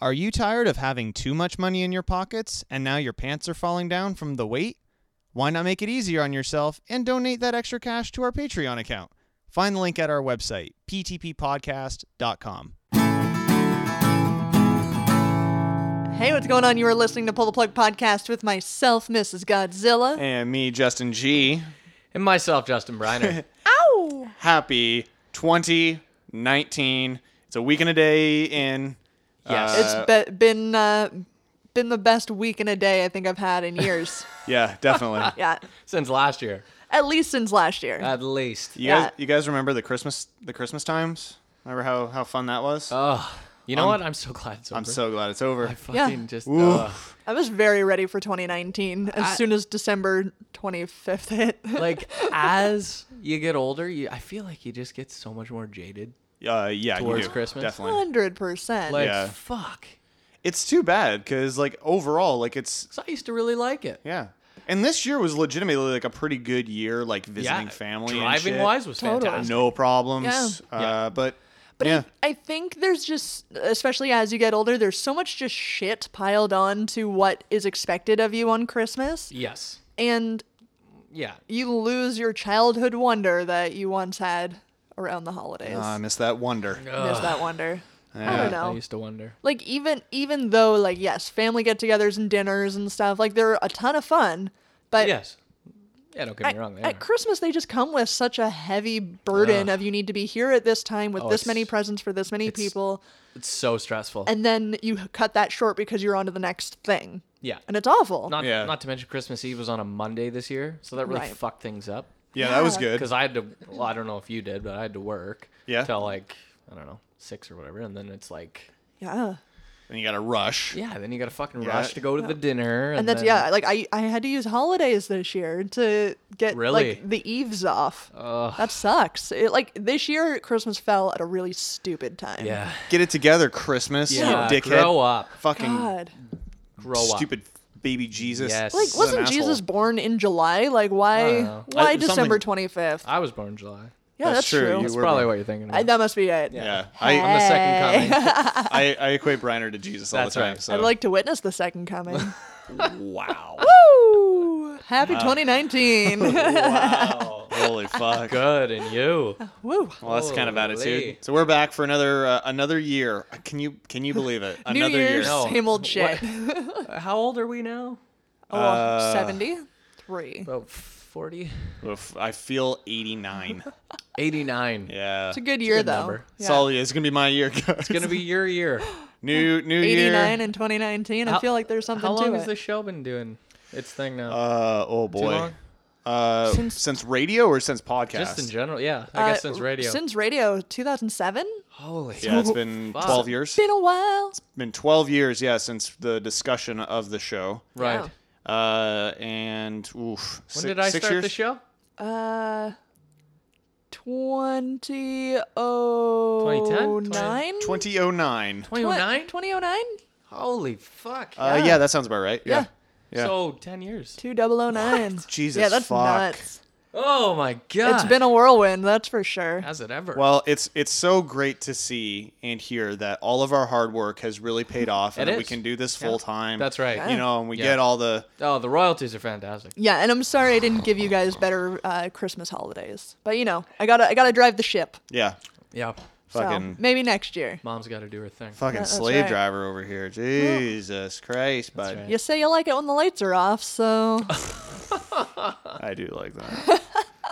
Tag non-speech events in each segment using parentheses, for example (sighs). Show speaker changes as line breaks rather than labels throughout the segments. Are you tired of having too much money in your pockets and now your pants are falling down from the weight? Why not make it easier on yourself and donate that extra cash to our Patreon account? Find the link at our website, ptppodcast.com.
Hey, what's going on? You are listening to Pull the Plug podcast with myself, Mrs. Godzilla.
And me, Justin G.
And myself, Justin Briner.
(laughs) Happy 2019. It's a week and a day in. Uh,
Yes.
It's be- been uh, been the best week and a day I think I've had in
(laughs)
years.
Yeah, definitely.
(laughs) yeah,
Since last year,
at least since last year.
at least.
You
Yeah.
guys, you guys remember the Christmas, the Christmas times? Remember how how fun that was?
Oh, you know what? I'm so glad it's over.
I'm so glad it's over.
I fucking
Yeah.
just.
Ooh.
ugh.
I was very ready for 2019 as
I-
soon as December 25th hit.
like as you get older, you, I feel like you just get so much more jaded.
Uh, yeah, you
Towards
do,
Christmas?
definitely.
100%.
Like
Yeah.
fuck.
It's too bad because like overall, like it's
'Cause I used to really like it.
yeah. And this year was legitimately like a pretty good year, like visiting family, and
driving
shit.
wise was
Totally.
fantastic.
no problems.
Yeah.
Uh,
Yeah.
but yeah,
I think there's just, especially as you get older, there's so much just shit piled on to what is expected of you on Christmas.
Yes.
And
Yeah.
you lose your childhood wonder that you once had around the holidays.
Uh, I miss that wonder.
Miss that wonder. I
Yeah.
don't
I
know.
used to wonder.
Like even even though like yes, family get-togethers and dinners and stuff, like they're a ton of fun, but
yes. Yeah. Don't get
at,
me wrong. they
at
are.
Christmas they just come with such a heavy burden
Ugh.
of you need to be here at this time with
Oh,
this
it's-
many presents for this many
it's-
people,
it's so stressful.
and then you cut that short because you're on to the next thing,
yeah.
and it's awful.
Not
Yeah.
not to mention Christmas Eve was on a Monday this year, so that really
Right.
fucked things up.
Yeah, that was
Yeah.
good.
Because I had to. Well, I don't know if you did, but I had to work.
Yeah.
Till like I don't know six or whatever, and then it's like
yeah.
And you got to rush.
yeah, then you got to fucking
Yeah.
rush to go to the dinner, and,
And that's
then,
yeah, like I, I had to use holidays this year to get
Really?
like the eaves off.
Ugh.
That sucks. It, like this year, Christmas fell at a really stupid time.
yeah.
Get it together, Christmas, you
Yeah,
dickhead.
grow up.
Fucking
God.
Mm.
Grow up.
stupid baby Jesus.
Yes.
Like,
This is
wasn't Jesus born in July? Like, why?
know.
Why
I-
December
something-
twenty fifth?
I was born in July.
Yeah, that's,
That's true.
true.
You
That's
were
probably
born-
what you're thinking. About.
I, that must be it.
Yeah.
I'm the second coming.
(laughs) I, I equate Briner to Jesus all the
That's
time.
right.
So.
I'd like to witness the second coming.
(laughs) wow.
Woo! Happy
(laughs)
2019.
wow. Holy fuck.
Good and you.
Woo!
Well, that's kind of
Holy.
attitude. So we're back for another uh, another year. Uh, Can you can you believe it?
New
Another
Year's,
No.
same
(laughs)
old shit.
How old are we now?
Oh,
Uh,
73.
About 40?
year. Oof, I feel 89.
89.
Yeah.
It's a good year,
good
though.
number.
Yeah.
Solid. It's gonna be my year, (laughs) guys. It's
Gonna be your year.
(gasps) new new
89
year.
and 2019. I
How-
feel like there's something
How
to
long
it.
has this show been doing its thing now?
Uh oh
Too
boy.
long?
Uh, since,
Since-
radio or since podcast?
Just in general, yeah. I guess
Uh,
since radio.
Since radio, 2007?
Holy.
yeah, it's been
Fuck.
12 years.
It's been a while.
been 12 years, yeah, since the discussion of the show.
Right.
Yeah.
When
Uh, and oof. When
did I start the show?
Uh, Oh, 2009?
2009.
2009?
2009?
Holy fuck.
Uh,
Yeah.
yeah, that sounds about right. Yeah.
Yeah.
Yeah.
So 10 years.
2009.
Jesus
Yeah, that's
fuck.
nuts.
Oh my god.
It's been a whirlwind, that's for sure.
Has it ever?
well, it's it's so great to see and hear that all of our hard work has really paid off, and
It
that we
is.
can do this full time.
That's right.
You know, and we
Yeah.
get all the
Oh, the royalties are fantastic.
Yeah, and I'm sorry I didn't give you guys better uh, Christmas holidays, but you know, I gotta I gotta drive the ship.
yeah,
Yeah.
fucking
so maybe next year.
Mom's got to do her thing.
fucking
that's
slave
right.
driver over here. Jesus Christ, bud.
right.
You say you like it when the lights are off,
(laughs)
so (laughs)
I do like that.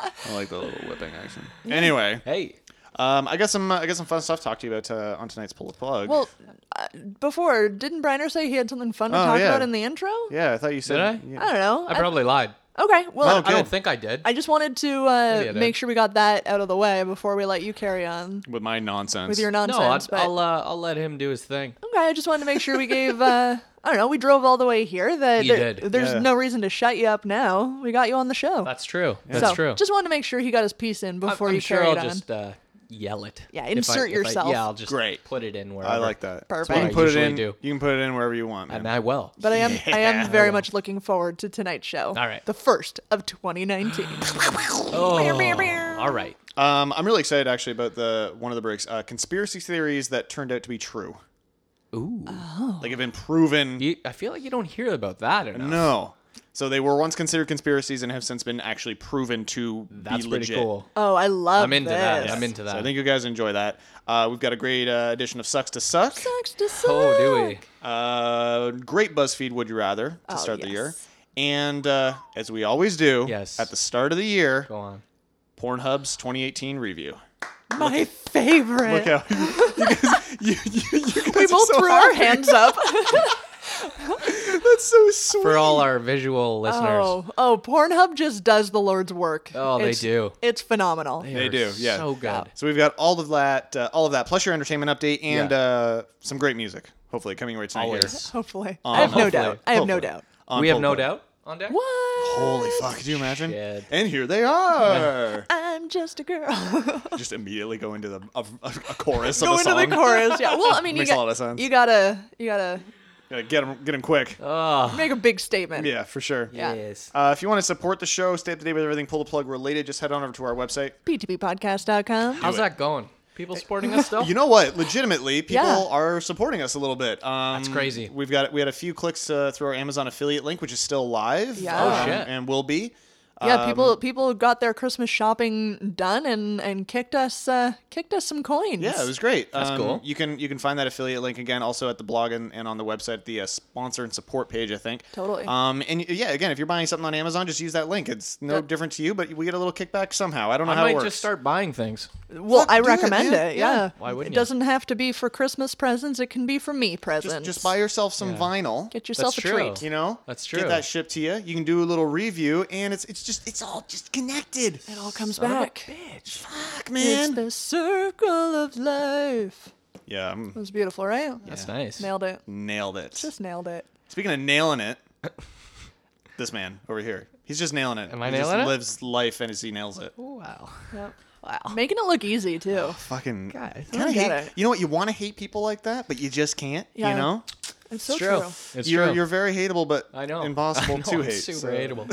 I like the little whipping action. Anyway,
Hey.
um, I got some uh, I got some fun stuff to talk to you about uh, on tonight's pull the plug.
well. Uh, before, didn't Briner say he had something fun to
Oh,
talk
yeah.
about in the intro?
yeah, I thought you said.
Did I?
yeah.
I don't know.
I probably lied.
okay, well,
Oh,
I don't
good.
think I did.
I just wanted to
Maybe I
uh,
did.
make sure we got that out of the way before we let you carry on
With my nonsense.
with your
no, I'd,
nonsense. but Oh.
I'll uh, I'll let him do his thing.
okay, I just wanted to make sure we gave. Uh, (laughs) I don't know. We drove all the way here. That
You
there-
did.
there's
Yeah.
no reason to shut you up now. We got you on the show.
That's true.
so,
That's true.
Just wanted to make sure he got his piece in
I'm-
before
I'm
you
sure
carried
I'll
on.
just uh, yell it. If I-
insert
if I-
yourself.
yeah, I'll just
Great.
put it in wherever.
I like that.
Perfect.
You can
I
put it
usually
in.
do.
You can put it in wherever you want, man.
and I will.
but I am I
Yeah.
am very much looking forward to tonight's show. All
right.
The first of 2019.
(laughs) Oh, all right.
Um, I'm really excited actually about the one of the breaks. Uh, conspiracy theories that turned out to be true.
Ooh.
Like have been proven
You, I feel like you don't hear about that enough.
no. So they were once considered conspiracies and have since been actually proven to
That's
be
pretty
legit.
cool.
Oh, I love
I'm into
this.
that. I'm into that.
So I think you guys enjoy that. Uh, we've got a great uh, edition of Sucks to Suck.
Sucks to suck.
oh, do we?
Uh, great BuzzFeed Would You Rather to
Oh,
start the year.
yes.
And uh, as we always do,
Yes.
at the start of the year,
Go on.
Pornhub's 2018 review.
My favorite.
Look how
(laughs)
you guys, you, you, you guys
we
are
both
so
threw our
happy.
hands
(laughs)
up.
That's so sweet.
For all our visual listeners,
oh, oh, Pornhub just does the Lord's work.
Oh, they
It's-
do.
It's phenomenal.
They
are
do, yeah.
So good.
So we've got all of that, uh, all of that, plus your entertainment update and
Yeah.
uh, some great music. Hopefully, coming right tonight. Here. Um,
Always.
Hopefully, I have no
hopefully.
doubt. I have no
Hopefully.
doubt.
On
we have
Coldplay.
no doubt on deck.
What?
Holy fuck! Could you imagine?
Shit.
And here they are.
I'm just a girl. (laughs)
(laughs) Just immediately go into the a, a, a chorus
Go
of a
into
song.
the chorus.
(laughs)
Yeah. Well, I mean, you
Makes a
got,
lot of sense.
you gotta, you gotta
Yeah, get them, get them quick.
Oh,
make a big statement.
Yeah, for sure.
Yeah.
yes.
Uh, if you want to support the show, stay up to date with everything pull the plug related, just head on over to our website.
P2Ppodcast.com.
How's
it.
that going? People supporting us still?
You know what? Legitimately, people
Yeah.
are supporting us a little bit. Um,
That's crazy.
We've got we had a few clicks uh, through our Amazon affiliate link, which is still live.
Yeah. Oh,
um,
shit.
And will be.
(laughs) Yeah, people
Um,
people got their Christmas shopping done and and kicked us uh, kicked us some coins.
Yeah, it was great. That's
cool.
You can you can find that affiliate link again also at the blog and, and on the website, the uh, sponsor and support page, I think.
Totally.
Um, and y- yeah, again, if you're buying something on Amazon, just use that link. It's no
Yep.
different to you, but we get a little kickback somehow. I don't know
I
how it
might
works.
just start buying things.
well,
Fuck,
I
do it,
recommend
man.
it. Yeah.
Yeah.
Why wouldn't
It
you?
doesn't have to be for Christmas presents. It can be for me
just,
presents.
just buy yourself some vinyl.
Get yourself
That's
a
true.
treat.
you know
That's
get
true.
that shipped to you you can do a little review and it's it's just it's all just connected
It all comes
Son of a
back.
bitch.
fuck
It's
man
the circle of life.
yeah
It
I'm,
was beautiful, right?
That's nice.
Nailed it.
nailed it
Just nailed it.
speaking of nailing
(laughs)
it this man over here he's just nailing it
Am I
he just
nailing it?
lives life and as he nails it
Wow.
Yep.
Wow.
Making it look easy too.
fucking
Guys, I
kinda
don't get
hate-
it.
you know what you want to hate people like that but you just can't
Yeah.
you know
It's so
true.
true.
It's
you're
true.
you're very hateable but
I know.
impossible
(laughs) I know,
to
I'm
hate
Super
so- (laughs)
hateable.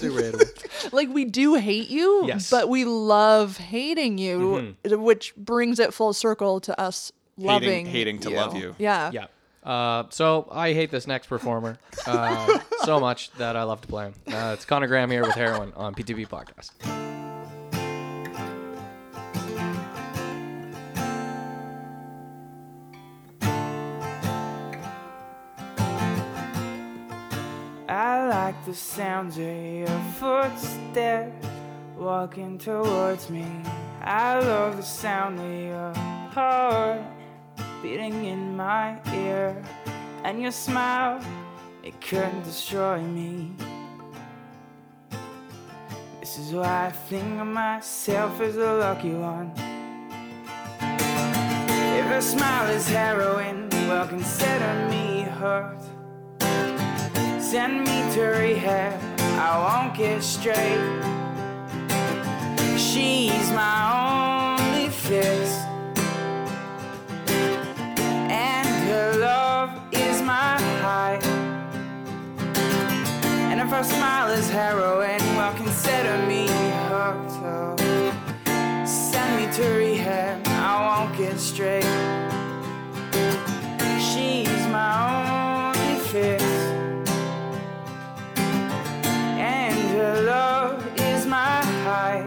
super hateable.
Like we do hate you,
Yes. Mm-hmm.
but we love hating you, which brings it full circle to us loving
hating to love you.
Yeah.
Yeah. Uh, so I hate this next performer (laughs) uh, so much that I love to play him. Uh, it's Connor Graham here with Heroin on PTV Podcast.
I like the sound of your footsteps walking towards me. I love the sound of your heart beating in my ear. And your smile, it couldn't destroy me. This is why I think of myself as a lucky one. If a smile is heroin, well, consider me hurt. Send me to rehab, I won't get straight. She's my only fix, and her love is my high. And if her smile is heroin, well, consider me hooked. Oh, Send me to rehab, I won't get straight. She's my only fix and your love is my high.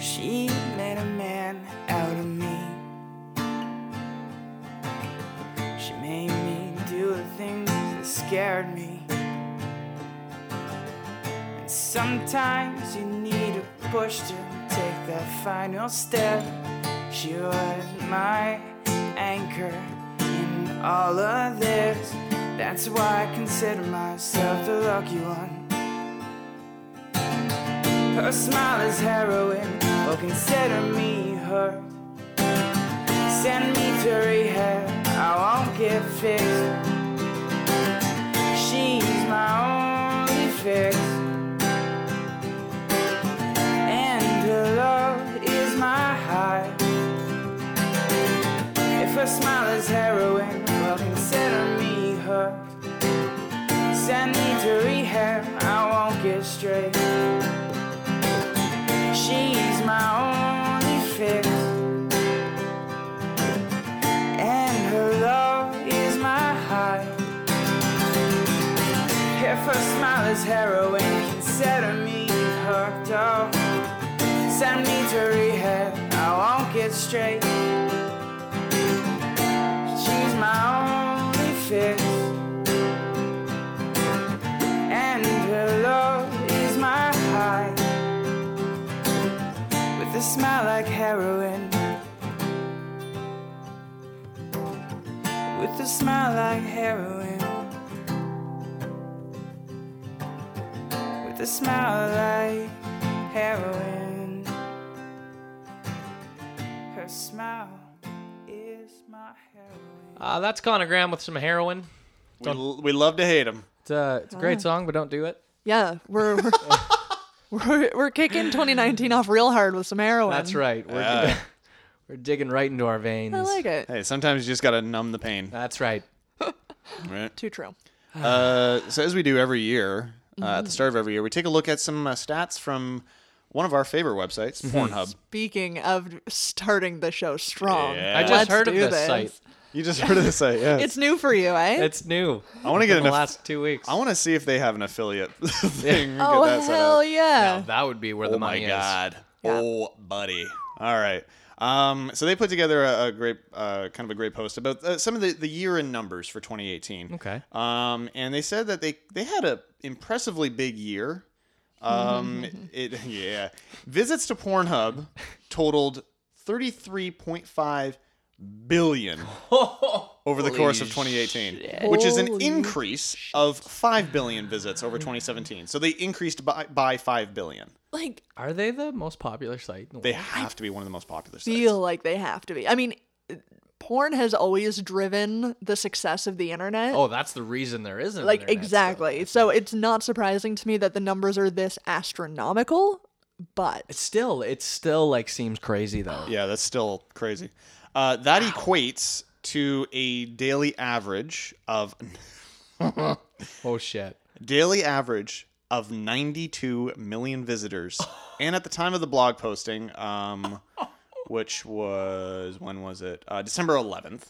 She made a man out of me. She made me do the things that scared me. Sometimes you need a push to take that final step. She was my anchor in all of this. That's why I consider myself the lucky one. Her smile is heroin, well, consider me hurt. Send me to rehab, I won't get fixed. She's my only fix. And her love is my high. If her smile is heroin, well, consider me hooked. send me to rehab, I won't get straight. She's my only fix, and her love is my high. If her smile is heroin, consider me hooked up. Send me to rehab, I won't get straight. She's my only fix. And her love is my high. With a smile like heroin. With a smile like heroin. With a smile like heroin. Her smile is my heroin.
Uh, that's Conogram with some heroin.
We, we love to hate him.
It's, uh, it's a great song, but don't do it.
Yeah, we're we're, (laughs) we're we're kicking 2019 off real hard with some heroin.
That's right. We're,
Yeah.
(laughs) we're digging right into our veins.
I like it.
Hey, sometimes you just gotta numb the pain,
That's right.
right?
Too true.
Uh, so as we do every year, uh, at the start of every year, we take a look at some uh, stats from one of our favorite
Mhm.
websites, Pornhub.
Speaking of starting the show strong,
Yeah.
I just
let's
heard of
do
this, site.
You just heard of this site, yeah?
It's new for you, eh?
It's new.
I want to get
in
an.
the
aff-
last two weeks.
I want to see if they have an affiliate (laughs) thing. Get
oh
that set up.
hell yeah!
Now, that would be where
Oh
the
my
money is.
god.
Yeah.
Oh buddy. All right. Um, so they put together a, a great, uh, kind of a great post about uh, some of the, the year in numbers for 2018.
Okay.
Um, and they said that they they had a impressively big year. Um, it (laughs) yeah. Visits to Pornhub totaled 33.5 billion over the course of 2018, which is an
Holy
increase of 5 billion visits over 2017. So they increased by by 5 billion.
Like
Are they the most popular site? in the
They
world?
have to be one of the most popular sites.
feel like they have to be. I mean, porn has always driven the success of the internet.
Oh, that's the reason there isn't. an
like
internet
exactly.
still.
So it's not surprising to me that the numbers are this astronomical, but
It's still, it still like seems crazy though.
(gasps) Yeah, that's still crazy. Uh, that equates to a daily average of (laughs)
Oh shit.
daily average of 92 million
(laughs)
visitors. and at the time of the blog posting, um, (laughs) which was when was it? Uh, December 11th.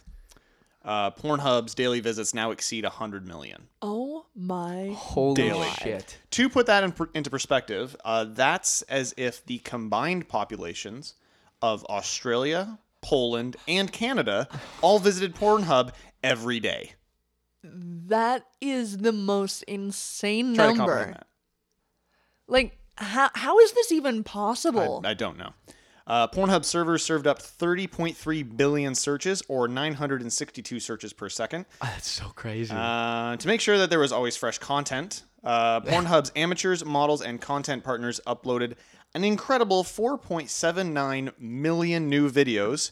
Uh, Pornhub's daily visits now exceed 100 million.
oh my
Holy
Daily.
shit.
To put that in, per- into perspective, uh, that's as if the combined populations of Australia, Poland, and Canada all visited Pornhub every day.
that is the most insane
Try to comprehend
number. Like how how is this even possible?
that. I, I don't know. Uh, Pornhub servers served up 30.3 billion searches, or 962 searches per second.
(laughs) That's so crazy.
Uh, to make sure that there was always fresh content,
(laughs)
uh, Pornhub's amateurs, models, and content partners uploaded an incredible 4.79 million new videos.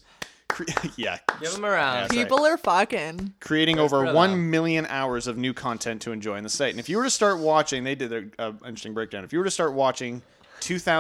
Cre- (laughs) yeah,
Give them around.
That's right.
People are fucking.
creating over
brother.
1 million hours of new content to enjoy on the site. And if you were to start watching, they did an interesting breakdown. If you were to start watching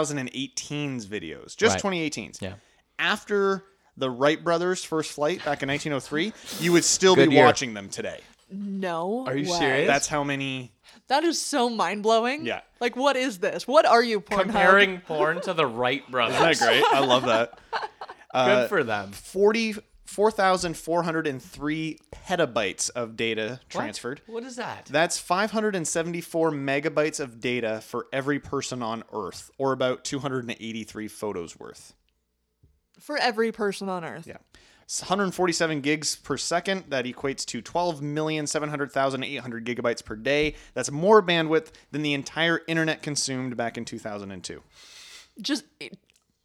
2018's videos, just
Right.
2018's,
Yeah.
after the Wright brothers' first flight back in 1903, you would still be
Good year.
watching them today.
No.
Are you
way.
serious?
That's how many.
That is so mind blowing.
Yeah.
Like, what is this? What are you Pornhub?
(laughs) Comparing porn to the Wright brothers.
Isn't that great? I love that.
(laughs)
uh,
Good for them.
40. 4,403 petabytes of data transferred.
What is that?
That's 574 megabytes of data for every person on Earth, or about 283 photos worth.
for every person on earth.
Yeah. It's 147 gigs per second. That equates to 12,700,800 gigabytes per day. That's more bandwidth than the entire internet consumed back in 2002.
Just,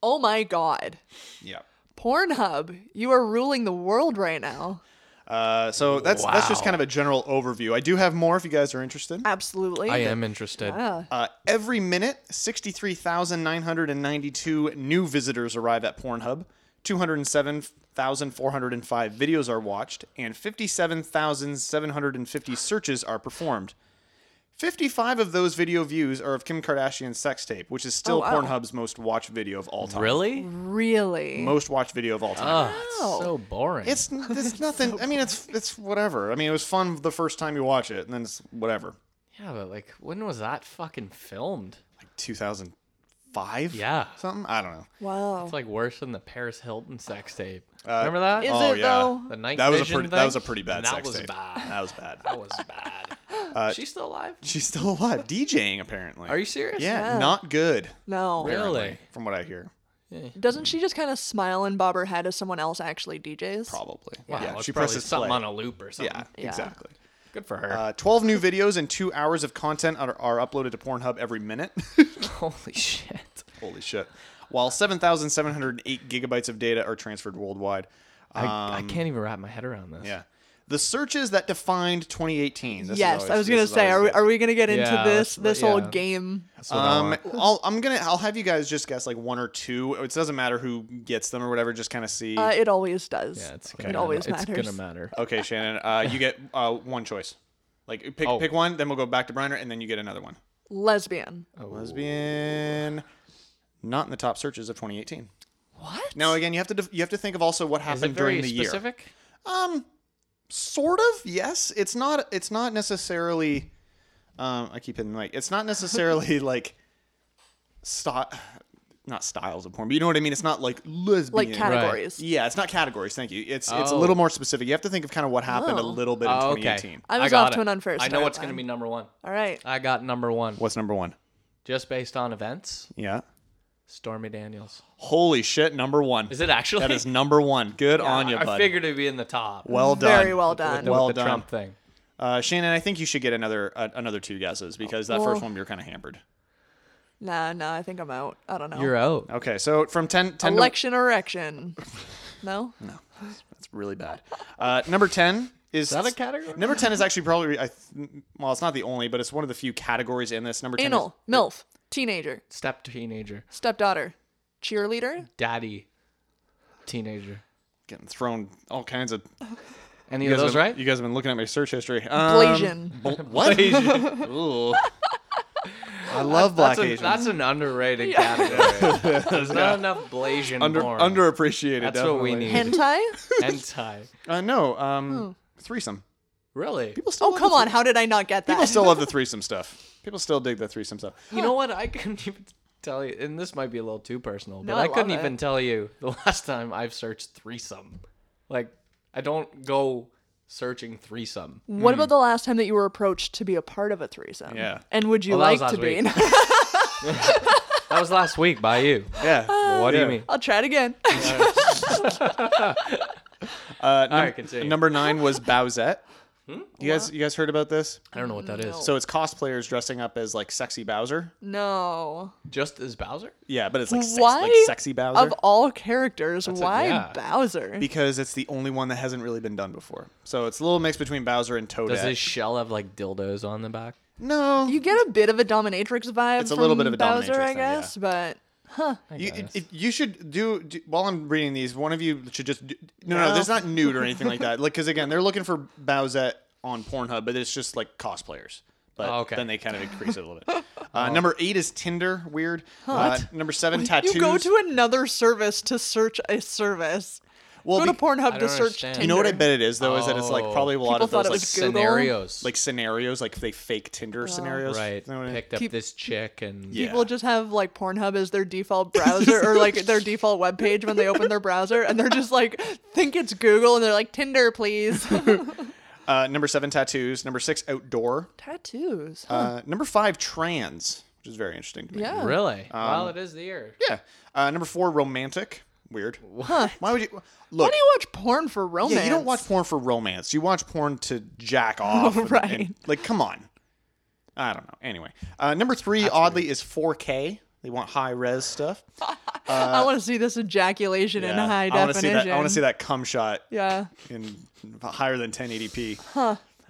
oh my god,
Yeah.
Pornhub, you are ruling the world right now.
Uh, so that's that's just
Wow.
kind of a general overview. I do have more if you guys are interested.
Absolutely.
I am interested.
Yeah.
Uh, every minute, 63,992 new visitors arrive at Pornhub. 207,405 videos are watched, and 57,750 searches are performed. 55 of those video views are of Kim Kardashian's sex tape, which is still
Oh, wow.
Pornhub's most watched video of all time.
Really?
Really.
Most watched video of all time.
Oh, it's so boring.
It's
Oh,
it's nothing. I mean, it's it's whatever. I mean, it was fun the first time you watch it, and then it's whatever.
Yeah, but like, when was that fucking filmed?
Like 2005?
Yeah.
Something? I don't know.
Wow.
It's like worse than the Paris Hilton sex tape.
Uh,
Remember that?
Is
Oh,
it
yeah.
though?
the night
that was a
vision
pretty that was a
thing?
pretty bad
that
sex
was
tape.
Bad.
That was bad.
That was
(laughs)
bad. She's still alive?
uh, She's still alive, (laughs) DJing apparently.
Are you serious?
Yeah,
Yeah.
not good.
no.
Really?
apparently, From what I hear,
Doesn't she just kind of smile and bob her head as someone else actually DJs?
probably.
Wow,
yeah,
it's
she
probably
presses
something
play.
on a loop or something.
yeah,
Yeah.
exactly.
Good for her.
Uh, 12 new videos and two hours of content are, are uploaded to Pornhub every minute. (laughs)
Holy shit.
Holy shit. While 7,708 gigabytes of data are transferred worldwide. Um,
I, I can't even wrap my head around this.
Yeah. The searches that defined 2018. This is
Yes,
always-
I was
this
gonna
is
say, are
always
we,
good.
are we gonna get into
Yeah,
this
let's-
this whole
yeah.
game?
That's what I
Um,
want.
(laughs) I'll, I'm gonna. I'll have you guys just guess like one or two. It doesn't matter who gets them or whatever. Just kind of see.
Uh, it always does.
yeah, it's
it
gonna-
always
it's
matters.
gonna matter.
okay, Shannon. Uh, you get uh, one choice. Like pick
Oh.
pick one, then we'll go back to Briner, and then you get another one.
Lesbian.
Oh.
Lesbian. Not in the top searches of 2018.
What?
Now again, you have to def- you have to think of also what
Is it
happened
very
during the year.
specific?
Um, sort of. Yes, it's not. It's not necessarily. Um, I keep hitting the mic. It's not
(laughs)
necessarily like, sti- not styles of porn, but you know what I mean. It's not like lesbian.
like categories.
Yeah, it's not categories. Thank you. It's it's a
Oh.
little more specific. You have to think of kind of what happened a
Oh.
little bit in
Oh, okay.
2018.
I was
got
off to
it.
an unfair
I know
start
what's going to
then.
be number one.
All right.
I got number one.
What's number one?
Just based on events,
Yeah.
Stormy Daniels.
Holy shit! Number one.
Is it actually?
That is number one. Good on you,
I
bud.
figured it'd be in the top.
well done.
Very well done.
with the,
well
with the
done.
Trump thing.
Uh, Shannon, I think you should get another uh, another two guesses because that
Well-
first one you're kind of hampered.
Nah, nah. I think I'm out. I don't know.
You're out.
Okay, so from 10, 10 to
Election
(laughs)
erection. No.
It's really bad. Uh, number ten is,
Is that a category?
Number ten is actually probably I th- well, it's not the only, but it's one of the few categories in this. Number ten.
Anal. Milf. Teenager.
Step teenager.
Stepdaughter.
(laughs)
Cheerleader.
Daddy. Teenager.
Is getting thrown all kinds of.
Any
You
of
guys,
those
been,
right?
you guys have been looking at my search history. Um,
Blasian.
(laughs)
(laughs)
bl- what? Ooh. I love black
That's, a,
Asians.
that's an underrated category. There's not enough Blasian
Under,
porn.
underappreciated.
That's what
definitely.
we need.
Hentai.
Hentai.
Uh, no, um, threesome.
Really?
People still.
Oh
love
come
the
on! How did I not get
People
that? (laughs)
still love the threesome stuff. People still dig the threesome stuff.
You know what? I couldn't
(laughs)
even tell you, and this might be a little too personal, but
No, I
I, couldn't
love it.
even tell you the (laughs) last time I've searched threesome. Like, I don't go searching threesome.
What about the last time that you were approached to be a part of a threesome?
Hmm. Yeah.
And would you
Well, that was
like to
last
be? (laughs)
That was last week by you.
Yeah.
What do
Yeah.
you mean?
I'll try it
(laughs)
again.
Uh, num-
right, continue.
number nine was Bowsette.
Hmm?
You guys, you guys heard about this?
I don't know what that is.
So it's cosplayers dressing up as like sexy Bowser.
no.
Just as Bowser?
Yeah, but it's like, sex,
why
like sexy Bowser.
Of all characters,
a-
why
yeah.
Bowser?
because it's the only one that hasn't really been done before. So it's a little mix between Bowser and Toadette.
Does his shell have like dildos on the back?
no,
you get a bit of a dominatrix vibe.
It's a little
from
bit of a
Bowser,
dominatrix
I
thing, yeah.
guess, but
you, it- it- you should do, do- While I'm reading these, one of you should just. Do, no, no,
No.
there's not nude or anything
(laughs)
like that. Like, because again, they're looking for Bowsette on Pornhub, but it's just like cosplayers. But
Oh, okay.
then they kind of increase it a little
(laughs)
bit. Uh, Number eight is Tinder. Weird. Uh, number seven, tattoos.
you go to another service to search a service.
well,
go to
be-
Pornhub
I
to
don't
search.
understand.
Tinder.
You know what I bet it is though is that it's like
Oh.
probably a lot
People
of those
thought it
like
was Google.
Scenarios.
like scenarios, like they fake Tinder scenarios.
right.
You know what I mean?
Picked up
Peop-
this chick and.
Yeah.
People just have like Pornhub as their default browser or like
(laughs)
their default webpage when they open their browser, and they're just like think it's Google, and they're like Tinder, please.
Uh, number seven, tattoos. Number six, outdoor.
Tattoos. huh?
Uh, number five, trans, which is very interesting to me. Um,
yeah.
Really? well, it is the year.
Yeah. Uh, number four, romantic. Weird. Why would you
Why
look?
do you watch porn for romance?
yeah, you don't watch porn for romance. You watch porn to jack
(laughs)
off. and-
Right.
and, like, come on. I don't know. Anyway, uh, number three, oddly, is 4K. They want high res stuff.
(laughs) (laughs) I want to see this ejaculation in
uh, Yeah.
high
I wanna see
definition.
that. I want to see that cum shot
Yeah.
in higher than 1080p.
This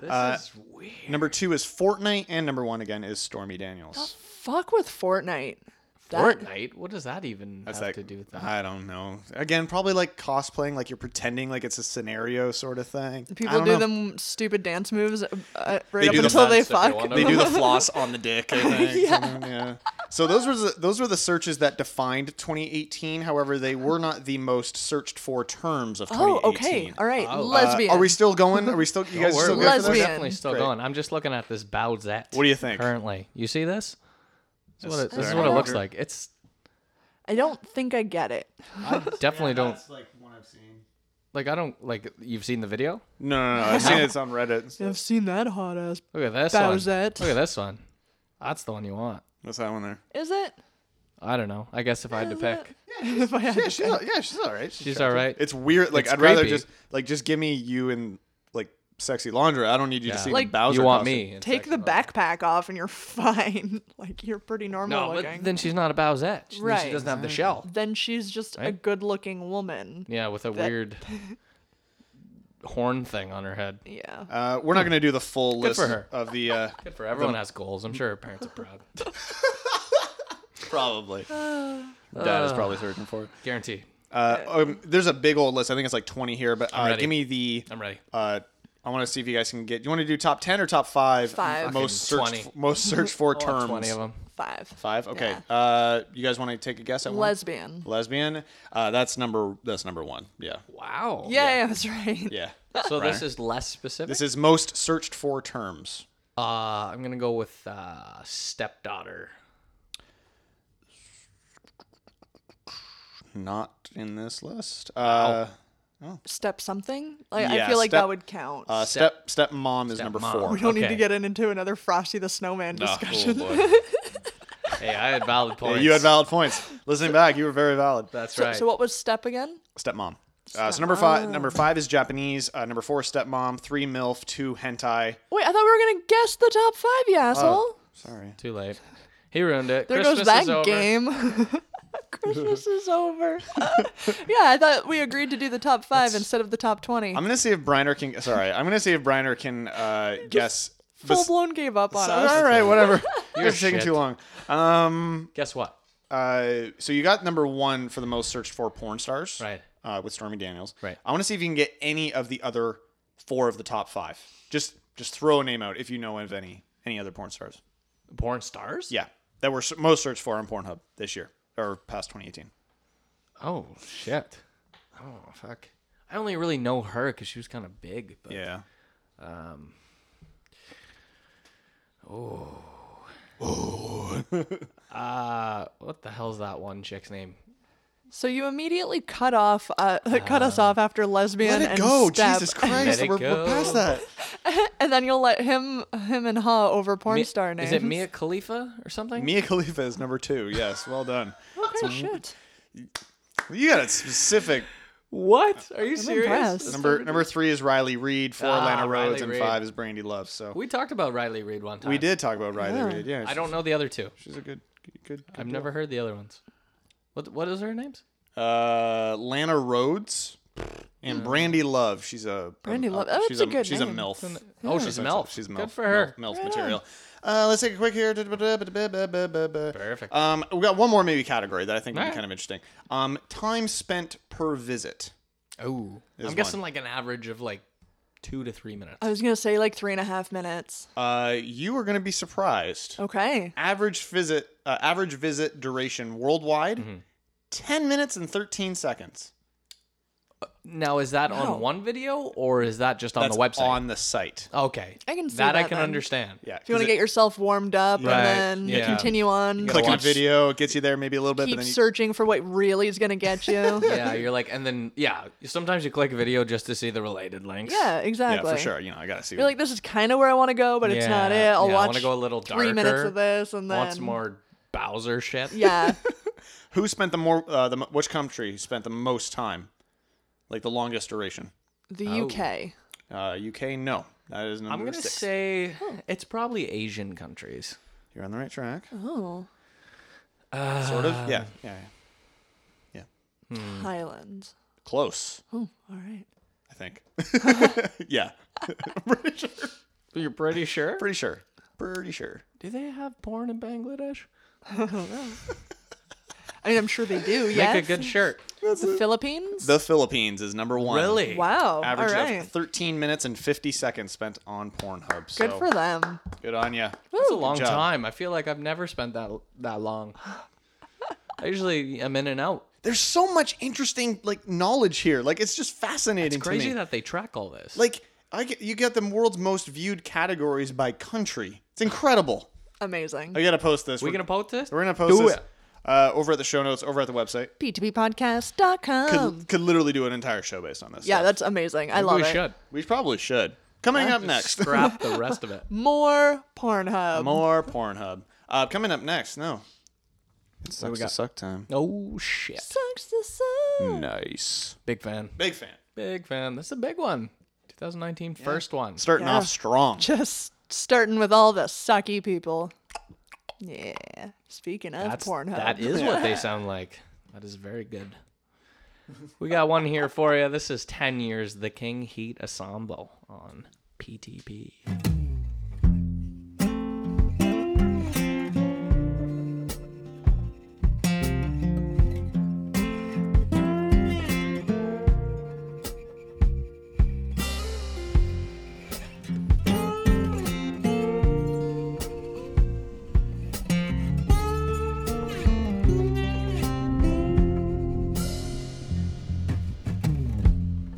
Uh,
is weird.
Number two is Fortnite, and number one again is Stormy Daniels.
Fuck with Fortnite. That-
Fortnite? What does that even have to do with that?
I don't know. Again, probably like cosplaying, like you're pretending like it's a scenario sort of thing. I
People
don't
do
know.
them stupid dance moves uh, right
do
up
the
until they
dance if they
(laughs) fuck. (laughs)
wanna.
They do the floss on the dick. I think. yeah. So those were the, those were the searches that defined 2018. However, they were not the most searched for terms of
Oh,
2018.
okay. All right.
Oh. Uh,
Uh,
Lesbian.
are we still going? Are we
(laughs)
still? You guys
we're,
still
we're
good for this?
Lesbian.
definitely still
Great.
going. I'm just looking at this Bowsette.
What do you think?
Currently, you see this? This is what it,
That's
this is
very
what it looks
accurate.
like. It's
I don't think I get it.
I definitely don't
like one I've seen.
like. I don't like. You've seen the video?
No, no, no. I've seen it's on Reddit. so-
(laughs) I've seen that hot ass.
Look at this
Bowsette.
one. Look at this one. That's the one you want.
What's that one there?
Is it?
I don't know. I guess if I had to
Is
pick,
it? (laughs) If I had
Yeah,
to
she's
pick.
all, yeah, she's all right.
she's all right.
It's weird. Like
It's
I'd rather
creepy.
just like just give me you and like sexy laundry. I don't need you to
Yeah.
see
Like,
the Bowser.
you want
costume.
me? in
Take the
second.
backpack off and you're (laughs) fine. like you're pretty normal
No,
looking.
but then she's not a Bowsette. She, then
Right.
she doesn't have the shell.
Then she's just a
Right?
good-looking woman.
Yeah, with a
That- (laughs)
weird horn thing on her head.
Yeah.
Uh, we're not going to do the full
Good
list
for her.
of the. Uh,
(laughs) Good for everyone has goals. I'm sure her parents are proud.
probably. (laughs) Dad is probably searching for it.
Guarantee.
Uh, um, there's a big old list. I think it's like 20 here, but uh,
ready.
give me the.
I'm ready.
Uh, I want to see if you guys can get. You want to do top 10 or top five?
Five.
Most
Fucking
searched,
20.
most searched
(laughs)
for
I want
terms.
Twenty of them.
Five.
Five. Okay.
Yeah.
Uh, you guys want to take a guess at one?
Lesbian.
Lesbian. Uh, that's number. That's number one. Yeah.
Wow.
Yeah, yeah, that's right.
Yeah.
(laughs) So this
Brian?
is less specific.
This is most searched for terms.
uh, I'm gonna go with uh, stepdaughter.
Not in this list. Uh,
Step something. Like I
Yeah,
feel like
step-
that would count.
uh, step step mom is number
Stepmom.
four.
we don't need to
okay.
get in into another Frosty the Snowman
Oh,
discussion. (laughs)
boy.
Hey, I had
(laughs)
valid
Yeah,
points.
you had valid points. Listening back, you were very valid.
That's
so,
right.
so what was step again?
Stepmom. Uh, so number five, number five is Japanese. Uh, number four, stepmom. Three, milf. Two, hentai.
Wait, I thought we were gonna guess the top five,
Oh,
you asshole.
Sorry.
Too late. He ruined it.
there
Christmas
goes that
is over.
game.
(laughs)
Christmas is over. (laughs) yeah, I thought we agreed to do the top five instead of the top twenty.
I'm gonna see if Briner can. Sorry, I'm gonna see if Briner can uh, guess.
Full
bes-
blown gave up on
all
us.
right, whatever.
(laughs) You're
You're taking
shit.
too long. Um,
Guess what?
uh, so you got number one for the most searched for porn stars,
Right.
Uh, with Stormy Daniels,
Right.
I want to see if you can get any of the other four of the top five. Just, just throw a name out if you know of any any other porn stars.
Born stars?
Yeah, that were s- most searched for on Pornhub this year or past 2018.
Oh shit. Oh fuck. I only really know her because she was kind of big. But um,
Yeah. Oh.
(laughs) uh, what the hell's that one chick's name?
(laughs) So you immediately cut off, uh, (laughs) cut us off after lesbian
Let it
and
go,
step, (laughs)
Jesus Christ!
Let it
We're, we're
go.
past that.
and then you'll let him, him and Ha over porn
Mi-
star names.
Is it Mia Khalifa or something?
Mia Khalifa is number two. Yes, well done.
(laughs) Okay, shit.
You got it specific.
What? Are you serious?
impressed.
Number number three is Riley Reed, four
Ah,
Lana Rhodes,
Riley
and
Reed.
five is Brandy Love. So we,
We talked about Riley Reed one time.
did talk about Riley Reed. Yeah,
I don't know the other two.
She's a good, good. good
I've
girl.
never heard the other ones. What what is her names?
Uh, Lana Rhodes and Brandy Love. She's a
Hmm. Brandi
um,
Love.
uh,
Oh, that's
she's
a good
She's
name.
a milf.
Oh, she's a MILF.
She's a milf.
Good for her.
Milf, milf material. Uh, let's take a quick here. Perfect.
Perfect.
Um, we got one more maybe category that I think would be
Alright.
kind of interesting. Um, time spent per visit.
Oh,
There's
I'm guessing like an average of like two to three minutes.
I was gonna say like three and a half minutes.
Uh, you are going to be surprised.
Okay.
Average visit, uh, average visit duration worldwide,
Mm-hmm.
ten minutes and thirteen seconds.
Uh, Now, is that
Wow.
on one video or is that just on
That's
the website?
on the site.
okay,
I can see
that. I
that
can
then.
understand.
Yeah.
If you want to get yourself warmed up
Right,
and then
yeah.
continue on,
click on
watch-
video, it gets you there maybe a little bit,
keep
but then you,
searching for what really is gonna get you. (laughs) yeah.
(laughs) yeah, you're like, and then yeah, sometimes you click a video just to see the related links.
yeah,
exactly.
for sure. You know, I gotta see.
You're like, this is kind of where I want to go, but it's not it.
Yeah,
I'll
yeah, I
watch
want to go a little darker.
three minutes of this and then
want some more Bowser
(laughs)
shit.
Yeah,
(laughs) who spent the more uh, the mo- which country spent the most time, like the longest duration?
the
Oh.
UK.
Uh, UK, no, that is number
I'm gonna
six.
say it's probably Asian countries.
You're on the right track.
Oh,
Uh,
Sort of. Yeah. Yeah. yeah.
Hmm.
Highlands.
Close.
Oh, all right. (laughs)
I think. (laughs) yeah. (laughs) pretty sure.
You're pretty sure?
Pretty sure. Pretty sure.
(laughs)
Do they have porn in Bangladesh?
I mean, I'm sure they do. Yes.
Make a good shirt.
The Philippines.
The Philippines is number one.
Really?
wow.
Average
all right.
of 13 minutes and 50 seconds spent on Pornhub. So
good for them.
Good on you.
That's a long
job.
time. (laughs) I feel like I've never spent that that long. I usually am in and out.
There's so much interesting like knowledge here. Like it's just fascinating
It's crazy
to me.
that they track all this.
like I get, you get the world's most viewed categories by country. It's incredible.
Amazing.
I gotta post this.
we
We're-
gonna post this?
We're gonna post
Do
this
it.
uh, over at the show notes, over at the website. Could,
P2Ppodcast.com.
could literally do an entire show based on this.
Um, Yeah,
stuff.
that's amazing. I
Maybe
love
we
it.
should
we probably should. Coming up next,
scrap
(laughs)
(laughs)
the rest of it.
More Pornhub.
more Pornhub. Uh, coming up next, no. It's
we got?
suck time.
Oh shit!
Sucks to suck.
Nice.
Big fan.
Big fan.
Big fan. That's a big one. 2019 first one.
Starting
Yeah.
off strong.
Just starting with all the sucky people. Yeah. Speaking of
That's,
Pornhub.
That is
(laughs)
what they sound like. That is very good. We got one here for you. This is 10 years The King Heat Ensemble on PTP.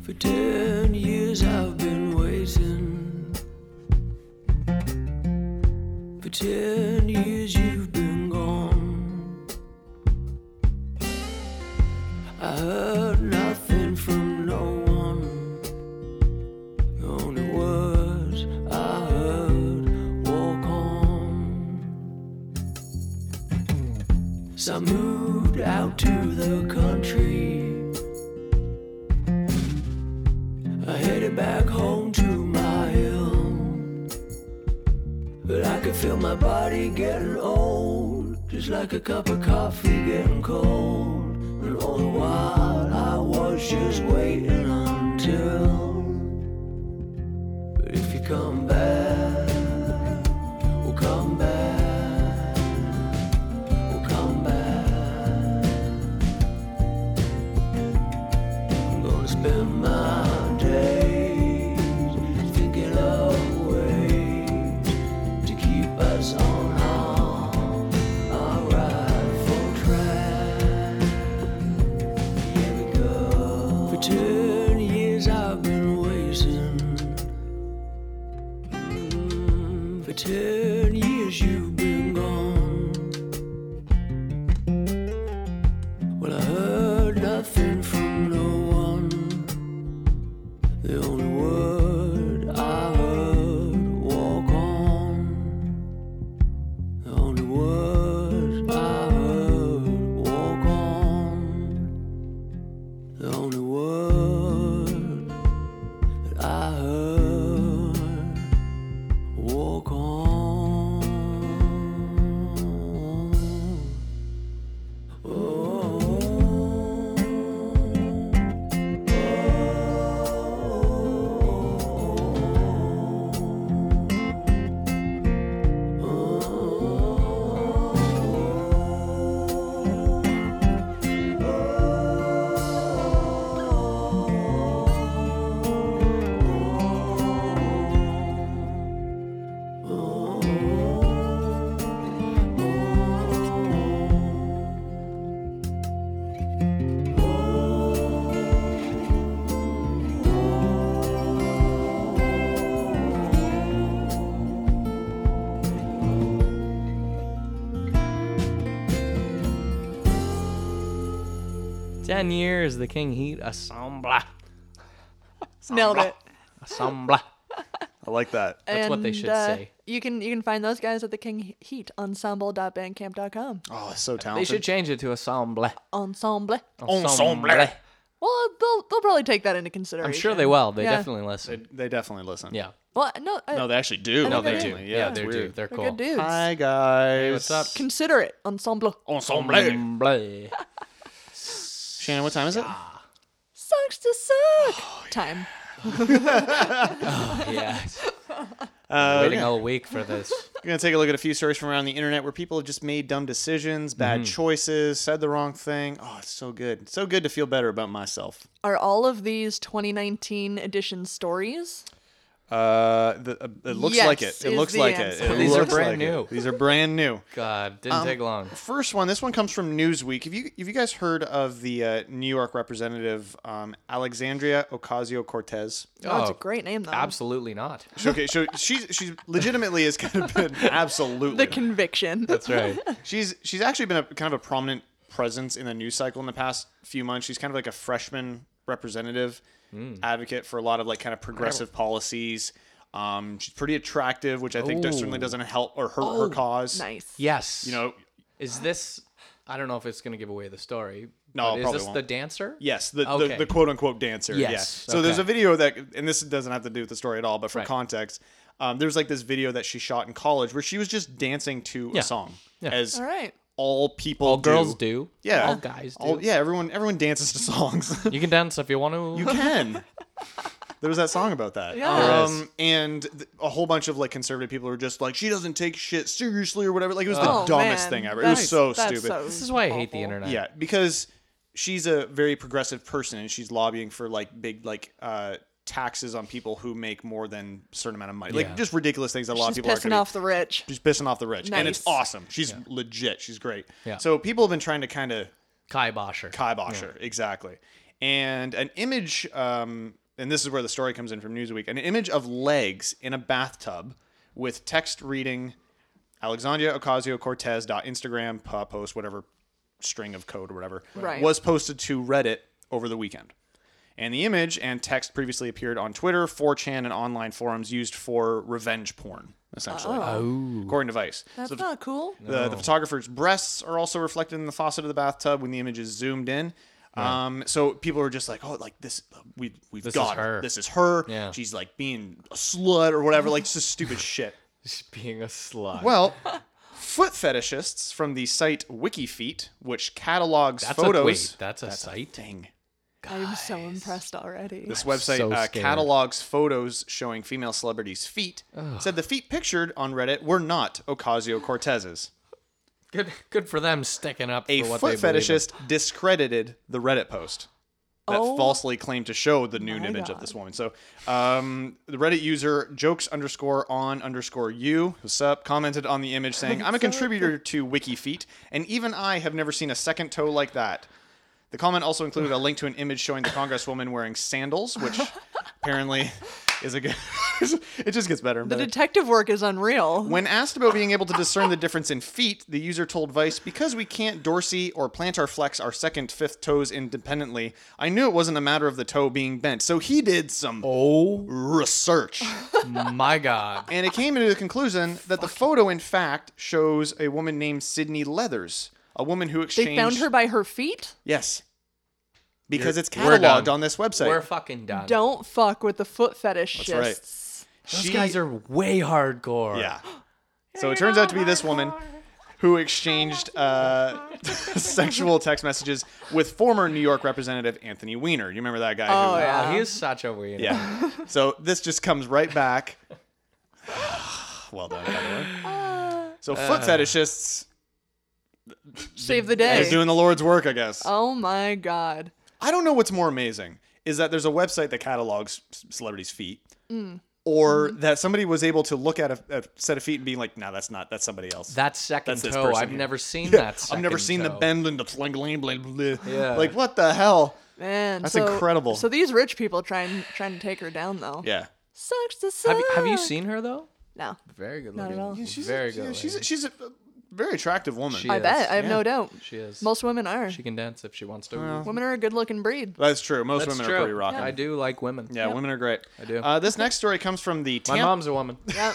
For ten years I've been waiting. For ten years you've been gone. I heard nothing from no one. The only words I heard walk on. So I moved out to the country. I headed back home to my hill. But I could feel my body getting old, just like a cup of coffee getting cold. And all the while I was just waiting until. But if you come back, we'll come back, we'll come back. I'm gonna spend my days thinking of ways to keep us on our, our rightful track. Here we go. For ten years I've been waiting. Mm, For ten years you've been gone. Well, I heard nothing from no one. The only word I heard, walk on. The only word I heard, walk on. The only word that I heard, walk on. Ten years, the King Heat Assembla.
Nailed it.
Assembla.
I like that.
That's what they
And,
should
uh,
say.
You can you can find those guys at the King Heat Ensemble.bandcamp.com.
Oh, it's so
They
talented.
should change it to Assemble.
Ensemble.
Ensemble.
Well, they'll they'll probably take that into consideration.
I'm sure they will. They
Yeah.
definitely listen.
They definitely listen.
Yeah.
Well, no, uh, I,
No, they actually do.
No, they do.
definitely. Yeah,
Yeah,
it's
they do.
weird.
They're
they're
cool.
good dudes.
Hi guys.
what's up?
Consider it Ensemble.
Ensemble.
Ensemble.
Shannon, what time is it? Oh,
(laughs)
Sucks to suck. Time.
Oh,
(laughs)
yeah.
Uh,
Waiting
yeah.
all week for this.
(laughs) We're going to take a look at a few stories from around the internet where people have just made dumb decisions, bad choices, said the wrong thing. Oh, it's so good. It's so good to feel better about myself.
Are all of these 2019 edition stories?
Uh, the, uh, it looks
Yes,
like it.
is
It looks
the
like
answer.
it. it
These are
looks
brand
like it.
new.
These are brand new.
God,
Um,
didn't take long.
Um, First one. This one comes from Newsweek. Have you have you guys heard of the uh, New York representative um, Alexandria Ocasio Cortez?
Oh, it's a great name though.
Absolutely not.
Okay,
(laughs)
so she's she's legitimately has kind of been absolutely
The conviction. (laughs)
That's right.
She's she's actually been a kind of a prominent presence in the news cycle in the past few months. She's kind of like a freshman representative
Hmm.
advocate for a lot of like kind of progressive policies. Um, she's pretty attractive, which I think does- certainly
Oh.
doesn't help or hurt her cause.
Oh, nice.
Yes.
You know,
is this? I don't know if it's going to give away the story.
No,
but
it
is
probably
this the
won't.
dancer?
yes, the,
Okay.
the, the quote unquote dancer.
Yes,
Yeah. So there's
okay.
a video that, and this doesn't have to do with the story at all, but for
Right.
context, um, there's like this video that she shot in college where she was just dancing to
Yeah.
a song,
Yeah.
as
All right.
all people,
All girls do.
Yeah.
All guys do.
All, yeah, everyone everyone dances to songs.
(laughs) You can dance if you want to.
(laughs)
You
(laughs)
can. there was that song about that.
Yeah.
There is.
Um, and th- a whole bunch of like conservative people were just like, she doesn't take shit seriously or whatever. Like it was
Oh,
the
man.
dumbest thing ever. it
That's-
was so
that's
stupid.
so
this is why I hate the
awful.
internet.
Yeah, because she's a very progressive person and she's lobbying for like big like uh taxes on people who make more than a certain amount of money.
Yeah.
Like just ridiculous things that a lot
She's
of people are
pissing
gonna be-
off the rich.
She's pissing off the rich, and it's
Nice.
awesome. She's legit. She's great.
Yeah.
So people have been trying to kind of
Kai Bosher.
kibosher exactly and an image um, and this is where the story comes in from newsweek an image of legs in a bathtub with text reading alexandria ocasio-cortez dot instagram pa- post whatever string of code or whatever
Right.
was posted to reddit over the weekend and the image and text previously appeared on twitter 4chan and online forums used for revenge porn essentially
Oh.
according to vice
That's
So the-
not cool.
the, the photographer's breasts are also reflected in the faucet of the bathtub when the image is zoomed in. Um, so people are just like, oh, like this, we we've
This is
got her.
her.
This is her.
Yeah.
She's like being a slut or whatever, like just
(laughs)
stupid shit.
Just being a slut. (laughs)
Well, foot fetishists from the site WikiFeet, which catalogs
that's
photos.
A, wait, that's a site.
Dang.
I'm so impressed already.
This website
so
uh,
scared.
catalogs photos showing female celebrities' feet. Said the feet pictured on Reddit were not Ocasio Cortez's.
Good, good for them sticking up
a
for what
foot
they believe in.
fetishist discredited the Reddit post that
Oh.
falsely claimed to show the nude image of this woman. So, um, the Reddit user jokes underscore on underscore you what's up commented on the image
(laughs)
saying, "I'm a contributor to WikiFeet, and even I have never seen a second toe like that." The comment also included a link to an image showing the congresswoman wearing
(laughs)
sandals, which apparently is a good. (laughs) it just gets better. And
the
better.
detective work is unreal.
When asked about being able to discern the difference in feet, the user told Vice, because we can't dorsey or plantar flex our second fifth toes independently, I knew it wasn't a matter of the toe being bent. So he did some
Oh
research.
(laughs) my god.
and it came to the conclusion that the photo, in fact, shows a woman named Sydney Leathers, a woman who
they
exchanged.
found her by her feet?
Yes. Because it's
We're done.
cataloged on this website.
We're fucking done.
Don't fuck with the foot fetishists.
That's
Those
She-
guys are way hardcore.
(gasps)
Yeah. So it turns out to be this woman who exchanged uh, (laughs) sexual text messages with former New York representative Anthony Weiner. You remember that guy?
Oh,
who,
yeah.
Wow, he is such a weirdo. (laughs)
Yeah. So this just comes right back. (sighs) well done, by the way. So
Uh.
foot fetishists,
Save the
they're
day.
doing the Lord's work, I guess.
oh my god.
I don't know what's more amazing is that there's a website that catalogs c- celebrities' feet,
Mm,
or
Mm-hmm.
that somebody was able to look at a, a set of feet and be like, "No, that's not. That's somebody else."
That second
That's this
toe,
person
I've
here.
never seen that.
I've never
second
seen the
toe.
bend and the fling, bling, bling, bling.
Yeah.
Like what the hell?
Man,
That's
so-
incredible.
So these rich people trying trying to take her down though.
Yeah.
Sucks to suck.
Have you, have you seen her though?
No,
Very good
Not
looking.
at all. Yeah,
she's very good.
Yeah, she's a,
looking.
she's a uh, very attractive woman.
She
I
is.
bet. I have
Yeah.
no doubt.
she is.
Most women are.
she can dance if she wants to.
Women are a good-looking breed.
That's true. Most
That's
women
true.
are pretty rocking.
I
Yeah,
do like women.
women are great. I
do.
Uh, this next story comes from the
My
Tam-
mom's a
(laughs)
woman.
Yep.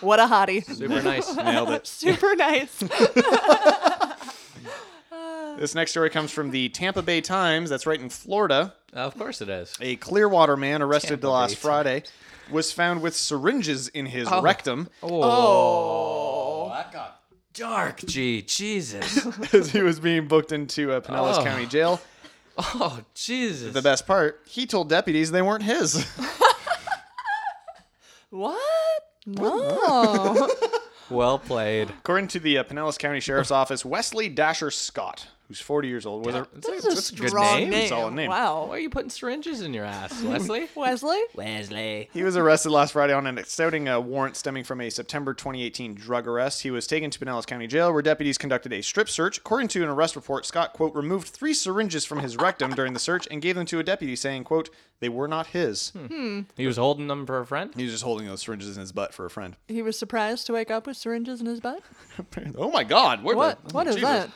what a hottie.
Super
(laughs)
nice.
Nailed it.
Super
(laughs)
nice.
This next story comes from the Tampa Bay Times. That's right in Florida.
of course it is.
A Clearwater man arrested
Tampa
last
Bay
Friday was found with syringes in his
Oh.
rectum
Oh, that got dark. Gee,
(laughs)
Jesus.
as he was being booked into a Pinellas
Oh.
County jail.
Oh, Jesus.
The best part, he told deputies they weren't his.
what?
(laughs)
Oh.
(laughs) Well played.
According to the uh, Pinellas County Sheriff's Office, Wesley Dasher Scott, who's 40 years old, was a,
That's,
That's a
that's
strong
name. Solid name.
Wow.
Why are you putting syringes in
(laughs)
your ass, Wesley?
Wesley?
Wesley.
He was arrested last Friday on an extorting uh, warrant stemming from a September 2018 drug arrest. He was taken to Pinellas County Jail, where deputies conducted a strip search. According to an arrest report, Scott, quote, removed three syringes from his rectum during the search and gave them to a deputy, saying, quote, they were not his.
Hmm.
Hmm.
He was holding them for a friend.
He was just holding those syringes in his butt for a friend. (laughs)
He was surprised to wake up with syringes in his butt?
oh my God. Where
What?
The,
what is
Jesus.
that?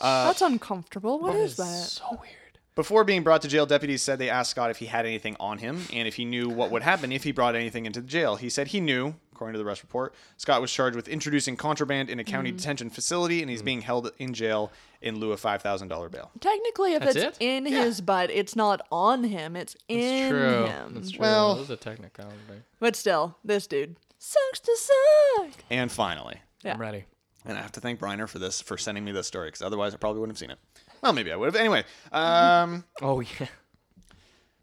Uh,
That's uncomfortable. What is that?
So weird.
Before being brought to jail, deputies said they asked Scott if he had anything on him and if he knew what would happen if he brought anything into the jail. He said he knew, according to the arrest report. Scott was charged with introducing contraband in a county detention facility, and
Mm.
he's being held in jail in lieu of $5,000 bail.
Technically, if
That's
it's
it?
in his butt, it's not on him. It's in
It's true.
him.
That's true.
Well-
Well, that was a technicality.
But still, this dude sucks to suck.
And finally,
Yeah.
I'm ready.
and I have to thank Briner for this, for sending me this story, because otherwise I probably wouldn't have seen it. Well, maybe I would have. Anyway, um,
Oh yeah.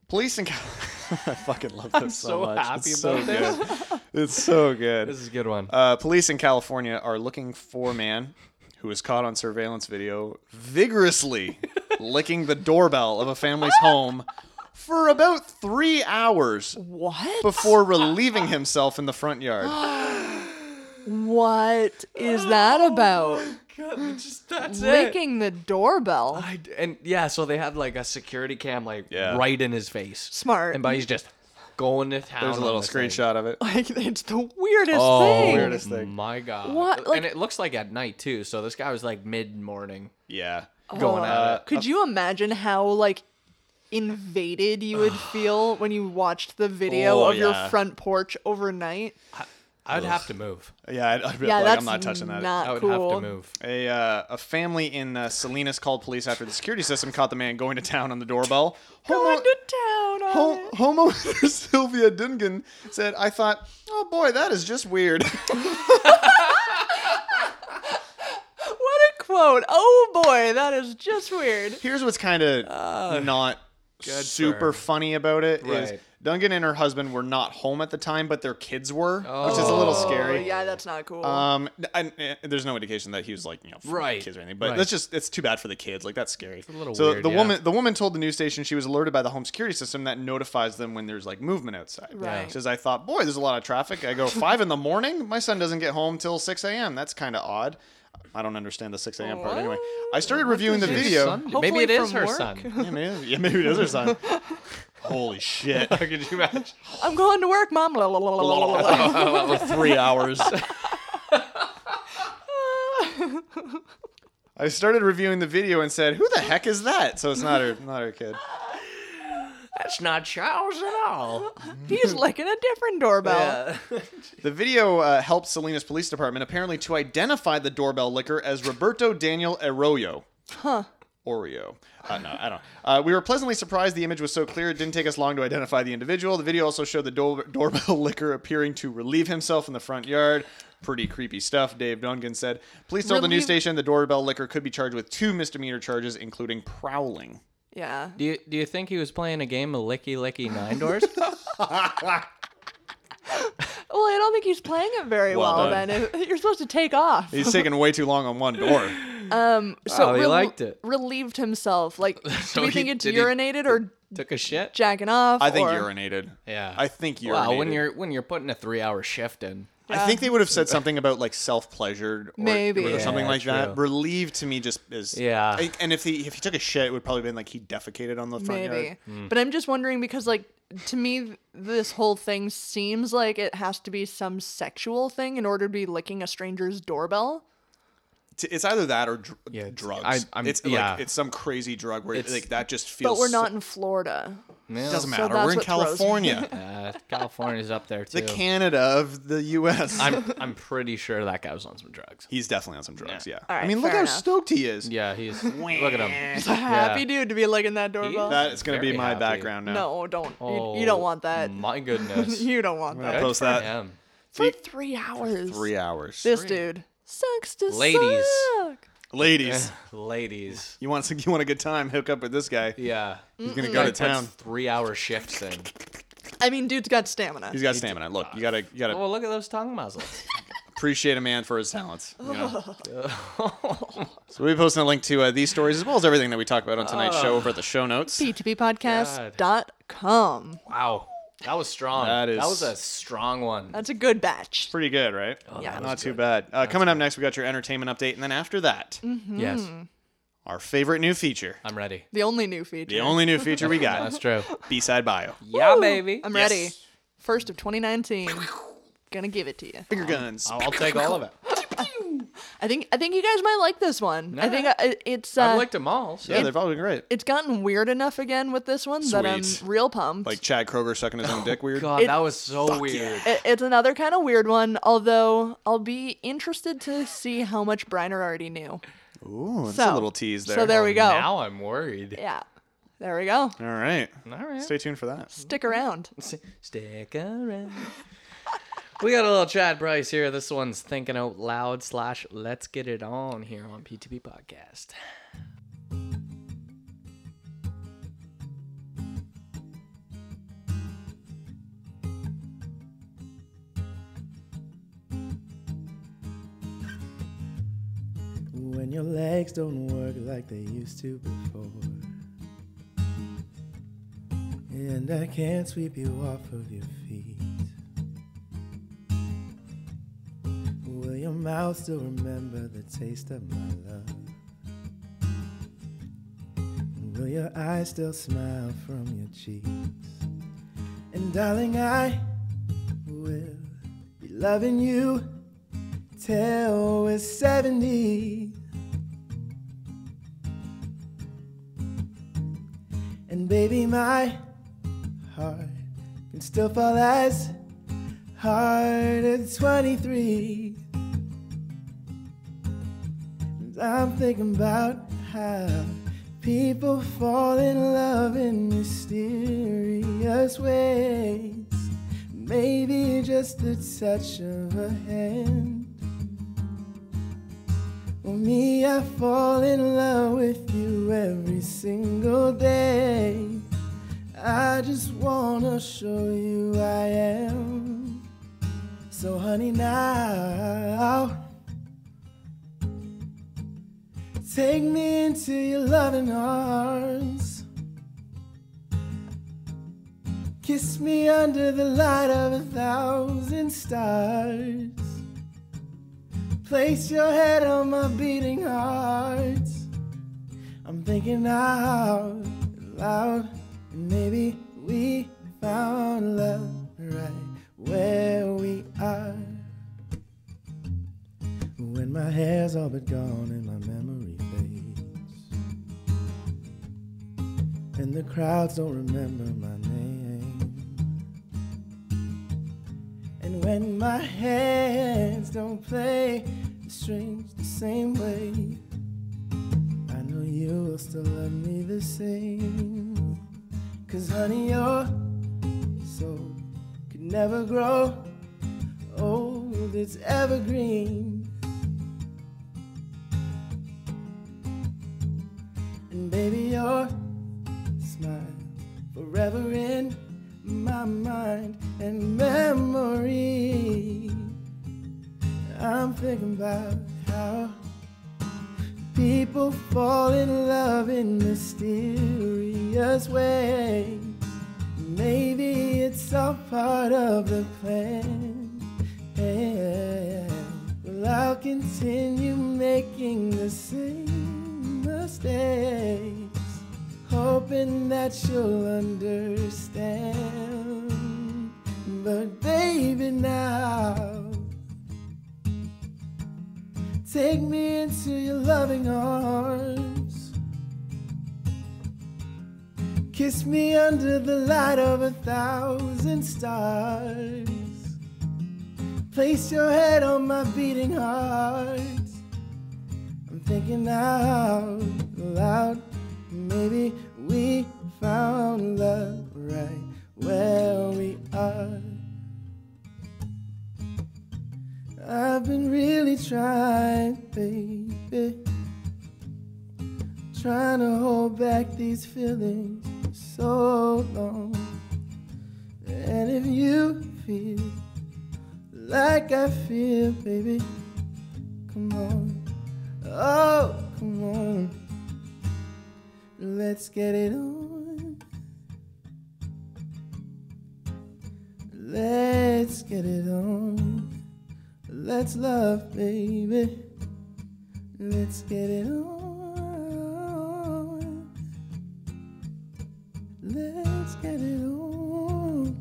police in Cal- (laughs) I fucking love this so,
so
much.
happy
it's so
about
good. (laughs) It's so good.
This is a good one.
Uh, police in California are looking for a man who was caught on surveillance video
(laughs)
vigorously licking the doorbell of a family's home for about three hours
What?
before relieving himself in the front
(gasps)
yard. (gasps)
What is that about?
God, just that's
Licking the doorbell.
I, and yeah, so they had like a security cam like
Yeah.
right in his face,
Smart.
and buddy's just going to town.
There's a
on
little
this thing.
screenshot of
(laughs)
it.
like it's the weirdest
Oh,
thing.
weirdest-
Oh my god!
What, like-
and it looks like at night too. So this guy was like mid morning.
Yeah.
Oh. going at it.
Could you imagine how like invaded you (sighs) would feel when you watched the video
Oh,
of
yeah.
your front porch overnight?
I'd have to move.
Yeah, I'd, I'd be
yeah,
like,
that's
I'm not touching that.
Not
I would
cool.
have to move.
A, uh, a family in uh, Salinas called police after the security system caught the man going to town on the doorbell.
Going
Homo-
to town on
Home,
it.
homeowner (laughs) Sylvia Dungan said, I thought, oh boy, that is just weird. (laughs)
What a quote! Oh boy, that is just weird.
Here's what's kind of not
good
super
for her.
funny about it is
Right.
Duncan and her husband were not home at the time, but their kids were, which is a little
Oh,
scary.
yeah, that's not cool.
Um, and, and there's no indication that he was like, you know, fucking
Right.
kids or anything. But
Right.
that's just it's too bad for the kids. Like that's scary.
a little
so
weird,
the
yeah.
woman the woman told the news station she was alerted by the home security system that notifies them when there's like movement outside.
Right.
She Says I thought, boy, there's a lot of traffic. I go five in the morning. My son doesn't get home till six a.m. That's kind of odd. I don't understand the six a.m. part anyway. I started reviewing the
His
video.
son- maybe
Hopefully
it is
from
her
work.
son.
Yeah, maybe, yeah, maybe it is
(laughs)
her son. Holy
(laughs)
shit.
Could you imagine?
I'm going to work, mom. La, la, la, la, la, la, la.
(laughs)
(laughs)
For three hours. I started reviewing the video and said, "Who the heck is that?" So it's not her, not her kid.
That's not Charles at all.
He's licking a different doorbell.
The video uh, helped Salinas Police Department apparently to identify the doorbell licker as Roberto Daniel Arroyo. Huh. Oreo. Uh, no, I don't. Uh, we were pleasantly surprised the image was so clear. It didn't take us long to identify the individual. The video also showed the door- (laughs) doorbell licker appearing to relieve himself in the front yard. Pretty creepy stuff, Dave Duncan said. Police told the news
Relieve-
station the doorbell licker could be charged with two misdemeanor charges, including prowling.
Yeah.
Do you do you think he was playing a game of licky licky
(laughs)
nine doors?
Well, I don't think he's playing it very
Well
well.
done.
then If- you're supposed to take off.
He's taking way too long on one door.
Um, So
Oh, he liked it.
Relieved himself.
(laughs)
Like, do we
he-
think it's
did he-
urinated or
(laughs) Took a shit.
jacking off?
I think
or-
urinated.
Yeah.
I think urinated.
Wow, when you're when you're putting a three hour shift in.
I think they would have said something about like self pleasured or,
Maybe.
or
Yeah,
something like
true.
that. Relieved to me just is
Yeah.
I- and if he if he took a shit, it would probably been like he defecated on the front yard.
Maybe.
Hmm. Mm.
But I'm just wondering because, like, to me, th- this whole thing seems like it has to be some sexual thing in order to be licking a stranger's doorbell.
T- It's either that or dr-
Yeah, it's-
drugs.
I- I'm-
it's
yeah.
like it's some crazy drug where
It's-
like that just feels.
But we're
so-
not in Florida.
(laughs)
Yeah.
doesn't
so
matter.
that's
we're in
what throws me. (laughs)
California,
Uh, California's up there too. (laughs)
the Canada of the U.S.
I'm I'm pretty sure that guy was on some drugs.
(laughs) He's definitely on some drugs. Yeah.
All
I
right,
mean, look
fair
how
enough.
stoked he is. (laughs)
Yeah, he's
(laughs)
look at him.
He's a happy dude to be licking that doorbell.
That is going to be
Very
my
happy.
background now.
no, don't. you,
Oh,
you don't want that.
My goodness.
(laughs) You don't want
I'll
that.
post that.
(laughs) Him.
For three hours.
Three hours.
This dude sucks to
Ladies.
suck.
Ladies,
(laughs) Ladies.
you want some, you want a good time? Hook up with this guy.
Yeah.
He's going to go to
Puts
town.
Three hour shifts in.
I mean, dude's got stamina.
He's got stamina. Look, you gotta you gotta
Oh, look at those tongue
(laughs)
muzzles.
appreciate a man for his talents. You
(laughs)
know? so we'll be posting a link to uh, these stories as well as everything that we talk about on tonight's
Uh.
show over at the show notes.
P2Ppodcast.com.
wow. That was strong.
That is-
That was a strong one. Oh,
That's a good batch.
Pretty good, right?
Yeah.
Not too bad. Uh, coming up next, we got your entertainment update, and then after that,
Yes.
our favorite new feature,
Mm-hmm. I'm ready.
Mm-hmm. The only new feature.
the only new feature we got,
(laughs) That's true.
B-side bio.
yeah, baby.
I'm
Yes.
ready. First of
(laughs)
2019. Gonna give it to you.
Finger guns.
I'll, I'll take all of it.
I think I think you guys might like this one. I think
Nah.
I, it's
I've
uh,
liked them all. So.
yeah, they've all been great.
it's gotten weird enough again with this one that I'm
Sweet.
real pumped.
Like Chad Kroger sucking his own dick weird.
Oh, God,
It-
that was so weird.
It- it's another kind of weird one, although I'll be interested to see how much Briner already knew.
Ooh, that's
So-
a little tease there.
So there we go.
Now I'm worried.
Yeah. There we go.
All right.
All right.
Stay tuned for that.
Stick
(laughs)
around.
S- Stick around. we got a little Chad Price here. This one's thinking out loud slash let's get it on here on PTP Podcast.
when your legs don't work like they used to before. And I can't sweep you off of your feet. Will your mouth still remember the taste of my love? Will your eyes still smile from your cheeks? And darling, I will
e-
be loving you till we're 70. And baby, my heart can still fall as hard at 23. And I'm thinking about how people fall in love in mysterious ways. Maybe just the touch of a hand. For me, I fall in love with you every single day. I just wanna show you I am. So, honey, now take me into your loving arms. Kiss me under the light of a thousand stars. Place your head on my beating heart. I'm thinking out loud. Maybe we found love right where we are. When my hair's all but gone and my memory fades and the crowds don't remember my name. And when my hands don't play the strings the same way, I know you will still love me the same. Cause honey, your soul could never grow old, it's evergreen. And baby, your smile forever in my mind and memory. I'm thinking about how people fall in love in mysterious ways. Maybe it's all part of the plan. Well, I'll continue making the same mistakes hoping that you'll understand. But baby, now take me into your loving arms. Kiss me under the light of a thousand stars. Place your head on my beating heart. I'm thinking out loud. Maybe we found love right where we are. I've been really trying, baby. Trying to hold back these feelings so long. And if you feel like I feel, baby, come on. Oh, come on. Let's get it on. Let's get it on. Let's love, baby. Let's get it on. Let's get it on.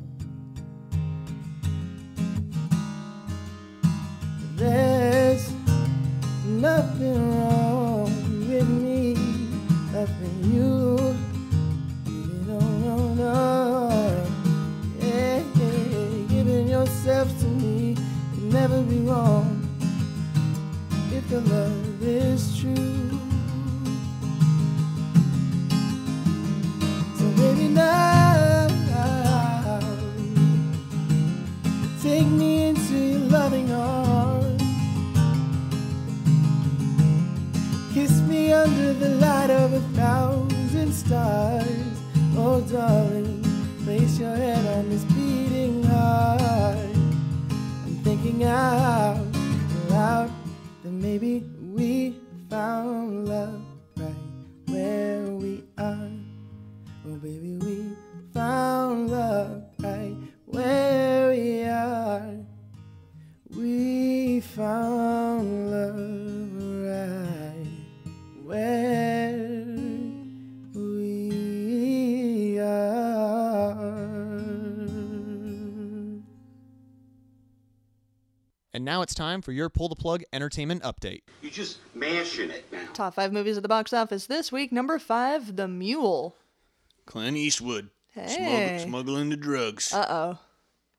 There's nothing wrong with me, nothing you. You don't know, no. Yeah, yeah, giving yourself to me can never be wrong if your love is true. So baby now, take me into your loving arms. Kiss me under the light of a thousand stars. Oh darling, place your head on this beating heart. I'm thinking out loud that maybe we found love right where we are. Oh, baby, we found love right where we are. We found love right where we are.
And now it's time for your pull the plug entertainment update.
You just mashing
(laughs)
it now.
Top five movies at the box office this week. Number five, The Mule.
Clint Eastwood
Hey.
smuggling the drugs.
Uh oh.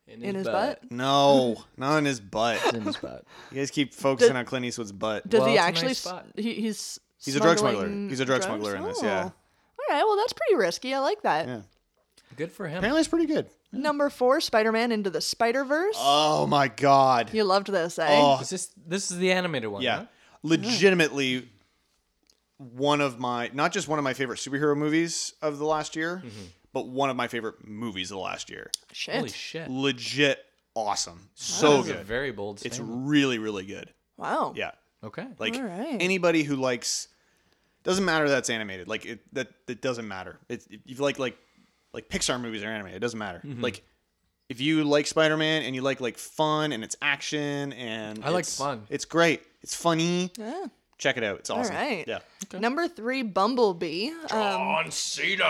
In
In his butt.
(laughs) no, not in his butt.
In his butt.
You guys keep focusing on Clint Eastwood's butt.
Does
Well,
he
it's a
actually?
nice
s-
spot.
he, he's
He's a drug
smuggling
smuggler. He's a drug
drugs?
smuggler in this,
Oh.
yeah.
All right. Well, that's pretty risky. I like that.
Yeah.
Good for him.
Apparently, it's pretty good.
Number four, Spider-Man into the Spider-Verse.
Oh my god.
you loved this, eh?
Oh
Is this this is the animated one?
yeah,
huh?
legitimately one of my not just one of my favorite superhero movies of the last year, but one of my favorite movies of the last year.
Shit.
Mm-hmm. Holy shit.
Legit awesome,
That
so
was A
good.
very bold.
It's
statement.
really really good.
Wow.
Yeah,
okay.
like
All right.
anybody who likes doesn't matter that's animated. Like it that that doesn't matter. It's if you like like like Pixar movies are animated. It doesn't matter.
Mm-hmm.
Like. If you like Spider Man and you like like fun and it's action and
I like
it's-
fun.
It's great. It's funny.
Yeah.
Check it out. It's awesome.
right.
Yeah.
Number three, Bumblebee. Um,
on Cena.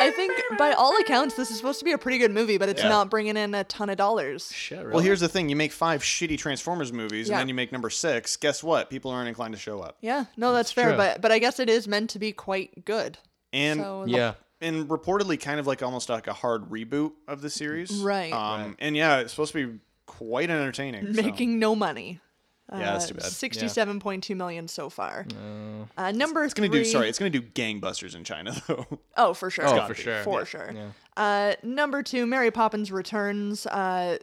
I think by all accounts, this is supposed to be a pretty good movie, but it's
Yeah.
not bringing in a ton of dollars.
Shit. Really?
Well, here's the thing: you make five shitty Transformers movies,
Yeah.
and then you make number six. Guess what? People aren't inclined to show up.
Yeah, no, that's, fair,
true.
but but I guess it is meant to be quite good.
And
so
Yeah.
and reportedly, kind of like almost like a hard reboot of the series,
Right.
Um, and yeah, it's supposed to be quite entertaining. so-
making no money. Uh,
yeah, that's too bad.
Sixty-seven point two million so far. Uh, number
It's gonna
three.
do sorry, it's gonna do gangbusters in China (laughs) though.
Oh, for sure.
Oh, for sure.
For
Yeah.
sure.
Yeah.
Uh, number two, Mary Poppins Returns. Uh,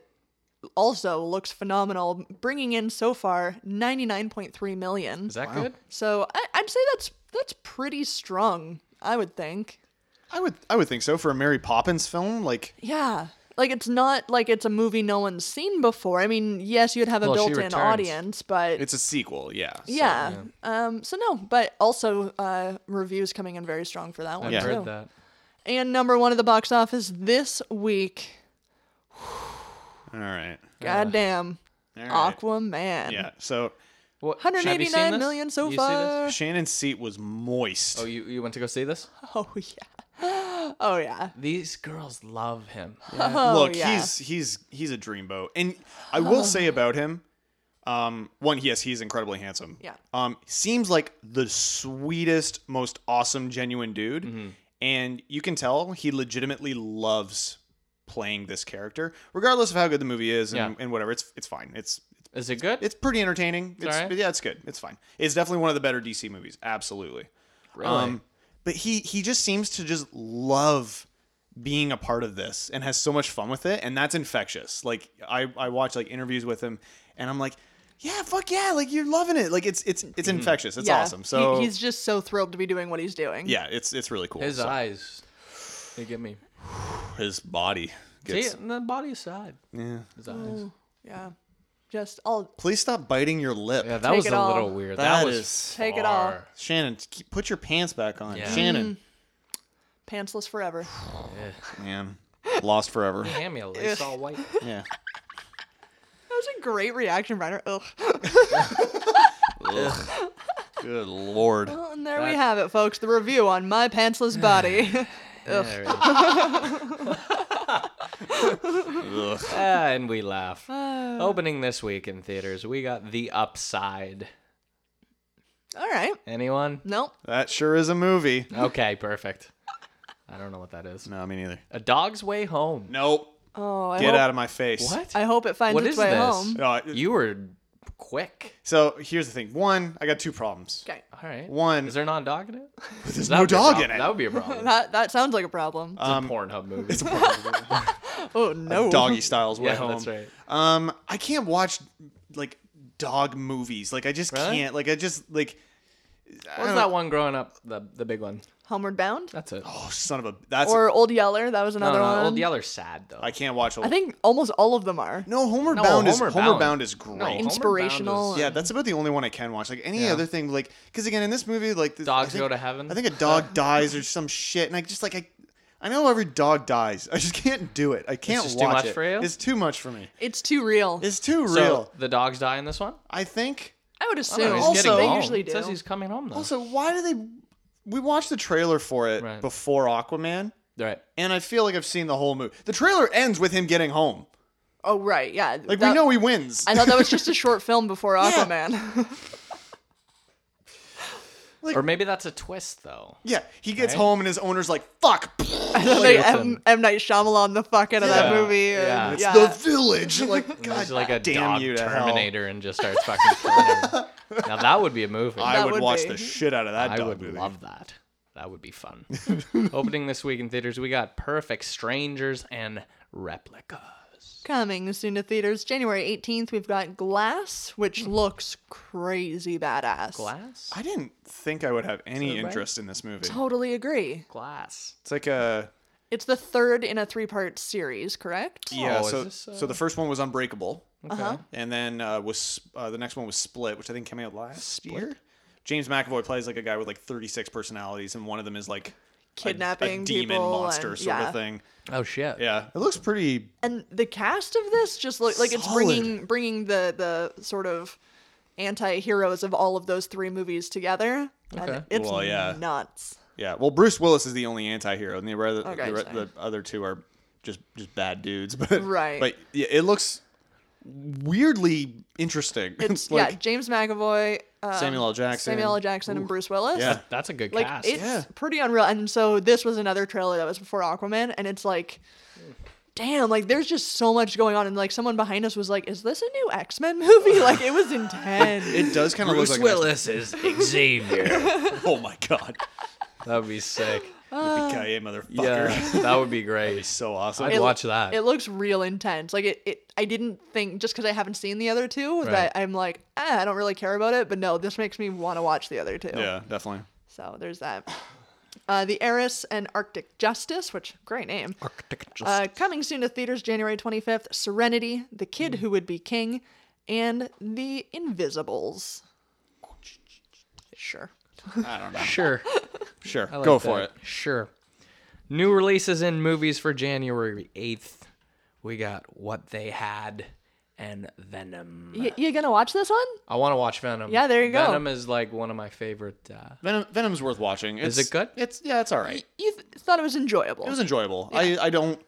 also looks phenomenal, bringing in so far ninety-nine point three million.
Is that good?
So I, I'd say that's that's pretty strong. I would think.
I would I would think so for a Mary Poppins film. Like
Yeah. Like it's not like it's a movie no one's seen before. I mean, yes, you'd have a
Well, she
built-in
returns.
audience, but
it's a sequel, yeah. so-
yeah. Um. So no, but also uh, reviews coming in very strong for that one
I've
Yeah.
too.
heard that.
And number one at the box office this week.
All right.
Goddamn,
All right.
Aquaman.
Uh, Yeah. So
What, have you seen
189
this?
million so
You see this?
far.
Shannon's seat was moist.
Oh, you, you went to go see this?
Oh (laughs) yeah. (gasps) Oh yeah.
These girls love
(laughs)
him.
Oh,
Look,
yeah.
he's he's he's a dreamboat, and I will
(sighs)
say about him, um, one, yes, he's incredibly handsome.
Yeah.
Um, seems like the sweetest, most awesome, genuine dude,
Mm-hmm.
and you can tell he legitimately loves playing this character, regardless of how good the movie is and,
Yeah.
and whatever. It's it's fine. It's it's,
Is it good?
it's pretty entertaining. It's,
alright.
yeah, it's good. It's fine. It's definitely one of the better DC movies. Absolutely.
really?
Um, but he he just seems to just love being a part of this and has so much fun with it, and that's infectious. Like I I watch like interviews with him, and I'm like, Yeah, fuck yeah! Like you're loving it. Like it's it's
Mm-hmm.
it's infectious. It's
Yeah.
awesome.
He-
So
he's just so thrilled to be doing what he's doing.
yeah, it's it's really cool.
His
So
eyes, they get me.
(sighs) his body
See,
gets.
and the body aside. Yeah. His eyes.
Yeah. Just all
Please stop biting your lip.
Yeah, that
Take
was
it
a
all.
little weird. That,
That
was
is-
Take it all.
far.
Shannon, keep, put your pants back on.
Yeah.
Shannon,
pantsless forever.
man, lost forever.
Damn, your lips all white.
Yeah.
That was a great reaction, Reiner. Ugh.
(laughs)
Good lord.
Well, and there we have it, folks. The review on my pantsless
(sighs)
body. (laughs)
There it is. (laughs) Ah, and we laugh. Opening this week in theaters, we got The Upside.
all right.
Anyone?
Nope.
That sure is a movie.
Okay, perfect. I don't know what that is.
No, me neither.
A Dog's Way Home.
Nope.
Oh, I
Get
hope,
out of my face.
What?
I hope it finds
What
its
is
way
this?
home.
No, I-
You were quick.
so here's the thing. One, I got two problems.
Okay. (laughs)
All right.
One-
Is there non dog in it?
(laughs) There's
That
no
would be a
dog in
problem.
it. Um,
That would be a
(laughs)
problem. It's
That that sounds like a problem.
a Pornhub movie. (laughs)
(laughs)
It's
oh no.
Doggy styles way
(laughs) yeah,
home.
that's right.
Um, I can't watch like dog movies. Like I just
Really?
can't. Like I just like. I
What was
don't-
that one growing up? The the big one.
Homeward Bound
That's it.
Oh, son of a. That's.
or Old Yeller. That was
no,
another
no,
one.
Old Yeller's sad though.
I can't watch. Old,
I think almost all of them are.
No, Homeward
No,
Bound is
Homeward
Homeward
Bound.
Bound is
No,
great.
Homeward Bound is-
Inspirational.
yeah, that's about the only one I can watch. Like any
Yeah.
other thing, like because again in this movie, like this, I
Dogs
think-
go to heaven.
I think a dog (laughs) dies or some shit, and I just like I, I know every dog dies. I just can't do it. I can't
just too
watch
much
it.
for you?
It's too much for me.
It's too real.
It's too
so
real.
the dogs die in this one.
Oh. I think.
I would
I don't
assume.
know, he's
Also-
getting
they
home.
usually
It
do.
Says he's coming home though.
Also, why do they? We watched the trailer for it
Right.
before Aquaman,
right.
and I feel like I've seen the whole movie. The trailer ends with him getting home.
oh right, yeah.
Like
that-
we know he wins.
I thought that was
(laughs)
just a short film before
Yeah.
Aquaman.
Or maybe that's a twist though.
yeah, he gets
Right?
home, and his owner's like, "Fuck."
(laughs) and then they
Listen.
M, M Night Shyamalan the fuck out of that
Yeah.
movie. and-
Yeah. It's
yeah.
the
(laughs)
village. Like, God,
He's like a
damn
dog
you to hell.
Terminator and just starts fucking killing him. Now that would be a movie.
I
That
would,
would
watch
be-
the shit out of that
I
dog
would
movie.
love that. That would be fun. (laughs) Opening this week in theaters, we got Perfect Strangers and Replica.
Coming soon to theaters, January 18th, we've got Glass, which looks crazy badass.
Hmm. Glass?
I didn't think I would have any
right?
interest in this movie.
Totally agree.
Glass.
It's like a
It's the third in a three part series, correct?
yeah.
Oh, is
so
this, uh,
so the first one was Unbreakable,
Okay.
Uh-huh.
and then uh, was uh, the next one was Split, which I think came out last year. James McAvoy plays like a guy with like 36 personalities, and one of them is like a- a,
Kidnapping
demon
people
monster
and-
sort
yeah.
of thing.
Oh shit.
Yeah, it looks pretty.
And the cast of this just look like it's
Solid.
bringing bringing the the sort of anti heroes of all of those three movies together.
Okay.
And it's
Well, yeah. (laughs)
nuts.
Yeah, well, Bruce Willis is the only anti-hero, and the other
Okay,
the, re-
sorry.
the other two are just just bad dudes. (laughs) But
Right.
but yeah, it looks weirdly interesting. (laughs)
It's yeah, James McAvoy, uh,
Samuel L. Jackson.
Samuel L. Jackson, and Bruce Willis.
Yeah.
That's a good
like
cast.
it's
Yeah.
pretty unreal and so this was another trailer that was before aquaman and it's like damn like there's just so much going on and like someone behind us was like is this a new x-men movie (laughs) like it was
(laughs)
intense
It does kind of look
Bruce
like an-
Willis is Xavier.
(laughs) Oh my god,
that would be sick.
Yippee-ki-yay, motherfucker!
Yeah, that would be
(laughs)
great.
So awesome.
I'd
It-
watch that.
it looks real intense like it, it i didn't think just because i haven't seen the other two that i'm like ah, i don't really care about it but no this makes me want to watch the other two
yeah, definitely.
so there's that uh, the heiress and arctic justice which great name Uh, coming soon to theaters January 25th Serenity, The
Mm.
Kid Who Would Be King, and The Invisibles. Sure.
sure.
Sure,
I like
go for
that.
it.
Sure. New releases in movies for January 8th. We got What They Had and Venom.
Y- you gonna watch this one?
I want to watch Venom.
Yeah, there you go.
Venom is like one of my favorite. Uh,
Venom, Venom's worth watching. It's,
Is it good?
It's yeah, it's all right.
You th- thought it was enjoyable.
It was enjoyable. I I don't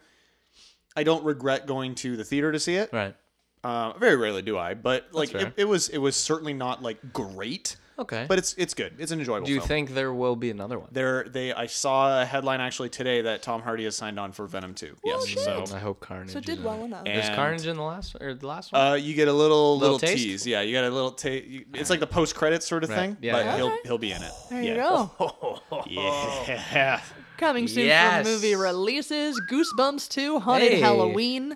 I don't regret going to the theater to see it.
right.
Uh, very rarely do I, but like
fair.
it, it was it was certainly not like great,
Okay.
but it's it's good. It's an enjoyable.
do you
film.
think there will be another one?
There, they. I saw a headline actually today that Tom Hardy has signed on for Venom 2. yes, so
I hope Carnage.
so it
is
did
in
well enough.
and-
There's Carnage in the last or the last one.
Uh, you get a little little,
Little taste?
tease. Yeah, you got a little taste. It's like the post credits sort of
Right.
thing.
Yeah,
but
yeah.
he'll he'll be in it.
there
yeah.
you go.
Oh. Yeah.
Coming soon
Yes.
for movie releases Goosebumps 2, Haunted
Hey.
Halloween.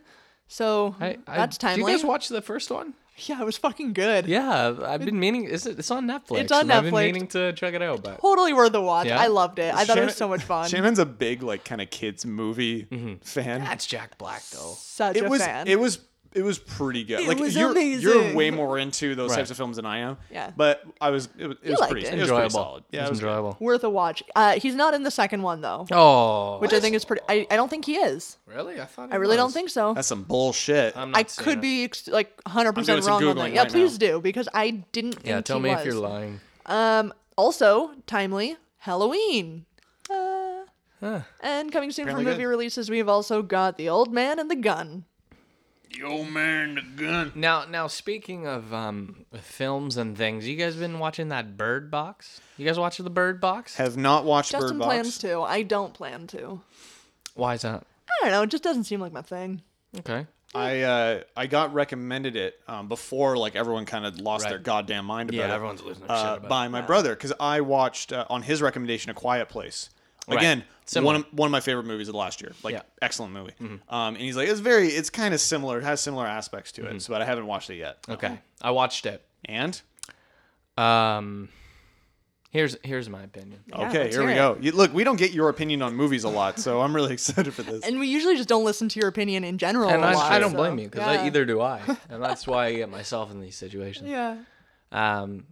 So
I- I-
that's timely.
Do you guys watch the first one?
Yeah, it was fucking good.
Yeah, I've been meaning. Is it? It's on Netflix.
It's on
and I've been
Netflix.
meaning to check it out, but
Totally worth a (laughs) watch.
Yeah.
I loved it. I thought it was so
Shannon-
much fun.
Shannon's a big like kind of kids movie fan.
Mm-hmm. that's Jack Black though.
Such
it
a
was
fan.
it was it was pretty good.
It
like
was
you're you're
amazing.
way more into those
Right.
types of films than I am.
Yeah.
But I was it was, it was
liked
pretty
it.
it was pretty
Enjoyable.
solid. Yeah,
it was
good.
enjoyable.
worth a watch. Uh, he's not in the second one though,
Oh,
which I think is pretty. I, I don't think he is.
really? I thought.
I really don't think so.
That's some bullshit.
I'm not
I
seeing
could
it.
be ex- like 100
I'm doing
percent
some
wrong on
Googling
that. Yeah,
right
please
now.
do because I didn't. Think
Yeah, tell
he
me
was.
if you're lying.
Um, also timely Halloween. Uh, And coming soon for
Apparently
movie
good.
releases, we've also got The Old Man and the Gun.
Yo, man, the gun.
Now, now speaking of um, films and things, you guys been watching that Bird Box? You guys watching the Bird Box?
Have not watched
Justin
Bird Box.
plans to. I don't plan to.
Why is that?
I don't know. It just doesn't seem like my thing.
Okay.
I uh, I got recommended it um, before like everyone kind of lost
Right.
their goddamn mind about
Yeah,
it.
everyone's losing their shit
uh,
about
by my brother because I watched uh, on his recommendation A Quiet Place.
Right.
Again,
Similar.
one of, one of my favorite movies of the last year. Like
Yeah.
excellent movie.
Hmm.
Um, and he's like, it's very, it's kind of similar. It has similar aspects to it. So, but I haven't watched it yet.
Mm-hmm. Okay. I watched it.
And
Um, here's here's my opinion.
okay,
let's
here we
hear it.
go. You, look, we don't get your opinion on movies a lot, so I'm really (laughs) excited for this.
And we usually just don't listen to your opinion in general.
And
a
I,
lot,
I don't
so,
blame you because
yeah.
either
(laughs)
do I, and that's why I get myself in these situations.
Yeah.
Um,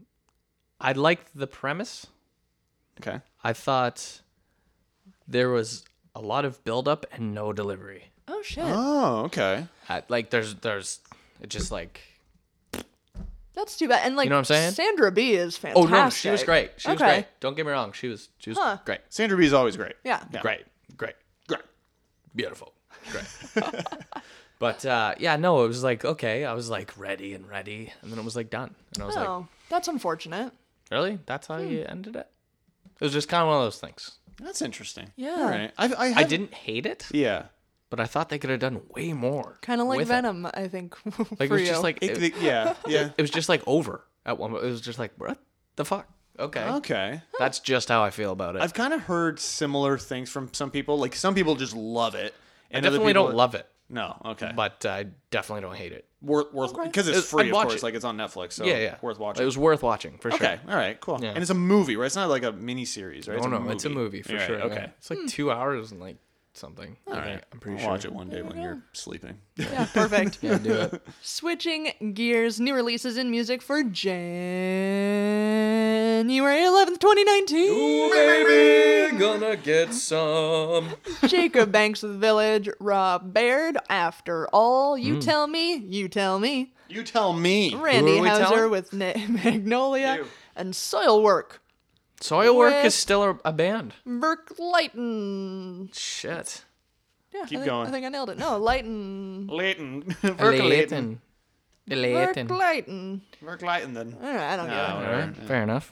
I liked the premise.
okay,
I thought there was a lot of buildup and no delivery.
Oh shit.
oh, okay.
I, like there's there's it just like
That's too bad. And like
You know what I'm saying?
Sandra B is fantastic.
oh no, no, she was great. She was great. Don't get me wrong, she was she was
Huh.
great,
Sandra Bee's always great.
Yeah.
Yeah.
great, great,
great.
beautiful,
(laughs)
great. (laughs) but uh, yeah, no, it was like okay, I was like ready and ready, and then it was like done, and I was like,
Oh, Hmm. that's unfortunate.
really? That's how you ended it? It was just kind of one of those things.
That's interesting.
Yeah.
All right. I, I,
I
have-
didn't hate it,
Yeah.
but I thought they could have done way more.
Kind of like
with it.
Venom, I think. (laughs)
Like it
for
was
you.
just like
It-
(laughs) it,
it- yeah. Yeah.
it was just like over at one. It was just like what the fuck? Okay,
Okay.
that's just how I feel about it.
I've kind of heard similar things from some people. Like some people just love it,
I
and other
definitely
people
don't love it,
No, okay,
but I definitely don't hate it.
worth worth because it's
It's-
free,
I'd
of
watch
course.
it.
Like it's on Netflix, so
yeah, yeah,
worth watching.
It was worth watching for sure.
okay, all right, cool.
Yeah.
And it's a movie, right? It's not like a mini series, right?
Oh no, it's a movie for
Right,
sure.
Okay,
yeah. it's like two hours and like something.
all
I
right.
think. I'm pretty
I'll
sure.
Watch it one day when you're sleeping. (laughs)
yeah, perfect.
Yeah, do it.
Switching gears, new releases in music for January 11th, 2019.
Baby, gonna get some.
Jacob Banks with Village, Rob Baird, After All,
Hmm.
You Tell Me, You Tell Me,
You tell me.
Randy
are we
Hauser
telling?
with Na- Magnolia, and Soilwork,
Soil work
With-
is still a, a band.
Burke Lighton.
Shit.
Yeah, I
Keep
think,
going.
I think I nailed it. No, Lighton.
Leighton.
(laughs)
Verk Leighton.
Burke
Leighton.
Lighton.
Verk Leighton, then.
I don't know, I don't get it.
No.
All right, fair enough.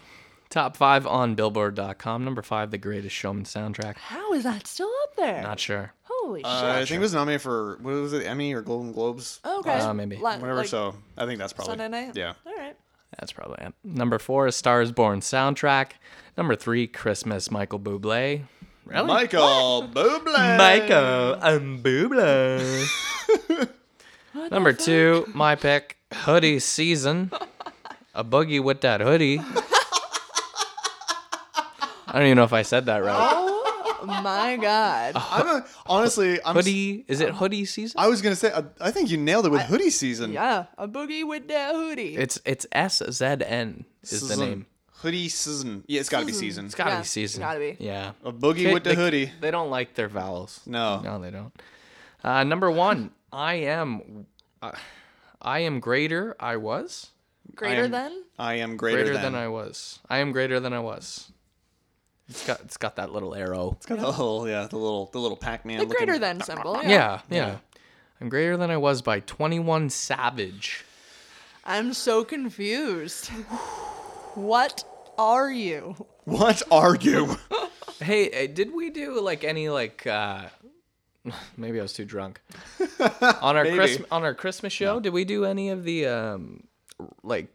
Top five on Billboard.com. Number five, The Greatest Showman soundtrack.
How is that still up there?
Not sure.
Holy
Uh, I think it was nominated for what was it, Emmy or Golden Globes,
shit. Okay.
Uh, maybe.
La-
whatever.
like
so I think that's probably
Sunday night?
Yeah.
All right.
That's probably it. Number four, is Stars Born soundtrack. Number three, Christmas, Michael Bublé. Really?
Michael Bublé.
Michael um, Bublé. Number two, my pick, Hoodie Season. A boogie with that hoodie. I don't even know if I said that
Uh,
right.
Oh, My
(laughs)
God.
I'm a, honestly, I'm. s-
Hoodie, is it Hoodie Season?
I was gonna say, uh, I, I think you nailed it with hoodie season.
Yeah, a boogie with that hoodie.
It's it's S Z N is the
Season.
name.
Hoodie season. Yeah, it's got to be season.
It's gotta
Yeah,
be season.
gotta be.
Yeah.
a boogie with the
they,
hoodie.
They don't like their vowels.
No.
No, they don't. Uh, number (laughs) one, I am. Uh, I am greater. I was
Greater
am-
than?
I am greater,
greater
than.
than I was. I am greater than I was. It's got it's got that little arrow.
It's got the little, yeah, the little, the little Pac-Man.
The
looking-
greater than symbol. Yeah.
Yeah, yeah. I'm greater than I was by 21 Savage.
I'm so confused. (sighs) what are you?
What are you?
(laughs) Hey, eh, did we do like any like? uh (laughs) Maybe I was too drunk. on our
Maybe.
Christmas on our Christmas show, did we do any of the um like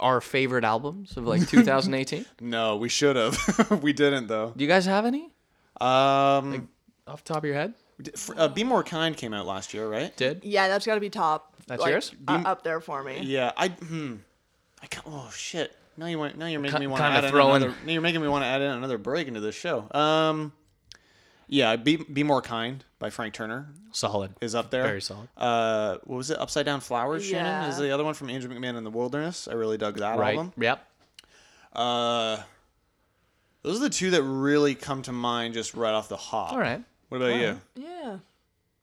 our favorite albums of like 2018?
(laughs) no, we should have. (laughs) we didn't though.
Do you guys have any
Um,
off the top of your head?
d- f- uh, be more kind came out last year, right?
Did
Yeah, that's got to be top
That's
like,
yours?
uh, up there for me.
Yeah, I. Hmm, I can oh shit! Now you want. Now you're making me
Ki-
want to
kinda
add in
throwing-
another. Now you're making me want to add in another break into this show. Um, yeah, be be more kind by Frank Turner
Solid.
is up there.
Very solid.
Uh, what was it? Upside Down Flowers. Shannon is
Yeah.
the other one from Andrew McMahon in the Wilderness. I really dug that
Right.
album.
Yep.
Uh, those are the two that really come to mind just right off the hop.
All right.
What about you?
Yeah.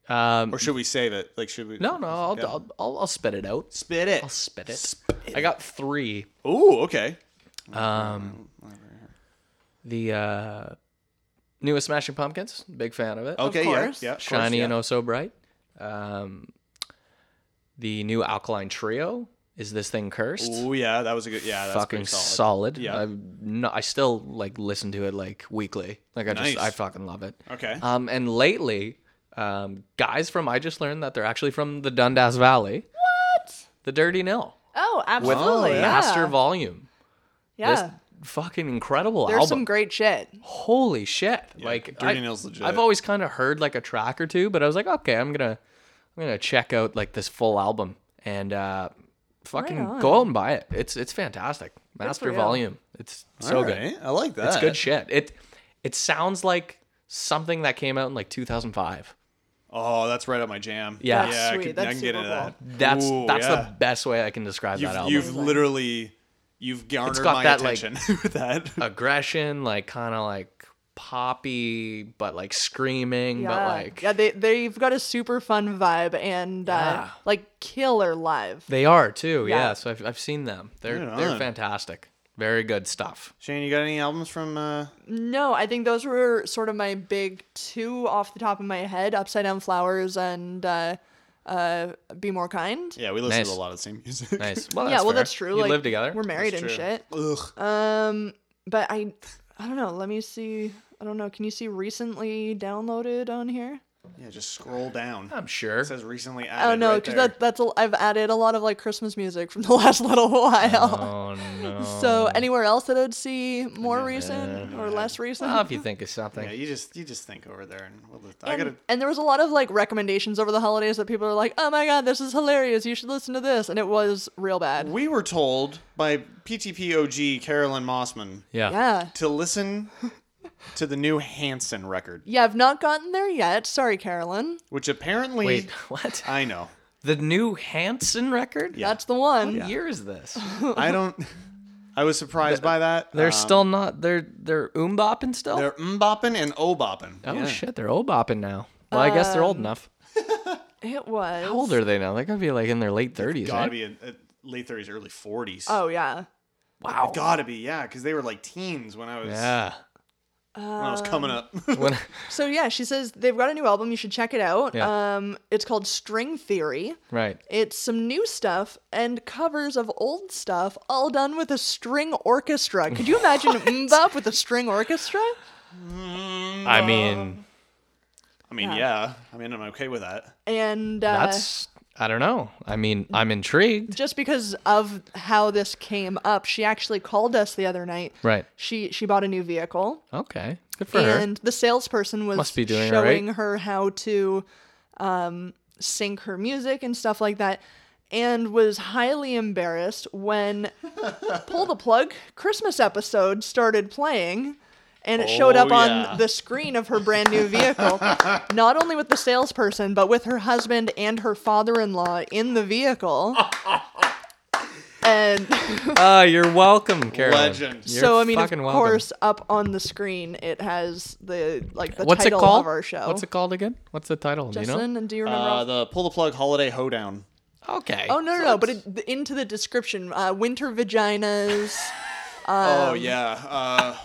Um,
Or should we save it? Like, should we?
no, no, I'll,
Yeah.
I'll, I'll, I'll spit it out.
spit it.
I'll spit it. I got three.
Ooh, okay.
Um, the uh, newest Smashing Pumpkins, big fan of it.
Okay, yeah,
course.
yeah. of course,
Shiny
yeah.
and Oh So Bright. Um, the new Alkaline Trio. Is this thing cursed?
Oh yeah, that was a good. Yeah, that's
fucking
pretty solid.
solid.
Yeah.
I'm no- I still like listen to it like weekly. Like I
Nice.
just I fucking love it.
Okay.
Um, and lately, um, guys from I just learned that they're actually from the Dundas Valley. What? The Dirty Nil.
Oh, absolutely. yeah.
Master volume.
yeah.
This fucking incredible
There's
album.
some great shit.
Holy shit! like
Dirty
I,
Nil's legit.
I've always kind of heard like a track or two, but I was like, okay, I'm gonna I'm gonna check out like this full album and uh, fucking
Right on.
go out and buy it. It's it's fantastic. Master
for you.
volume. It's so
All
good.
right, I like that.
It's good shit. It it sounds like something that came out in like 2005.
oh, that's right up my jam.
Yeah.
That's
yeah, I,
sweet,
could,
that's
I can get into
Super
that.
That's
Ooh,
that's
yeah.
the best way I can describe that
You've,
album.
you've literally, you've garnered
got
my
that, like-
attention (laughs) with that.
Aggression, like kind of like poppy, but like screaming, but like
yeah, they they've got a super fun vibe and uh,
Yeah.
like killer live.
they are too. (laughs) Yeah.
Yeah.
so I've I've seen them. They're
Right
they're
on.
fantastic. Very good stuff.
Shane, you got any albums from? Uh,
No, I think those were sort of my big two off the top of my head: Upside Down Flowers and uh, uh, Be More Kind.
yeah, we listen
Nice.
to a lot of the same music. (laughs)
Nice. Well,
yeah, well,
fair.
that's true.
You
like,
live together.
We're married
That's
and
true.
shit.
Ugh.
Um, but I, I don't know. Let me see. I don't know. Can you see recently downloaded on here?
Yeah, just scroll down.
I'm sure.
It says recently added.
Oh no,
right
because
there.
that, (laughs) that's a, I've added a lot of like Christmas music from the (laughs) last little while. (laughs)
Oh no.
Um,
So anywhere else that I'd see more recent or less recent.
Well, if you think of something.
Yeah, you just you just think over there, and we'll just, I
and,
gotta.
and there was a lot of like recommendations over the holidays that people are like, "Oh my god, this is hilarious! You should listen to this," and it was real bad.
We were told by PTPOG Carolyn Mossman
Yeah.
yeah,
to listen to the new Hanson record,
yeah. I've not gotten there yet. Sorry,
(laughs)
Carolyn.
which apparently
Wait, (laughs) what?
I know.
The new Hanson record?
Yeah.
That's the one.
What year is this?
I don't. I was surprised by that.
They're
Um,
still not. They're they're oombopping still.
they're mbopping and obopping.
oh shit, they're oombopping now. Well, I guess they're
Um,
old enough.
It was.
How old are they now? They're gonna be like in their late thirties. eh?
Gotta
Right?
be in, uh, late thirties, early forties.
Oh yeah.
wow.
gotta be yeah, because they were like teens when I was
Yeah.
when I was coming up.
When,
Um, So yeah, she says they've got a new album. You should check it out.
Yeah.
Um, it's called String Theory.
right.
It's some new stuff and covers of old stuff, all done with a string orchestra. Could you
(laughs)
imagine Mbop with a string orchestra?
I mean,
I mean, yeah. I mean, I'm okay with that.
And uh,
that's. I don't know. I mean,
Mm.
I'm intrigued.
just because of how this came up. She actually called us the other night.
Right.
She she bought a new vehicle,
Okay. Good for her.
and the salesperson was
Must be doing all right.
showing her how to um, sync her music and stuff like that. And was highly embarrassed
(laughs)
when pull the plug Christmas episode started playing, and it showed
Oh,
up on
yeah.
the screen of her brand new
(laughs)
vehicle. Not only with the salesperson, but with her husband and her father-in-law in the
(laughs)
vehicle. and (laughs)
Ah, you're welcome, Carolyn.
Legend.
You're
so I mean, of
fucking welcome.
course, up on the screen it has the like the
What's it
title
called?
of our show.
What's it called again? What's the title? Do
Justin, and do you remember?
Uh,
off-
the pull the plug holiday hoedown.
Okay.
oh no, no, no! But it, the- into the description, uh, winter
(laughs)
vaginas. um,
oh yeah, uh,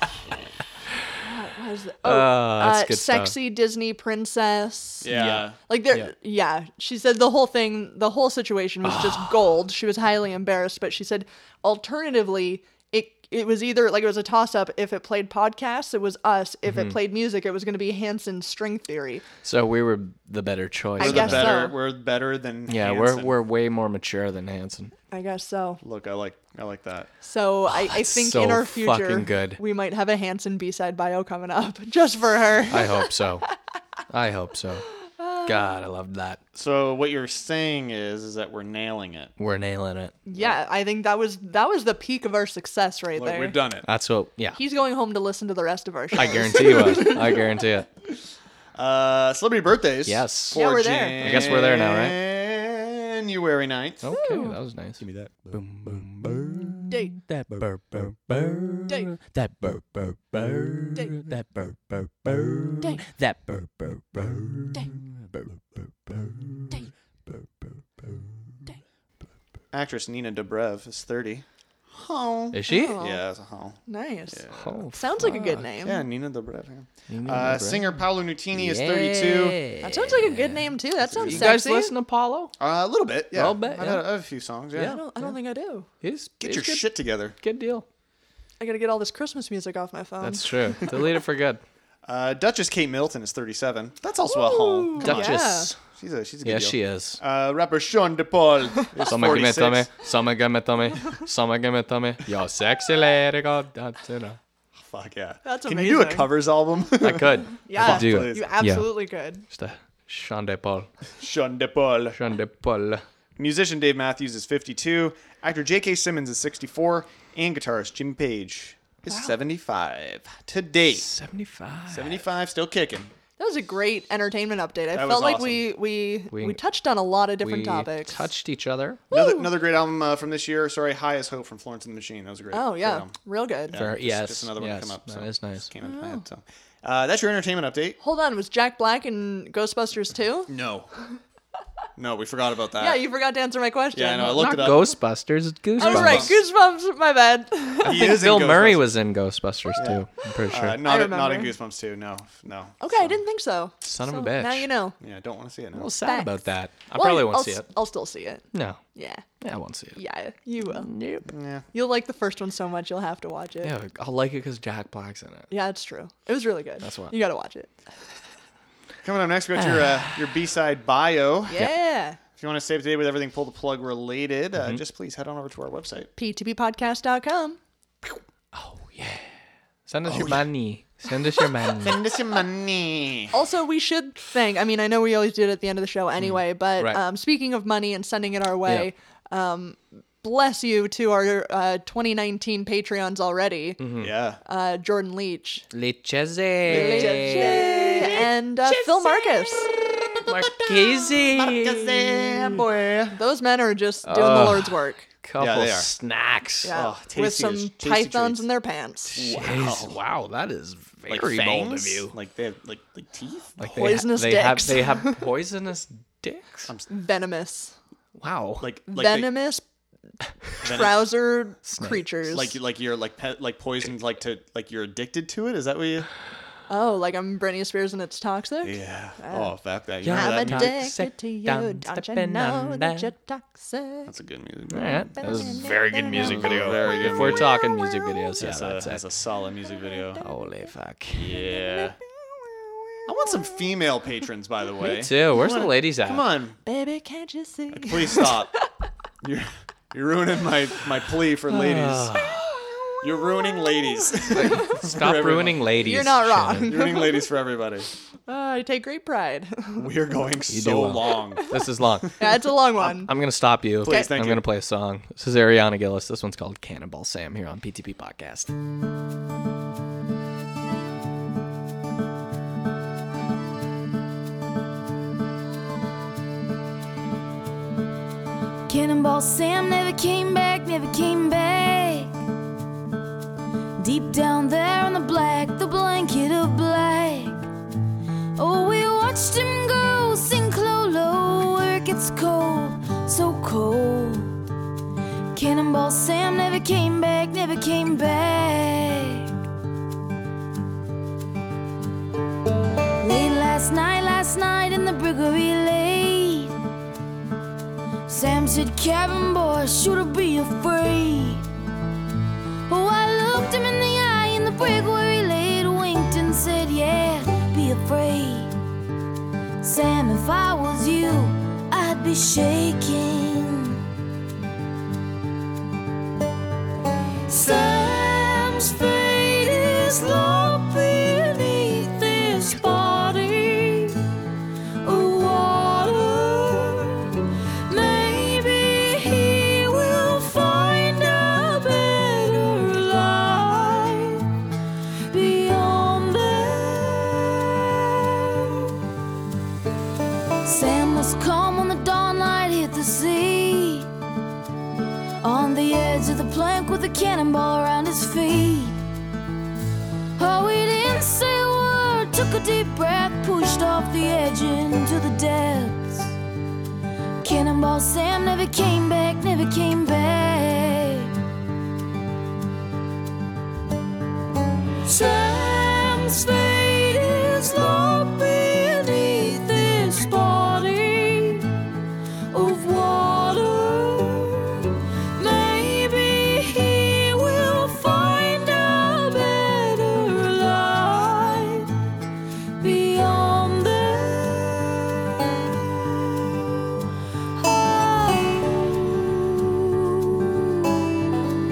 what is it? Oh,
Ah, that's
uh,
good stuff.
sexy Disney princess.
yeah.
Like there, yeah. She said the whole thing, the whole situation was
(sighs)
just gold. She was highly embarrassed, but she said alternatively, it it was either like it was a toss up. If it played podcasts, it was us. If
Mm-hmm.
it played music, it was going to be Hanson's String Theory.
So we were the better choice.
I
We're
then.
the
guess
better.
so.
We're better than
Yeah,
Hanson.
we're we're way more mature than Hanson.
I guess so.
Look, I like I like that.
So I, I think
so
in our future,
fucking good.
we might have a (laughs)
(laughs)
Hanson B-side bio coming up just for her. (laughs)
I hope so. I hope so. God, I loved that.
So what you're saying is, is that we're nailing it.
We're nailing it.
Yeah, I think that was that was the peak of our success right
Like,
there.
we've done it.
That's what. Yeah,
He's going home to listen to the rest of our show.
I
(laughs)
guarantee you. I, I guarantee it.
Uh, celebrity birthdays.
Yes.
Yeah, we're there.
I guess we're there now, right?
January 9th.
Okay, that was nice. Give me that. Boom boom boom.
Date,
That burr burr burr.
Date.
That burr burr burr.
Date.
That burr burr burr.
Date.
That burr burr burr.
Date.
Burr burr burr.
Date.
Burr burr burr.
Actress Nina Dobrev is 30. Oh.
Is she?
Oh,
Yeah, that's a home.
Nice.
Oh,
Sounds like a good name.
Yeah, Nina Dobrev. yeah.
Nina
Uh,
Dobrev.
singer Paolo Nutini is
Yeah.
32.
That sounds like a good name too. That sounds
You guys
sexy.
listen to Apollo?
Uh, a little bit, yeah.
Little bit,
I've
yeah.
had a, I have a few songs, yeah.
I don't, I don't think I do.
He's,
Get
he's
your
good,
shit together.
Good deal.
I gotta get all this Christmas music off my phone.
That's true. Delete it for good.
(laughs) Uh, Duchess Kate Middleton is 37. That's also a home. Come on.
Duchess.
She's a she's a good
Yes,
deal.
she is.
Uh, rapper
(laughs)
Sean DePaul is
Some give me
46.
tummy, some give me tummy, some give me tummy. Yo, sexy lady, god dancing.
Fuck yeah.
That's
Can you do a
amazing.
covers album?
I could. I
(laughs) Yeah.
could do it.
You absolutely could.
Just a Sean de Paul.
Sean DePaul.
Sean de Paul.
Musician Dave Matthews is 52. Actor J.K. Simmons is 64. And guitarist Jimmy Page is 75. Today.
75.
75, still kicking.
That was a great entertainment update. I
That was
felt like
awesome.
we, we
We-
we touched on a lot of different
We
topics.
touched each other.
Another, another great album uh, from this year. Sorry, High as Hope from Florence and the Machine. That was a great.
Oh
great
yeah,
album.
real good.
Yeah, just-
yes,
Just another one
yes,
to come up.
that
so
is nice.
just Came into
Oh.
my head, so. Uh, that's your entertainment update.
Hold on, was Jack Black in Ghostbusters too? (laughs)
No. no, we forgot about that.
Yeah, you forgot to answer my question.
Yeah, I know. I looked
Not
it up.
Ghostbusters, it's Goosebumps.
I was right. Goosebumps. My bad.
He
(laughs) I think
is in
Bill Murray
Ghostbusters.
was in Ghostbusters too.
(laughs)
I'm pretty sure.
Uh, not,
I
in- not in
remember.
Goosebumps too. No, no.
okay, I didn't think so.
Son of
So
a bitch.
Now you know.
Yeah, I don't want to see it
I'm a
now.
little sad
Facts.
about that. I
Well,
probably won't
I'll
see
s-
it.
I'll still see it.
No,
Yeah.
yeah, I won't see it.
Yeah, you will.
Nope.
Yeah.
You'll like the first one so much you'll have to watch it.
Yeah, I'll like it because Jack Black's in
Oh,
it.
Yeah, it's true. It was really good. That's
what-
You gotta watch it.
Coming up next, we got your
(sighs)
uh, your B side bio.
Yeah.
If you want to stay up to date with everything pull the plug related,
Mm-hmm.
uh, just please head on over to our website.
PTBpodcast.com.
Send us your money. Send us your money.
Send us your money.
Also, we should thank. I mean, I know we always do it at the end of the show anyway, but
Mm-hmm. Right.
um, speaking of money and sending it our way, um, bless you to our uh, 2019 Patreons already.
Mm-hmm.
Yeah.
Uh, Jordan Leach,
Lechese.
and uh, Phil Marcus.
eh, Marchese.
Those men are just doing the Lord's work.
Couple
Yeah, they are.
snacks.
Yeah,
Oh,
with
tasty
some
as- tasty
pythons
treats.
in their pants.
Jeez, Wow. that is very bold of you.
Like they have like like teeth.
Like
Poisonous
they, ha-
dicks.
they Have,
(laughs)
they have (laughs) poisonous dicks.
Venomous,
Wow. (laughs)
Like like they-
venomous
(laughs) venom-
trouser creatures.
Like like you're like pet like poisoned like to like you're addicted to it. Is that what you?
oh, like I'm Britney Spears and it's toxic.
Yeah. Oh fuck that. You
Yeah.
remember
I'm
that music?
a dick.
addicted to you.
Don't
Don't you
step
know
on
that
that.
you're toxic?
That's a good music.
All
Video.
right. That was
very good
music
video. Very good
If we're
music.
talking music videos, uh, yeah,
That's a,
that's,
that's
it.
a solid music video.
Holy fuck.
Yeah. I want some female patrons, by the way.
Me too. Where's the
on.
ladies at?
Come on,
Baby, can't you see? (laughs)
please stop. You're you're ruining my my plea for ladies. You're ruining
(laughs)
ladies.
Stop
everyone.
ruining ladies.
You're not
Shannon.
wrong.
You're ruining ladies for everybody.
Uh, I take great pride. (laughs)
We are going so
well. (laughs)
long.
This is long.
yeah, it's a long one.
I'm gonna stop you.
Please, thank
I'm
you.
gonna play a song. This is Ariana Gillis. This one's called Cannonball Sam here on PTP Podcast.
Cannonball Sam never came back, never came back. Deep down there in the black, the blanket of black. Oh, we watched him go, sink low, low, where it gets cold, so cold. Cannonball Sam never came back, never came back. Late last night, last night in the Briggery Lake. Sam said, Cabin boy, shouldn't be afraid. Oh, I looked him in the eye in the brick where he laid, winked and said, Yeah, be afraid. Sam, if I was you, I'd be shaking. Sam's fate is locked beneath this body. Oh, edge of the plank with a cannonball around his feet. Oh, he didn't say a word, took a deep breath, pushed off the edge into the depths. Cannonball Sam never came back, never came back. Sam's fate is locked beneath this body of water. Maybe he will find a better life beyond there.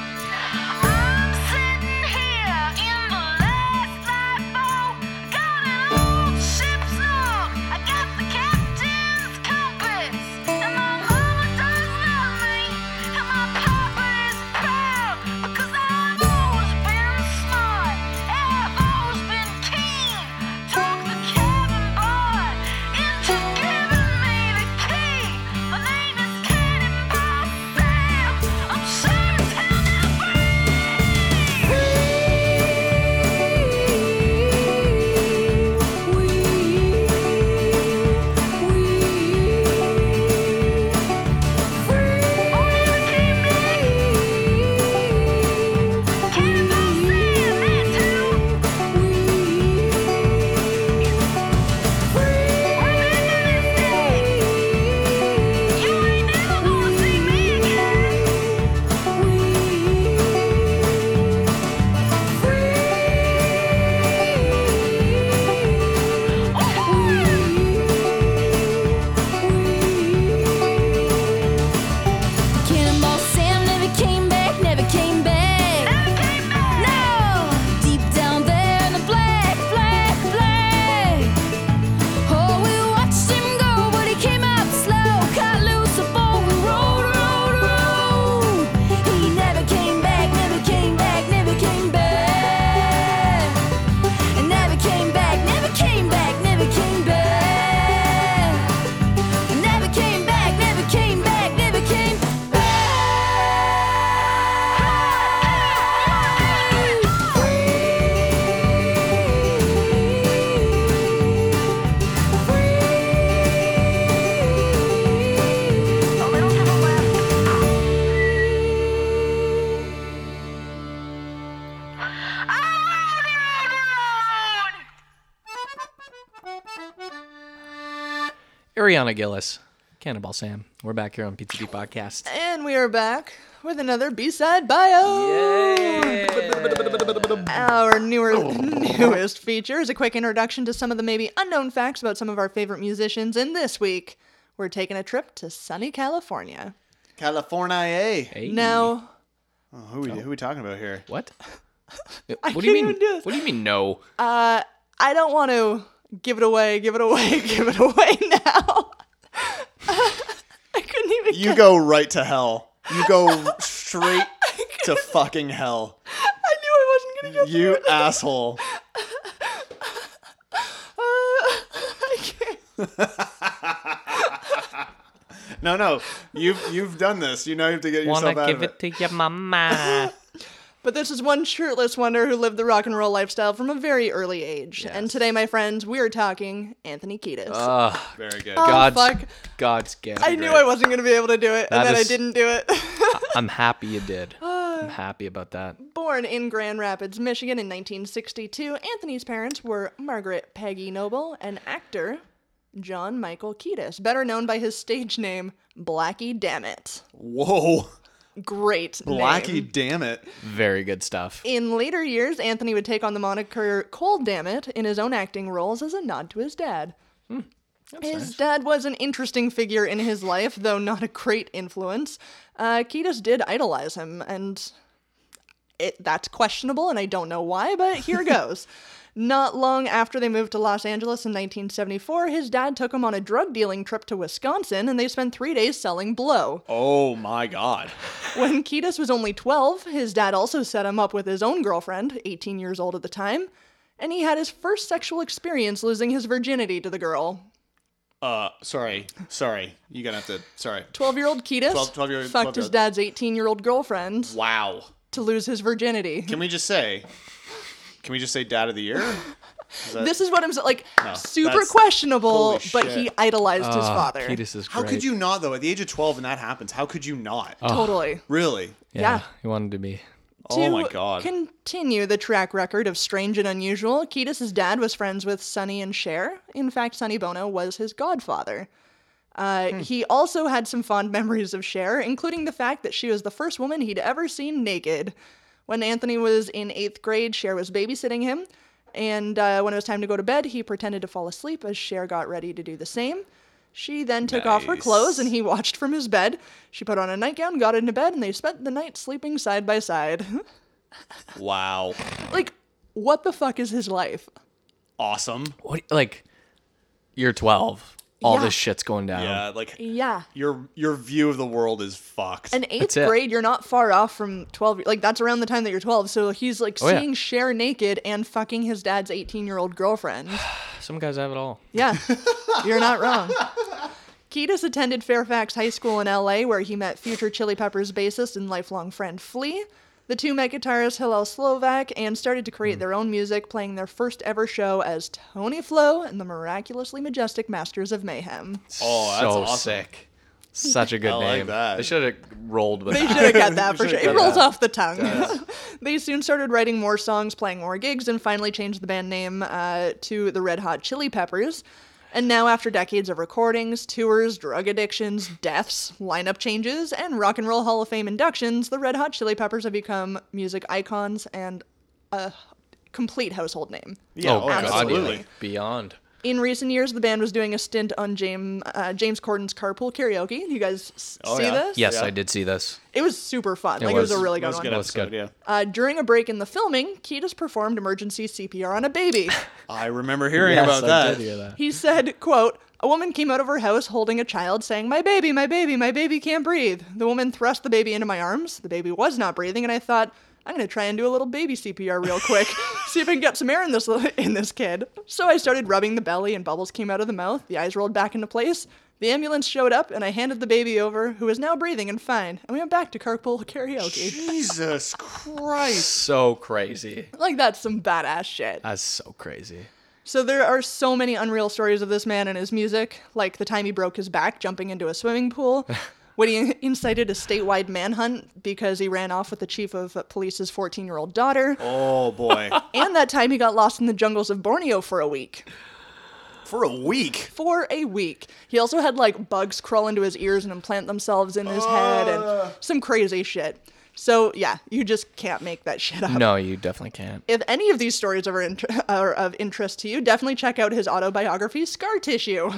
I'm sitting here in the last lifeboat. Got an old ship's log. I got the captain's compass, and my mama does love me, and my papa is proud because I've always been smart and I've always been keen. Talk the cabin boy into giving me the key. My name is Kitty Sam. I'm sure as hell never. Cannonball Sam never came back, never came back. Never came back. No, deep down there in the black, black, black. Oh, we watched him go, but he came up slow. Cut loose a boat and rolled, rolled, rolled. He never came back, never came back, never came back. And never came back, never came back, never came back. Never came back, never came back, never came
Ariana Gillis, Cannonball Sam. We're back here on PTP Podcast.
And we are back with another B-side bio. (laughs) Our newer, newest feature is a quick introduction to some of the maybe unknown facts about some of our favorite musicians. And this week, we're taking a trip to sunny California.
California.
Hey.
Now,
Oh, who we who we talking about here?
What? what
(laughs) I
do
can't
you mean?
even do this.
What do you mean? No.
Uh, I don't want to give it away, give it away, (laughs) give it away now. I couldn't even
You go right to hell. You
(laughs)
go straight to fucking hell.
I knew I wasn't going to get
You asshole.
(laughs) I
(laughs)
can't.
No, no. You've you've done this. You know you have to get
Wanna
yourself out
give
of it.
it to
(laughs)
your mama?
But this is one shirtless wonder who lived the rock and roll lifestyle from a very early age. And today, my friends, we are talking Anthony Kiedis.
oh,
Very good.
God's
fuck.
God's gift.
I knew I wasn't going to be able to do it,
That
and then
is-
I didn't do it.
(laughs) I'm happy you
(sighs)
did. I'm happy about that.
Born in Grand Rapids, Michigan in 1962, Anthony's parents were Margaret Peggy Noble and actor John Michael Kiedis, better known by his stage name Blackie Dammit.
Whoa. (laughs)
Great
Blackie,
name.
damn it.
Very good stuff.
In later years, Anthony would take on the moniker Cole Dammit in his own acting roles as a nod to his dad. his dad was an interesting figure in his life, though not a great influence. Uh, Kiedis did idolize him, and it, that's questionable, and I don't know why, but here goes. Not long after they moved to Los Angeles in 1974, his dad took him on a drug dealing trip to Wisconsin and they spent three days selling blow.
Oh my God.
When Kiedis was only 12, his dad also set him up with his own girlfriend, 18 years old at the time, and he had his first sexual experience losing his virginity to the girl.
Uh, sorry, sorry. You're gonna have to. Sorry.
12 year old Kiedis
12 12-year-old
fucked his
12-year-old.
dad's 18 year old girlfriend
Wow.
to lose his virginity.
Can we just say? Can we just say Dad of the Year?
This is what I'm saying. Like, super
that's-
questionable,
holy
but
shit.
he idolized his father.
Petus Ah, is great.
How could you not though? At the age of 12, and that happens. How could you not?
Totally.
Really?
Yeah,
Yeah.
He wanted to be.
Oh my
To
God.
Continue the track record of strange and unusual. Kiedis' dad was friends with Sonny and Cher. In fact, Sonny Bono was his godfather. Uh,
Hmm.
He also had some fond memories of Cher, including the fact that she was the first woman he'd ever seen naked. When Anthony was in eighth grade, Cher was babysitting him, and uh, when it was time to go to bed, he pretended to fall asleep as Cher got ready to do the same. She then took off her clothes and he watched from his bed. She put on a nightgown, got into bed, and they spent the night sleeping side by side. (laughs)
Wow.
like, what the fuck is his life?
Awesome.
What? Like, you're 12. All
Yeah.
this shit's going down.
Yeah. Like
Yeah.
your your view of the world is fucked.
In eighth
That's it.
grade, you're not far off from 12. Like, that's around the time that you're 12. So he's like
Oh, yeah.
seeing Cher naked and fucking his dad's 18 year old
(sighs)
girlfriend.
Some guys have it all.
Yeah, you're not wrong. Kiedis attended Fairfax High School in LA, where he met future Chili Peppers bassist and lifelong friend Flea. The two met guitarist Hillel Slovak and started to
Hmm.
create their own music, playing their first ever show as Tony Flo and the miraculously majestic Masters of Mayhem.
Oh, that's
so
awesome.
sick. Such
(laughs)
a good
I like
name.
that.
They should have rolled with (laughs)
They
that.
should have got that for sure.
Should've
It
got
rolls
that.
off the tongue. (laughs) they soon started writing more songs, playing more gigs, and finally changed the band name uh, to the Red Hot Chili Peppers. And now, after decades of recordings, tours, drug addictions, deaths, lineup changes, and Rock and Roll Hall of Fame inductions, the Red Hot Chili Peppers have become music icons and a complete household name.
Yeah.
oh,
Oh,
God,
absolutely.
yeah. Beyond.
In recent years, the band was doing a stint on James, uh, James Corden's Carpool Karaoke. You guys s-
Oh,
see
yeah.
this?
Yes,
Yeah.
I did see this.
It was super fun. like, it was
was.
a really good
That was a
one.
good
That's
episode.
good.
Yeah.
Uh, during a break in the filming, Kiedis performed emergency CPR on a
(laughs)
baby.
I remember hearing about
I
that.
did hear that.
He said, quote, a woman came out of her house holding a child saying, my baby, my baby, my baby can't breathe. The woman thrust the baby into my arms. The baby was not breathing. And I thought, I'm going to try and do a little baby CPR real quick.
(laughs)
see if I can get some air in this, li- in this kid. So I started rubbing the belly and bubbles came out of the mouth. The eyes rolled back into place. The ambulance showed up and I handed the baby over, who is now breathing and fine. And we went back to carpool karaoke.
Jesus Christ.
So crazy.
Like, that's some badass shit.
That's so crazy.
So there are so many unreal stories of this man and his music, like the time he broke his back jumping into a swimming
(laughs)
pool, when he incited a statewide manhunt because he ran off with the chief of police's 14-year-old
(laughs)
daughter,
Oh boy.
and that time he got lost in the jungles of Borneo for a week.
For a week.
For a week. He also had like bugs crawl into his ears and implant themselves in his head
Uh.
and some crazy shit. So yeah, you just can't make that shit up.
No, you definitely can't.
If any of these stories are, int- are of interest to you, definitely check out his autobiography, Scar Tissue.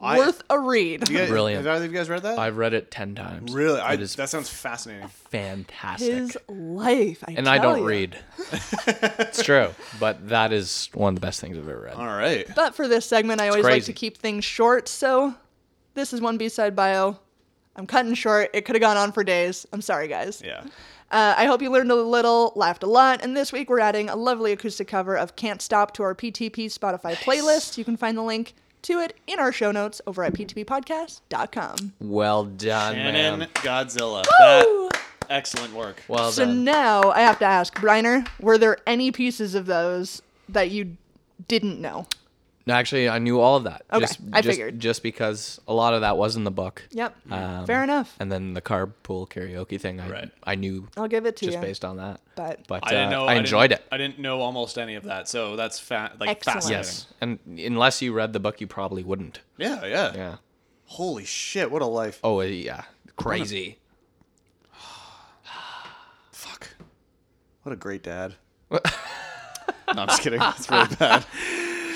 I-
Worth a read.
You guys,
Brilliant.
Have either of you guys read that?
I've read it 10 times.
really. I,
It is
that sounds fascinating.
fantastic.
His life. I
and I
tell
don't
ya. (laughs)
read. it's true, but that is one of the best things I've ever read.
All right.
But for this segment, I always like to
crazy.
keep things short. So this is one B side bio. I'm cutting short. It could have gone on for days. I'm sorry, guys.
Yeah.
Uh, I hope you learned a little, laughed a lot, and this week we're adding a lovely acoustic cover of Can't Stop to our PTP Spotify playlist. You can find the link to it in our show notes over at ptppodcast.com.
Well done,
Shannon
man.
Godzilla. That excellent work.
Well
So
done.
now I have to ask, Briner, were there any pieces of those that you didn't know?
No, Actually, I knew all of that.
Okay,
just,
I
just-
figured.
Just because a lot of that was in the book.
Yep.
Um,
Fair enough.
And then the carpool karaoke thing, I,
Right.
I knew
I'll give it to
just
you.
based on that.
But-
but
I didn't
uh,
know.
I
didn't-
enjoyed it.
I didn't know almost any of that. So that's fa- like
Excellent.
fascinating.
Yes, and unless you read the book, you probably wouldn't.
Yeah, yeah.
Yeah.
Holy shit! What a life.
Oh yeah, crazy.
Fuck. What a great
(laughs)
dad. no, I'm just kidding. That's really bad.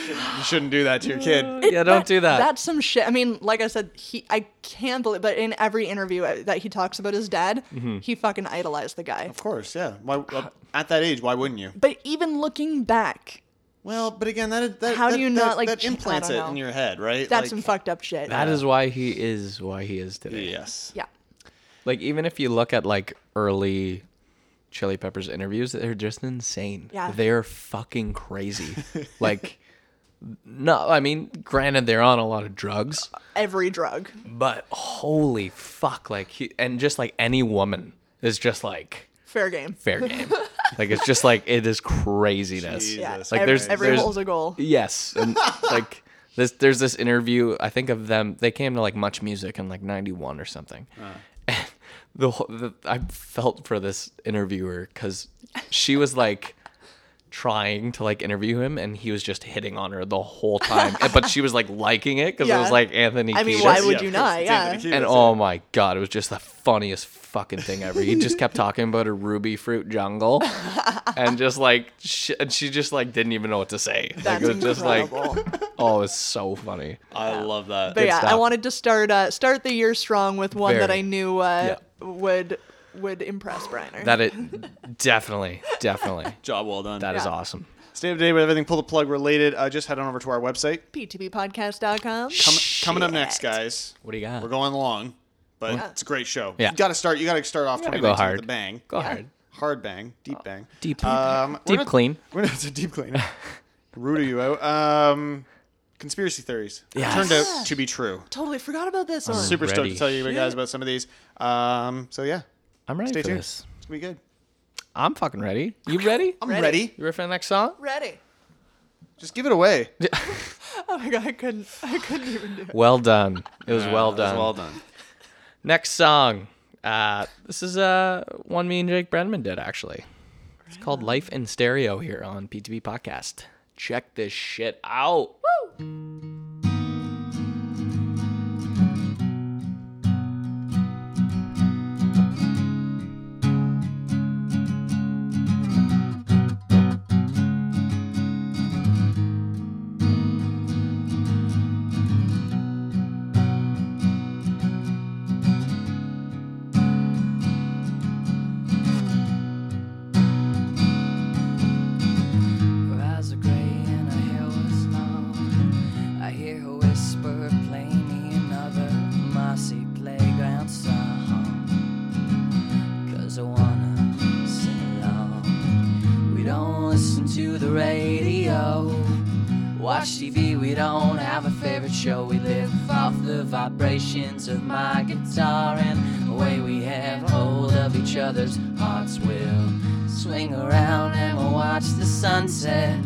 You shouldn't do that to your kid.
(laughs) yeah, don't do that.
That's some shit. I mean, like I said, he I can't believe, but in every interview uh, that he talks about his dad,
Mm-hmm.
he fucking idolized the guy.
uh, Of course, yeah. Why, at that age, why wouldn't you?
But even looking back,
Well, but again, that that
How do
that-
you
that-
not, like,
that
ch- I
implants
don't
it
know.
in your head, right?
That's some
like,
fucked up shit.
That is why he is why he is today.
yes.
yeah.
Like even if you look at like early Chili Peppers interviews, they're just insane.
Yeah.
They're fucking crazy. like (laughs) no, I mean, granted they're on a lot of drugs,
Uh, Every drug.
but holy fuck like he, and just like any woman is just like
Fair game.
fair
(laughs)
game. like it's just like it is craziness.
Jeez.
Yeah.
Jesus.
Like,
ev-
there's-
every
there's-
hole's a goal.
Yes,
(laughs)
and like this, there's this interview. I think of them. They came to like Much Music in like '91 or something. And (laughs) the, whole- the I felt for this interviewer because she was like trying to like interview him, and he was just hitting on her the
(laughs)
whole time. And- but she was like liking it because it
Yeah.
was like Anthony.
I mean,
Kiedis.
why would you
of
not?
course, it's
Yeah.
Anthony Kiedis,
And oh my god, it was just the funniest fucking thing ever. He just kept talking about a ruby
(laughs)
fruit jungle, and just like, she, and she just like didn't even know what to say.
That's
like, it was just like,
incredible.
(laughs) oh, it's so funny.
I love that.
But yeah, I
stuff.
wanted to start uh, start the year strong with one that
Very.
I knew uh,
Yeah.
would would impress Briner.
That
(laughs)
it definitely, definitely,
(laughs) Job well done.
that is
Yeah.
awesome.
Stay up to date with everything. Pull the plug related. Uh, just head on over to our website.
p2bpodcast.com.
Com- coming up next,
Shit.
guys.
What do you got?
We're going long, but it's a great show.
Yeah.
You got to start. You got to start off. 2019
gotta go
With
hard.
a bang.
Go hard,
Hard bang.
Oh.
Deep bang.
deep,
Um, we're
deep
not-
clean.
We're not a deep cleaner. Rude of you out. Um, conspiracy theories.
Yes.
Turned out to be true.
Totally forgot about this one.
Super stoked
ready.
to tell you guys about some of these. Um, so yeah,
I'm ready
stay
for
tuned.
this.
It's gonna be good.
I'm (laughs) fucking ready. You ready?
I'm
Ready?
ready.
You ready for the next song?
Ready.
Just give it away.
(laughs) Oh my god, I couldn't I couldn't even do it.
Well done. It was well
That was
done.
Well done.
Next song. Uh, this is uh, one me and Jake Brenman did actually. It's called Life in Stereo here on PTB Podcast. Check this shit out.
Her eyes are gray and her hair was long. I hear her whisper, play me another mossy Uh-huh. playground song. Cause I wanna sing along. We don't listen to the radio. Watch TV, we don't have a favorite show. We live off the vibrations of my guitar and the way we have hold of each other's hearts. We'll swing around and we'll watch the sunset.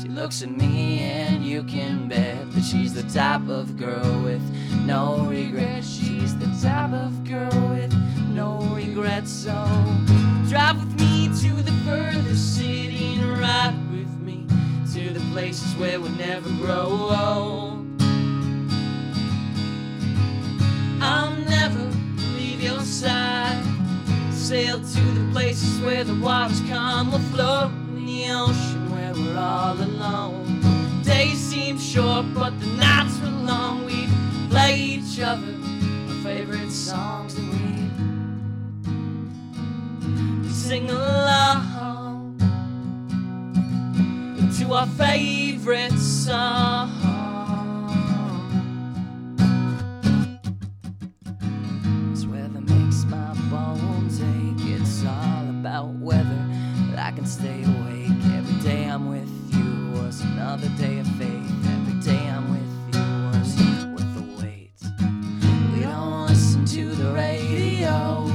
She looks at me and you can bet that she's the type of girl with no regrets. She's the type of girl with no regrets. So drive with me to the furthest city and ride with me to the places where we never grow old. I'll never leave your side. Sail to the places where the waters come. We'll float in the ocean where we're all alone. Days seem short, but the nights were long. We play each other our favorite songs and we sing along to our favorite song. It's weather makes my bones ache. It's all about weather. But I can stay awake. Every day I'm with you was another day of faith. Every day I'm with you was worth the wait. We don't listen to the radio.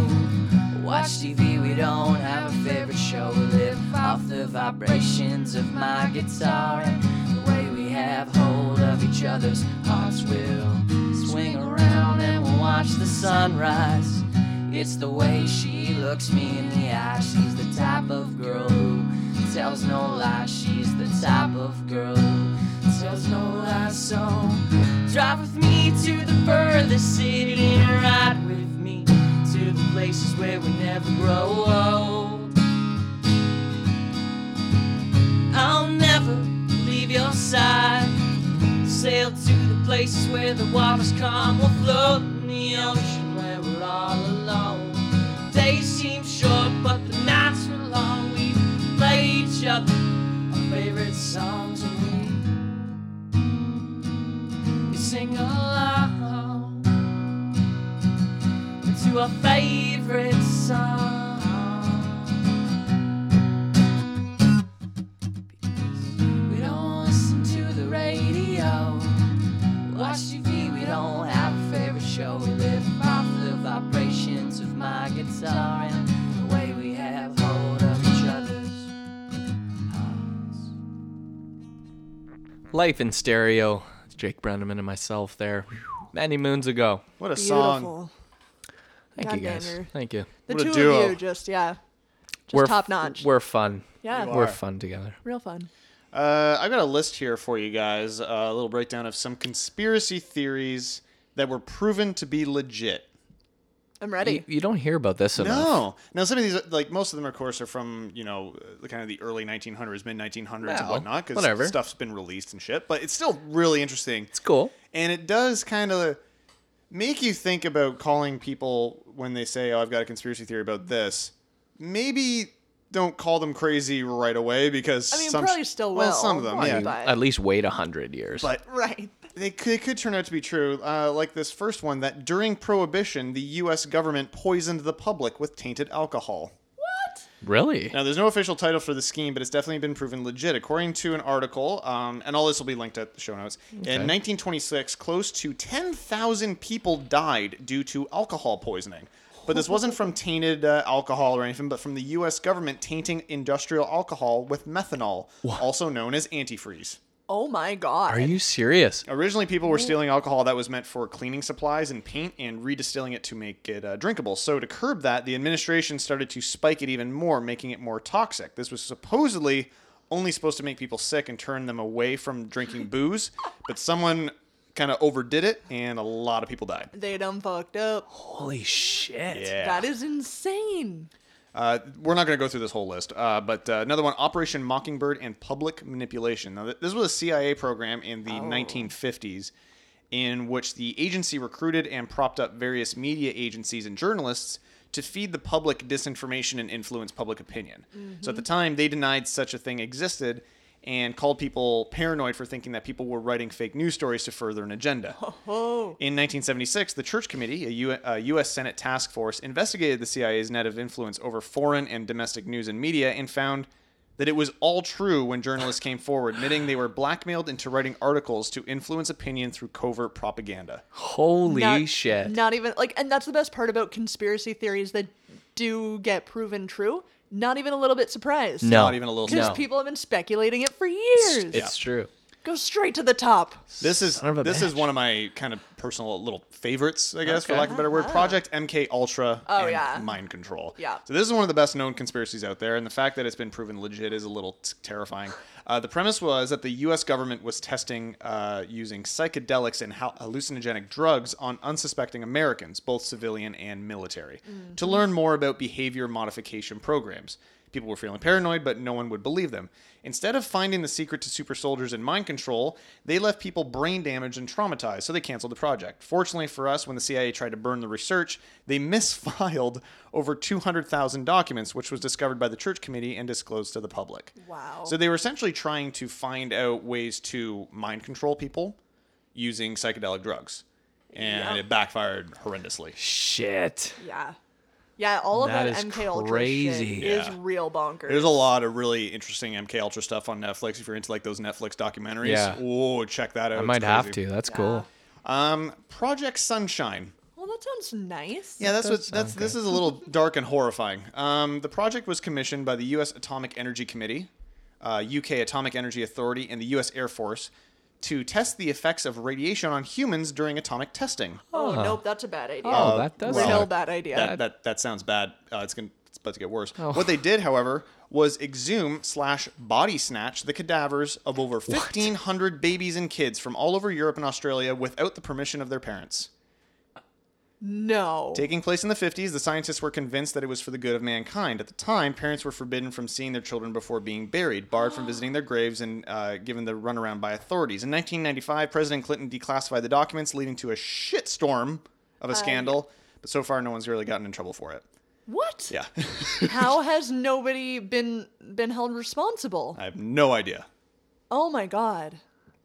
Watch TV, we don't have a favorite show. We live off the vibrations of my guitar and the way we have hold of each other's hearts. We'll swing around and we'll watch the sunrise. It's the way she looks me in the eye. She's the type of girl who tells no lies. She's the type of girl who tells no lies. So Drive with me to the furthest city and ride with me to the places where we never grow old. I'll never leave your side. Sail to the places where the waters calm. We'll float in the ocean where we're all alone. Days seem short, but the nights were long. We play each other our favorite songs and we we sing along to our favorite song. We don't listen to the radio, watch TV. We don't have a favorite show. We live off the vibrations of my guitar and the way we have hold of each other's hearts.
Life in Stereo. It's Jake Brenneman and myself there many moons ago.
What a song.
Beautiful.
Thank you
Goddamn,
guys.
you're-
Thank you.
The
What a
two of
duo.
you just yeah, just
we're
top notch.
We're fun.
Yeah. You
We're
are.
fun together.
Real fun.
Uh, I've got a list here for you guys. Uh, a little breakdown of some conspiracy theories that were proven to be legit.
I'm ready.
You, you don't hear about this enough.
No, now some of these, like most of them, of course, are from you know the kind of the early 1900s, mid 1900s, and
Well,
whatnot,
whatever.
because stuff's been released and shit. But it's still really interesting,
It's cool.
and it does kind of make you think about calling people when they say, "Oh, I've got a conspiracy theory about this." Maybe don't call them crazy right away because
I mean,
some
probably still
well,
will,
some of them,
but-
yeah.
Bye.
At least wait a hundred years.
But
Right.
they could, it could turn out to be true, uh, like this first one that during Prohibition, the U.S. government poisoned the public with tainted alcohol.
really?
Now, there's no official title for the scheme, but it's definitely been proven legit. According to an article, um, and all this will be linked at the show notes, in 1926, close to 10,000 people died due to alcohol poisoning. But this wasn't from tainted uh, alcohol or anything, but from the U.S. government tainting industrial alcohol with methanol, also known as antifreeze.
Oh my god.
Are you serious?
Originally, people were stealing alcohol that was meant for cleaning supplies and paint and redistilling it to make it uh, drinkable. So, to curb that, the administration started to spike it even more, making it more toxic. This was supposedly only supposed to make people sick and turn them away from drinking booze, but someone kind of overdid it and a lot of people died.
They done fucked up.
Holy shit.
That is insane.
Uh, we're not going to go through this whole list, uh, but uh, another one Operation Mockingbird and Public Manipulation. Now, th- this was a CIA program in the 1950s in which the agency recruited and propped up various media agencies and journalists to feed the public disinformation and influence public opinion. So at the time, they denied such a thing existed and called people paranoid for thinking that people were writing fake news stories to further an agenda.
Oh.
In 1976, the Church Committee, a, U- a U.S. Senate task force, investigated the CIA's net of influence over foreign and domestic news and media and found that it was all true when journalists came forward, admitting they were blackmailed into writing articles to influence opinion through covert propaganda.
Holy
Not-
shit.
Not even like, and that's the best part about conspiracy theories that do get proven true. Not even a little bit surprised.
No.
Not even a little
Because
surprised.
people have been speculating it for years.
It's true.
Go straight to the top.
This is
of a
this is
bitch.
one of my kind of personal little favorites, I guess, for
Okay.
lack of a better word. Project MK Ultra
Ah. Oh,
and
yeah.
Mind Control.
Yeah.
So this is one of the best known conspiracies out there, and the fact that it's been proven legit is a little t- terrifying. Uh, the premise was that the U.S. government was testing uh, using psychedelics and hal- hallucinogenic drugs on unsuspecting Americans, both civilian and military, to learn more about behavior modification programs. People were feeling paranoid, but no one would believe them. Instead of finding the secret to super soldiers and mind control, they left people brain damaged and traumatized, so they canceled the project. Fortunately for us, when the CIA tried to burn the research, they (laughs) misfiled over 200,000 documents, which was discovered by the church committee and disclosed to the public.
Wow.
So they were essentially trying to find out ways to mind control people using psychedelic drugs. And it backfired horrendously.
Shit.
Yeah. Yeah, all of
That
that,
is
MK Ultra
crazy.
shit is real bonkers.
There's a lot of really interesting MK Ultra stuff on Netflix. If you're into like those Netflix documentaries,
Yeah.
oh, check that out.
I
It's
might have
crazy.
to. That's cool.
Um, Project Sunshine.
Well, that sounds nice.
Yeah, that's what that's. This is a little (laughs) dark and horrifying. Um, the project was commissioned by the U.S. Atomic Energy Committee, uh, U.K. Atomic Energy Authority, and the U.S. Air Force to test the effects of radiation on humans during atomic testing.
(laughs) Oh, nope, that's a bad idea.
Oh, that does
well,
Real
suck.
bad idea.
Uh, that, that that sounds bad. Uh, it's gonna it's about to get worse. What they did, however, was exhume slash body snatch the cadavers of over fifteen hundred babies and kids from all over Europe and Australia without the permission of their parents.
no.
Taking place in the 50s, the scientists were convinced that it was for the good of mankind. At the time, parents were forbidden from seeing their children before being buried, barred from visiting their graves, and uh, given the runaround by authorities. In 1995, President Clinton declassified the documents, leading to a shitstorm of a scandal. But so far, no one's really gotten in trouble for it.
What?
Yeah.
(laughs) How has nobody been been held responsible?
I have no idea.
Oh my god.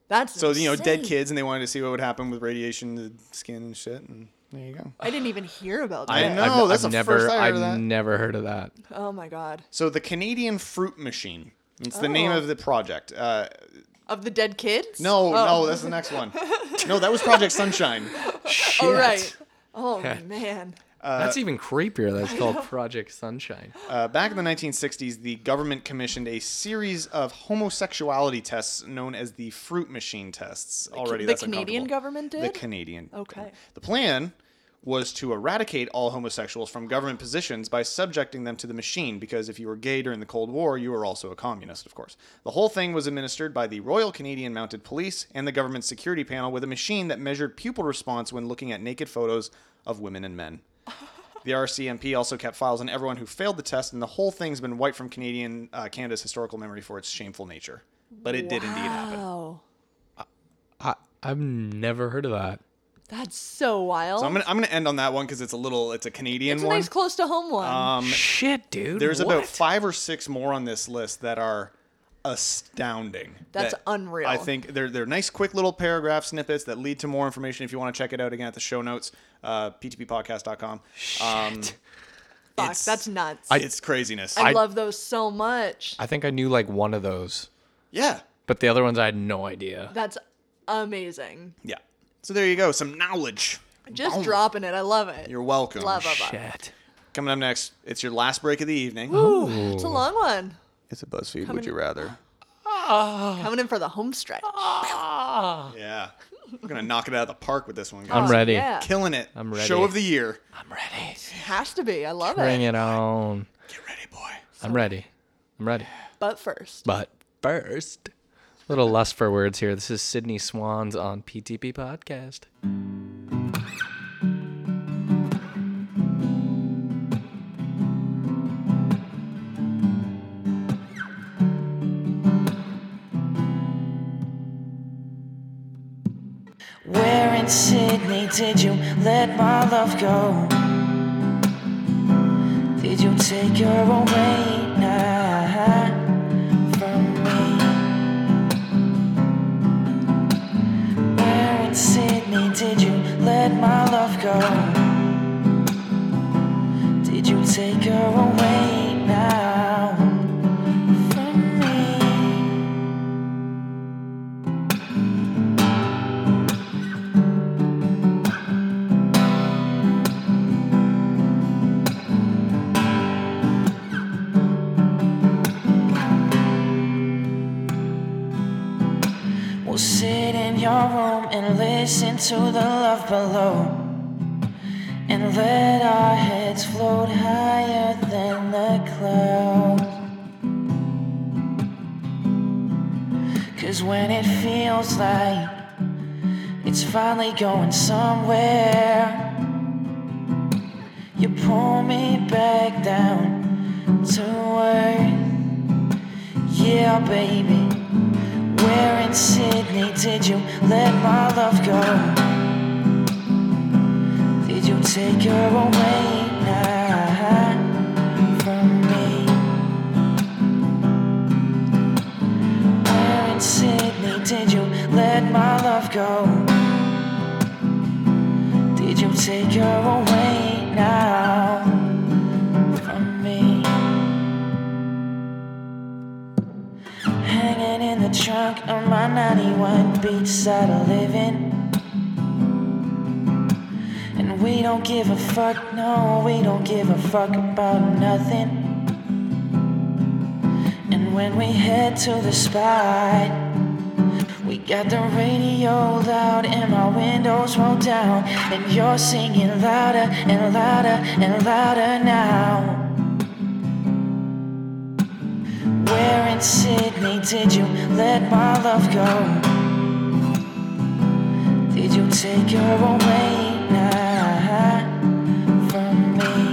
That's
So, you know, dead
insane.
kids and they wanted to see what would happen with radiation to the skin and shit. And there you go.
I didn't even hear about that.
I know.
I've,
that's
I've
the
never,
first I heard
I've
of that.
never heard of that.
Oh my god.
So the Canadian Fruit Machine. It's the name
Oh.
of the project. Uh,
Of the dead kids?
no,
Oh.
no, that's the
(laughs)
next one. No, that was Project Sunshine.
(laughs) Shit.
Oh right. Oh man. (laughs)
That's even creepier. That's called Project Sunshine.
Uh, back in the 1960s, the government commissioned a series of homosexuality tests known as the Fruit Machine tests. Already,
the
that's
Canadian
uncomfortable.
government did?
The Canadian.
Okay.
The plan was to eradicate all homosexuals from government positions by subjecting them to the machine because if you were gay during the Cold War, you were also a communist, of course. The whole thing was administered by the Royal Canadian Mounted Police and the government security panel with a machine that measured pupil response when looking at naked photos of women and men. The RCMP also kept files on everyone who failed the test, and the whole thing's been wiped from Canadian uh, Canada's historical memory for its shameful nature. But it did indeed happen.
Oh.
I, I've never heard of that.
That's so wild.
So I'm gonna I'm gonna end on that one because it's a little it's a Canadian
Oh. it's a
one. Uh, Um,
nice close to home one.
Shit, dude.
There's
what?
about five or six more on this list that are astounding.
That's
That
unreal.
I think they're they're nice, quick little paragraph snippets that lead to more information. If you want to check it out again at the show notes, uh, ptppodcast.com. Um,
Fuck,
it's-
that's nuts. I,
it's craziness.
love those so much.
I think I knew like one of those,
yeah,
but the other ones I had no idea.
That's amazing.
yeah. So there you go, some knowledge.
Just
Boom.
dropping it. I love it.
You're welcome.
Blah, blah, blah.
Shit.
Coming up next, it's your last break of the evening.
It's a long one.
It's a BuzzFeed. Would you rather? Ah.
Coming in for the home stretch.
Yeah, we're gonna knock it out of the park with this one.
I'm
Guys.
ready.
Oh, Yeah.
Killing it.
I'm ready.
Show of the year.
I'm ready.
Has to be. I love
Bring
it.
it on.
Get ready, boy.
I'm ready. I'm ready.
But first.
But first, a little lust for words here. This is Sydney Swans on PTP Podcast.
Where in Sydney did you let my love go? Did you take her away now from me? Where in Sydney did you let my love go? Did you take her away now from me? We'll sit in your room and listen to the love below. And let our heads float higher than the clouds. Cause when it feels like it's finally going somewhere, you pull me back down to earth. Yeah, baby. Where in Sydney did you let my love go? Did you take her away now from me? Where in Sydney did you let my love go? Did you take her away now from me? Hanging in the trunk of my 91 beachside of living. And we don't give a fuck, no, we don't give a fuck about nothing. And when we head to the spot, we got the radio loud and my windows rolled down. And you're singing louder and louder and louder now. Where in Sydney did you let my love go? Did you take her away now from me?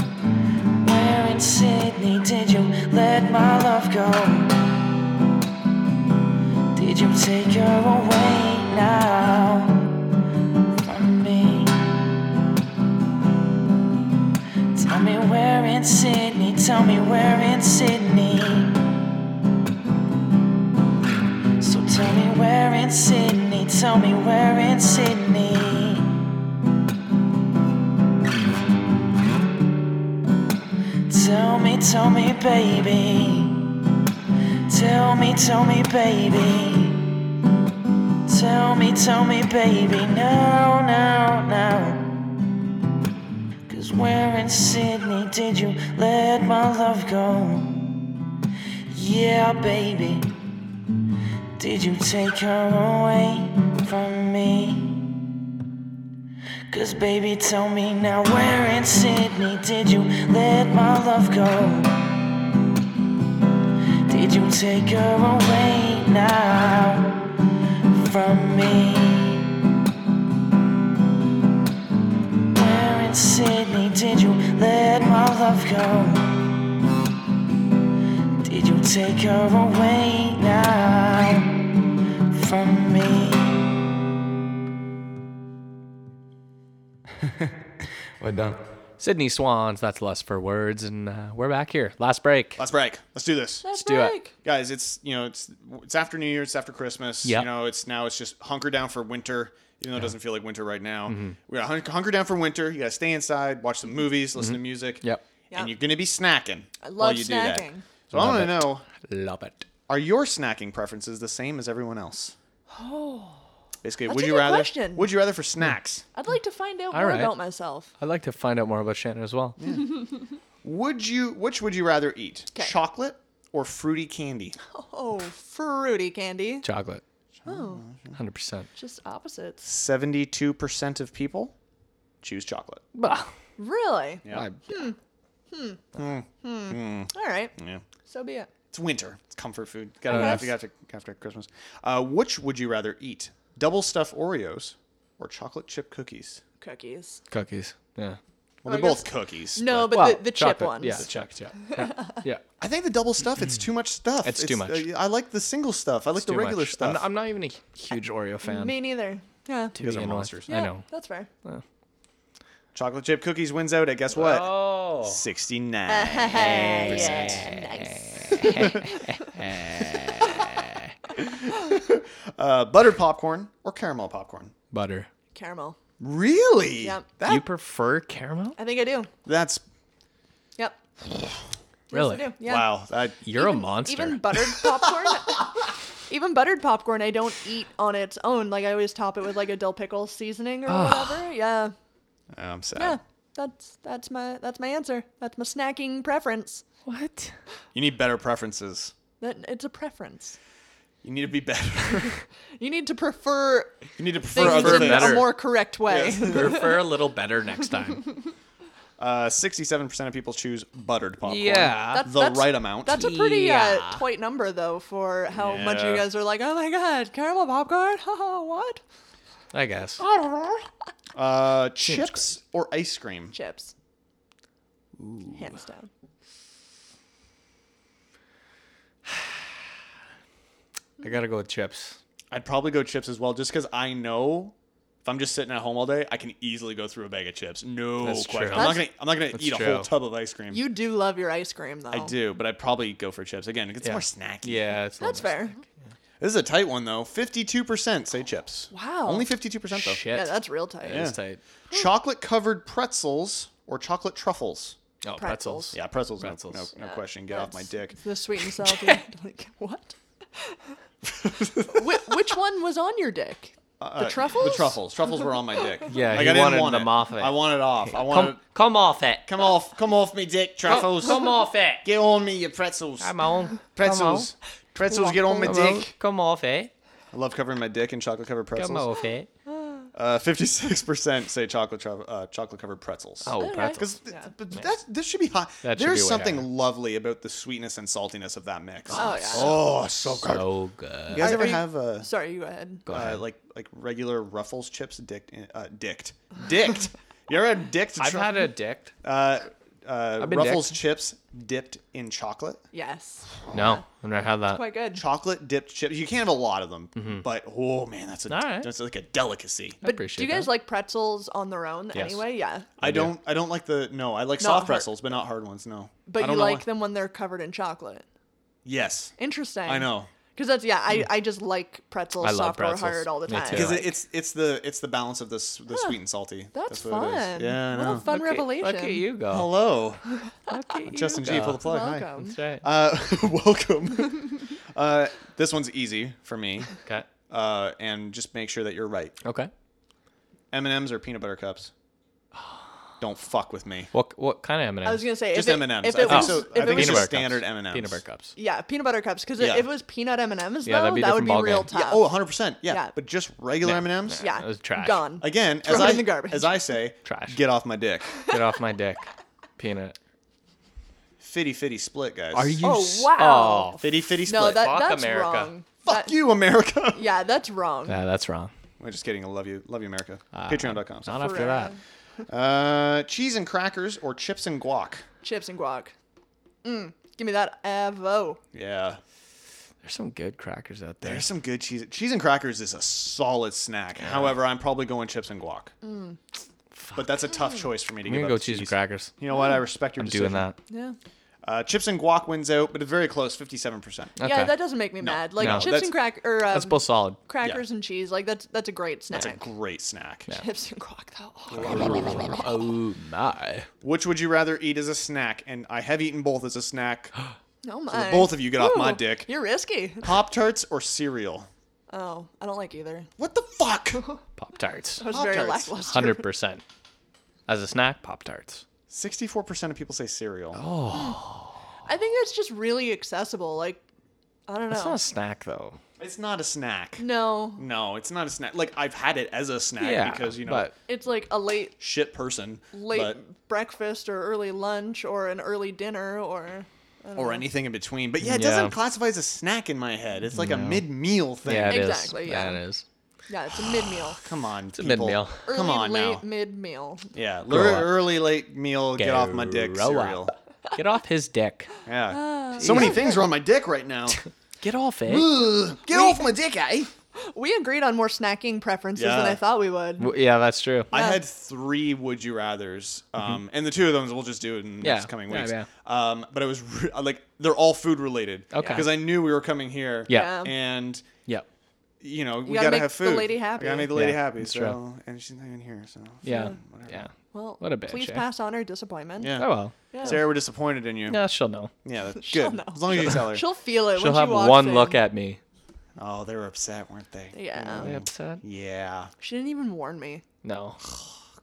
Where in Sydney did you let my love go? Did you take her away now from me? tell me we're in Sydney. So tell me we're in Sydney. Tell me we're in Sydney. Tell me, tell me, baby. Tell me, tell me, baby. Tell me, tell me, baby. No, no, no. Cause we're in Sydney. Did you let my love go? Yeah, baby. Did you take her away from me? Cause baby, tell me now where in Sydney did you let my love go? Did you take her away now from me? Where in Sydney did you let my love go? Did you take her away now from me?
We're done. Sydney Swans, that's less for words, and uh, we're back here. Last break.
Let's break. Let's do this.
Let's
do it.
break.
guys it's you know it's it's after new year's it's after christmas
Yeah.
you know it's now it's just hunker down for winter even though it doesn't feel like winter right now
Mm-hmm.
we gotta hun- hunker down for winter you gotta stay inside watch some movies listen to music
Mm-hmm. Yep.
Yeah.
and you're gonna be snacking
I
while
love
you do that
snacking.
so i want to know
Love it.
are your snacking preferences the same as everyone else oh basically
That's
would
a
you
good
rather
question.
would you rather for snacks
I'd like to find out
All
more
right.
about myself.
I'd like to find out more about Shannon as well.
(laughs) would you which would you rather eat
'Kay.
chocolate or fruity candy
Oh, fruity candy.
Chocolate.
Oh,
100%.
just opposites.
72% of people choose chocolate
Bah.
Really? Hmm.
yeah
Hmm.
All right.
Yeah.
So be it.
Hmm. It's winter. It's comfort food. Gotta
Okay.
have to after, after Christmas. Uh, which would you rather eat? Double stuffed Oreos or chocolate chip cookies?
Cookies.
Cookies. Yeah.
Well, they're both cookies.
No, but
Well,
the, the chip
chocolate,
ones.
Yeah.
Check, (laughs) check.
Yeah.
I think the double stuff, it's too much stuff.
It's too much.
I like the single stuff. I like the
Too
regular
much.
stuff.
I'm, I'm not even a huge Oreo fan.
Me neither. Yeah.
to begin with.
monsters.
yeah
I know.
That's fair.
Chocolate chip cookies wins out at guess what?
Oh.
69. (laughs) Uh, buttered popcorn or caramel popcorn?
Butter.
Caramel.
Really?
Yep.
That,
You prefer caramel?
I think I do.
that's
(sighs)
Yep.
Really?
Yes, I do. Yeah.
wow. That,
You're a
Even-
monster.
Even buttered
(laughs)
popcorn. even buttered popcorn, I don't eat on its own. Like I always top it with like a dill pickle seasoning
(sighs)
or whatever. Yeah.
Oh, I'm sad.
Yeah. That's that's my that's my answer. That's my snacking preference.
what?
You need better preferences.
That it's a preference.
You need to be better.
You need to prefer
you need to prefer
things
other
in
things.
better.
a more correct way. (laughs)
prefer a little better next time.
(laughs) Uh, 67% of people choose buttered popcorn.
yeah.
That's-
The right amount.
That's a pretty
Yeah.
uh, tight number though for how much you
Yeah.
guys are like, oh my god, caramel popcorn, (laughs) haha, what?
I guess.
Uh, chips or ice cream?
Chips. Hands down.
(sighs) I gotta go with chips.
I'd probably go chips as well, just because I know if I'm just sitting at home all day, I can easily go through a bag of chips. No
That's
question.
true.
I'm not gonna. I'm not gonna
That's
eat a
true.
whole tub of ice cream.
You do love your ice cream though.
I do, but I'd probably go for chips again. It's
Yeah.
more snacky.
Yeah, it's a
That's
little-
fair.
This is a tight one though. Fifty-two percent say chips.
Wow.
Only fifty-two percent though.
Shit.
Yeah, that's real tight.
That is
Yeah.
tight.
Chocolate-covered pretzels or chocolate truffles?
Oh,
Pretzels.
pretzels.
Yeah, pretzels. no-
Pretzels.
No, no, question. Get off my dick.
The sweet
(laughs)
and sour. thing. like what? Wh- which one was on your dick?
Uh,
the truffles.
The truffles. Truffles were on my
(laughs)
dick.
Yeah,
like,
he
I didn't
wanted
want
them
it.
off of it.
I want it off. I want
Come, come off it.
Come off, come off me, dick. Truffles. (laughs)
Come off it.
Get on me, you pretzels.
Come on.
pretzels. Pretzels, get on my
Come on.
dick.
Come off it.
I love covering my dick in chocolate covered
Come
pretzels.
off it.
(laughs) Uh, 56% say chocolate tru- uh, chocolate covered pretzels.
Oh, pretzels.
Because that's this should be hot.
That should
There's
be way
something
higher.
lovely about the sweetness and saltiness of that mix.
Oh yeah.
Oh, so good.
So good.
you guys
Are-
ever
are you-
have uh,
Sorry, you go ahead.
uh, like like regular Ruffles chips dicked? in- Uh, dicked. Dicked. you ever had dicked?
I've
tru-
had a dick.
uh, uh,
I've been
Ruffles chips dipped in chocolate.
Yes.
No, I've never had that.
Quite good.
Chocolate dipped chips. You can't have a lot of them, but oh man, that's a
All right.
that's like a delicacy.
But
appreciate
do you guys
that.
like pretzels on their own
Yes.
anyway? Yeah.
I don't I don't like the no. I like
Not
soft
hard.
pretzels, but not hard ones. No. I
But you
don't know why-
like them when they're covered in chocolate.
Yes.
Interesting.
I know.
Because that's yeah, I, I just like pretzels
I love
soft
pretzels.
or hard all the
Me
time.
too.
Because it, it's it's the it's the balance of the s- the sweet and salty.
That's
what it is.
fun.
Yeah. I
What a
know.
fun revelation.
Look at you go.
Hello,
Look at you
Justin G.
go.
Pull the plug. Hi.
Welcome.
That's right.
Uh, (laughs) welcome. (laughs) uh, this one's easy for me.
okay.
Uh, and just make sure that you're right.
Okay.
M and M's or peanut butter
(sighs)
cups. Don't fuck with me.
What what kind of M&Ms?
I was gonna say
Just
if it-
M and M's.
If
I
it
Oh.
think
was,
so.
if
I
it was
think it's
Peanut
just
butter
standard
cups.
M and M's.
Peanut butter cups.
yeah, peanut butter cups. Because
Yeah.
if it was peanut M and M's though,
Yeah, that'd be
that would be
different
real
ballgame.
tough.
Yeah. Oh, 100 percent. Yeah,
Yeah.
But just regular M and M's.
yeah,
It was trash.
Gone.
Again,
Throw
as
it in
I
the garbage.
as I say,
Trash.
Get off my dick.
Get off my dick. Peanut.
Fitty fitty split, guys.
Oh, wow.
Oh.
fitty fitty split?
no, that,
Fuck
that's
America.
wrong.
Fuck
That-
you, America.
(laughs) Yeah, that's wrong.
Yeah, that's wrong.
I'm just kidding. I love you. Love you, America. Patreon.com.
Uh, Not after that.
Uh, cheese and crackers or chips and guac.
Chips and guac. Mm, give me that avo.
Yeah.
There's some good crackers out there.
There's some good cheese. Cheese and crackers is a solid snack. However, I'm probably going chips and guac.
Mm.
But that's a tough choice for me to
I'm
give
gonna
up
go
to
cheese and crackers.
You know what? I respect your
I'm
decision.
doing that.
Yeah.
Uh, chips and guac wins out, but it's very close, 57%.
Okay.
Yeah, that doesn't make me mad. Like
No,
chips
that's-
and crack or um,
That's both solid.
crackers and cheese. Like that's that's a great snack.
That's a great snack.
chips and guac though. Oh,
Oh my.
Which would you rather eat as a snack? And I have eaten both as a
(gasps)
snack.
no
the
Oh my.
both of you get off my dick.
You're risky.
Pop Tarts or cereal?
Oh, I don't like either.
What
(laughs)
the fuck?
Pop tarts.
That was very
Pop-Tarts. (sighs)
lackluster. (sighs)
Hundred percent. As a snack, pop tarts. Oh.
64% of people say cereal.
I think that's just really accessible. Like, I don't
That's not
know.
a snack though.
It's not a snack.
No,
No, it's not a snack. Like I've had it as a snack
Yeah,
because you know
but-
it's like a late
shit person,
late
but-
breakfast or early lunch or an early dinner or
or anything in between. But yeah, it
Yeah.
doesn't classify as a snack in my head. It's like a mid meal thing.
Yeah, it is.
Exactly, yeah.
it is.
yeah, it's a mid meal.
(sighs)
Come on, it's
mid-meal. (laughs)
Come on
late
now.
mid meal.
Yeah,
Grow
early,
up.
early late meal. Get off my dick.
Grow
Cereal.
Get off
(laughs)
his dick.
Yeah.
Oh.
so many things are on my dick right now.
(laughs) Get off it.
Ugh, Get off my dick, eh?
(gasps) We agreed on more snacking preferences than
Yeah.
I thought we would.
W- yeah, that's true.
I had three would you rather's, um, and the two of them we'll just do it in the
Yeah.
next coming
Yeah,
weeks.
yeah.
Um, but it was re- like they're all food related.
Okay.
Because I knew we were coming here.
Yeah.
Yeah.
And
Yeah.
you know we
gotta
gotta
make
have
the
food.
lady happy.
We gotta make the lady
Yeah,
happy.
that's
So
true.
and she's not even here. So
Yeah.
whatever.
Yeah.
Well,
What a bitch,
please
eh?
pass on her disappointment.
Yeah.
Oh well.
Sarah, we're disappointed in you.
No, (laughs) she'll know.
Yeah,
(laughs)
that's
She'll
good.
know.
As long as you tell her.
She'll feel it
She'll
when she
have
walks
one
in.
look at me.
Oh, they were upset, weren't they?
Yeah.
Are you upset?
Yeah.
She didn't even warn me.
No.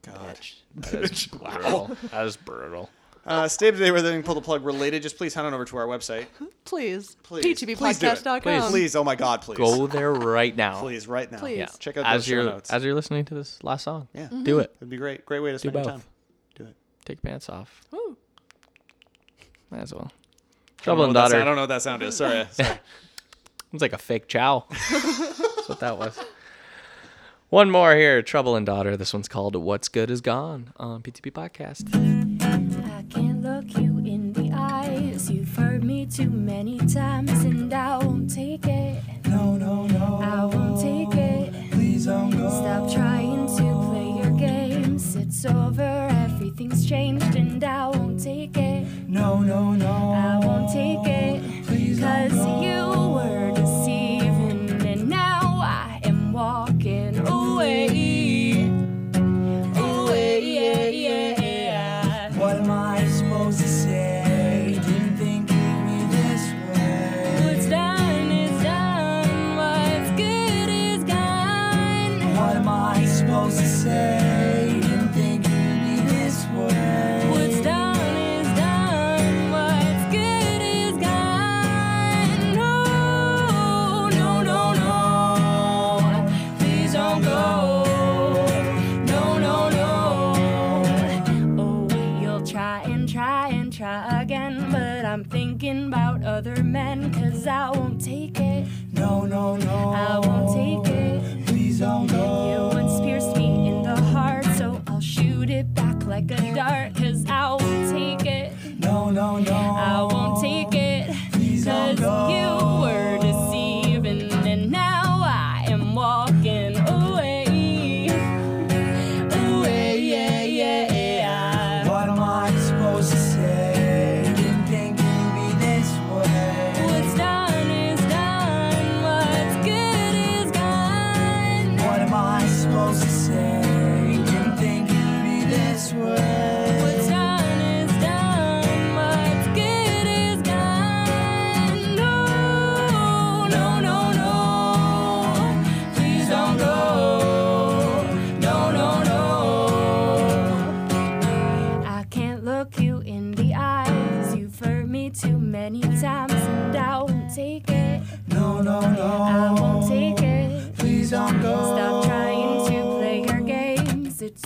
God.
Oh, (laughs) That is brutal. that is brutal.
Uh, stay up to date with everything. Pull the plug related. Just please head on over to our website.
Please.
Please. Please do it.
PTBpodcast.com.
Please, oh my God, please. (laughs)
Go there right now.
Please, right now.
Please. Yeah.
Check out those
as
show
you're
notes.
as you're listening to this last song.
Yeah.
Mm-hmm.
Do it.
It'd be great. Great way to spend your
both.
time. Do it.
Take your pants off.
Woo.
Might as well.
I don't
Trouble and
know what that sound- I
daughter.
don't know what that sound is. Sorry. Sorry.
It's like a
(laughs)
fake chow. That's what that was. One more here. Trouble and daughter. This one's called "What's Good Is Gone" on PTP Podcast.
I can't look you in the eyes. You've hurt me too many times, and I won't take it.
No, no, no,
I won't take it.
please don't go.
Stop trying to play your games. It's over, everything's changed, and I won't take it.
No, no, no.
I won't take it.
Please don't
Cause you were deceiving, and now I am walking away. Away, yeah, yeah, yeah.
What am I supposed to say? Didn't think you'd be this way.
What's done is done. What's good is gone.
What am I supposed to say? Didn't think you'd be this way.
What's done is done. What's good is gone. No, no, no, no. Please don't go. No, no, no. Oh, you'll try and try and try again. But I'm thinking about other men, cause I won't take it.
No, no, no.
I won't take it.
Please don't go.
You once pierced me in the heart, so I'll shoot it back like a dart, cause I won't take it.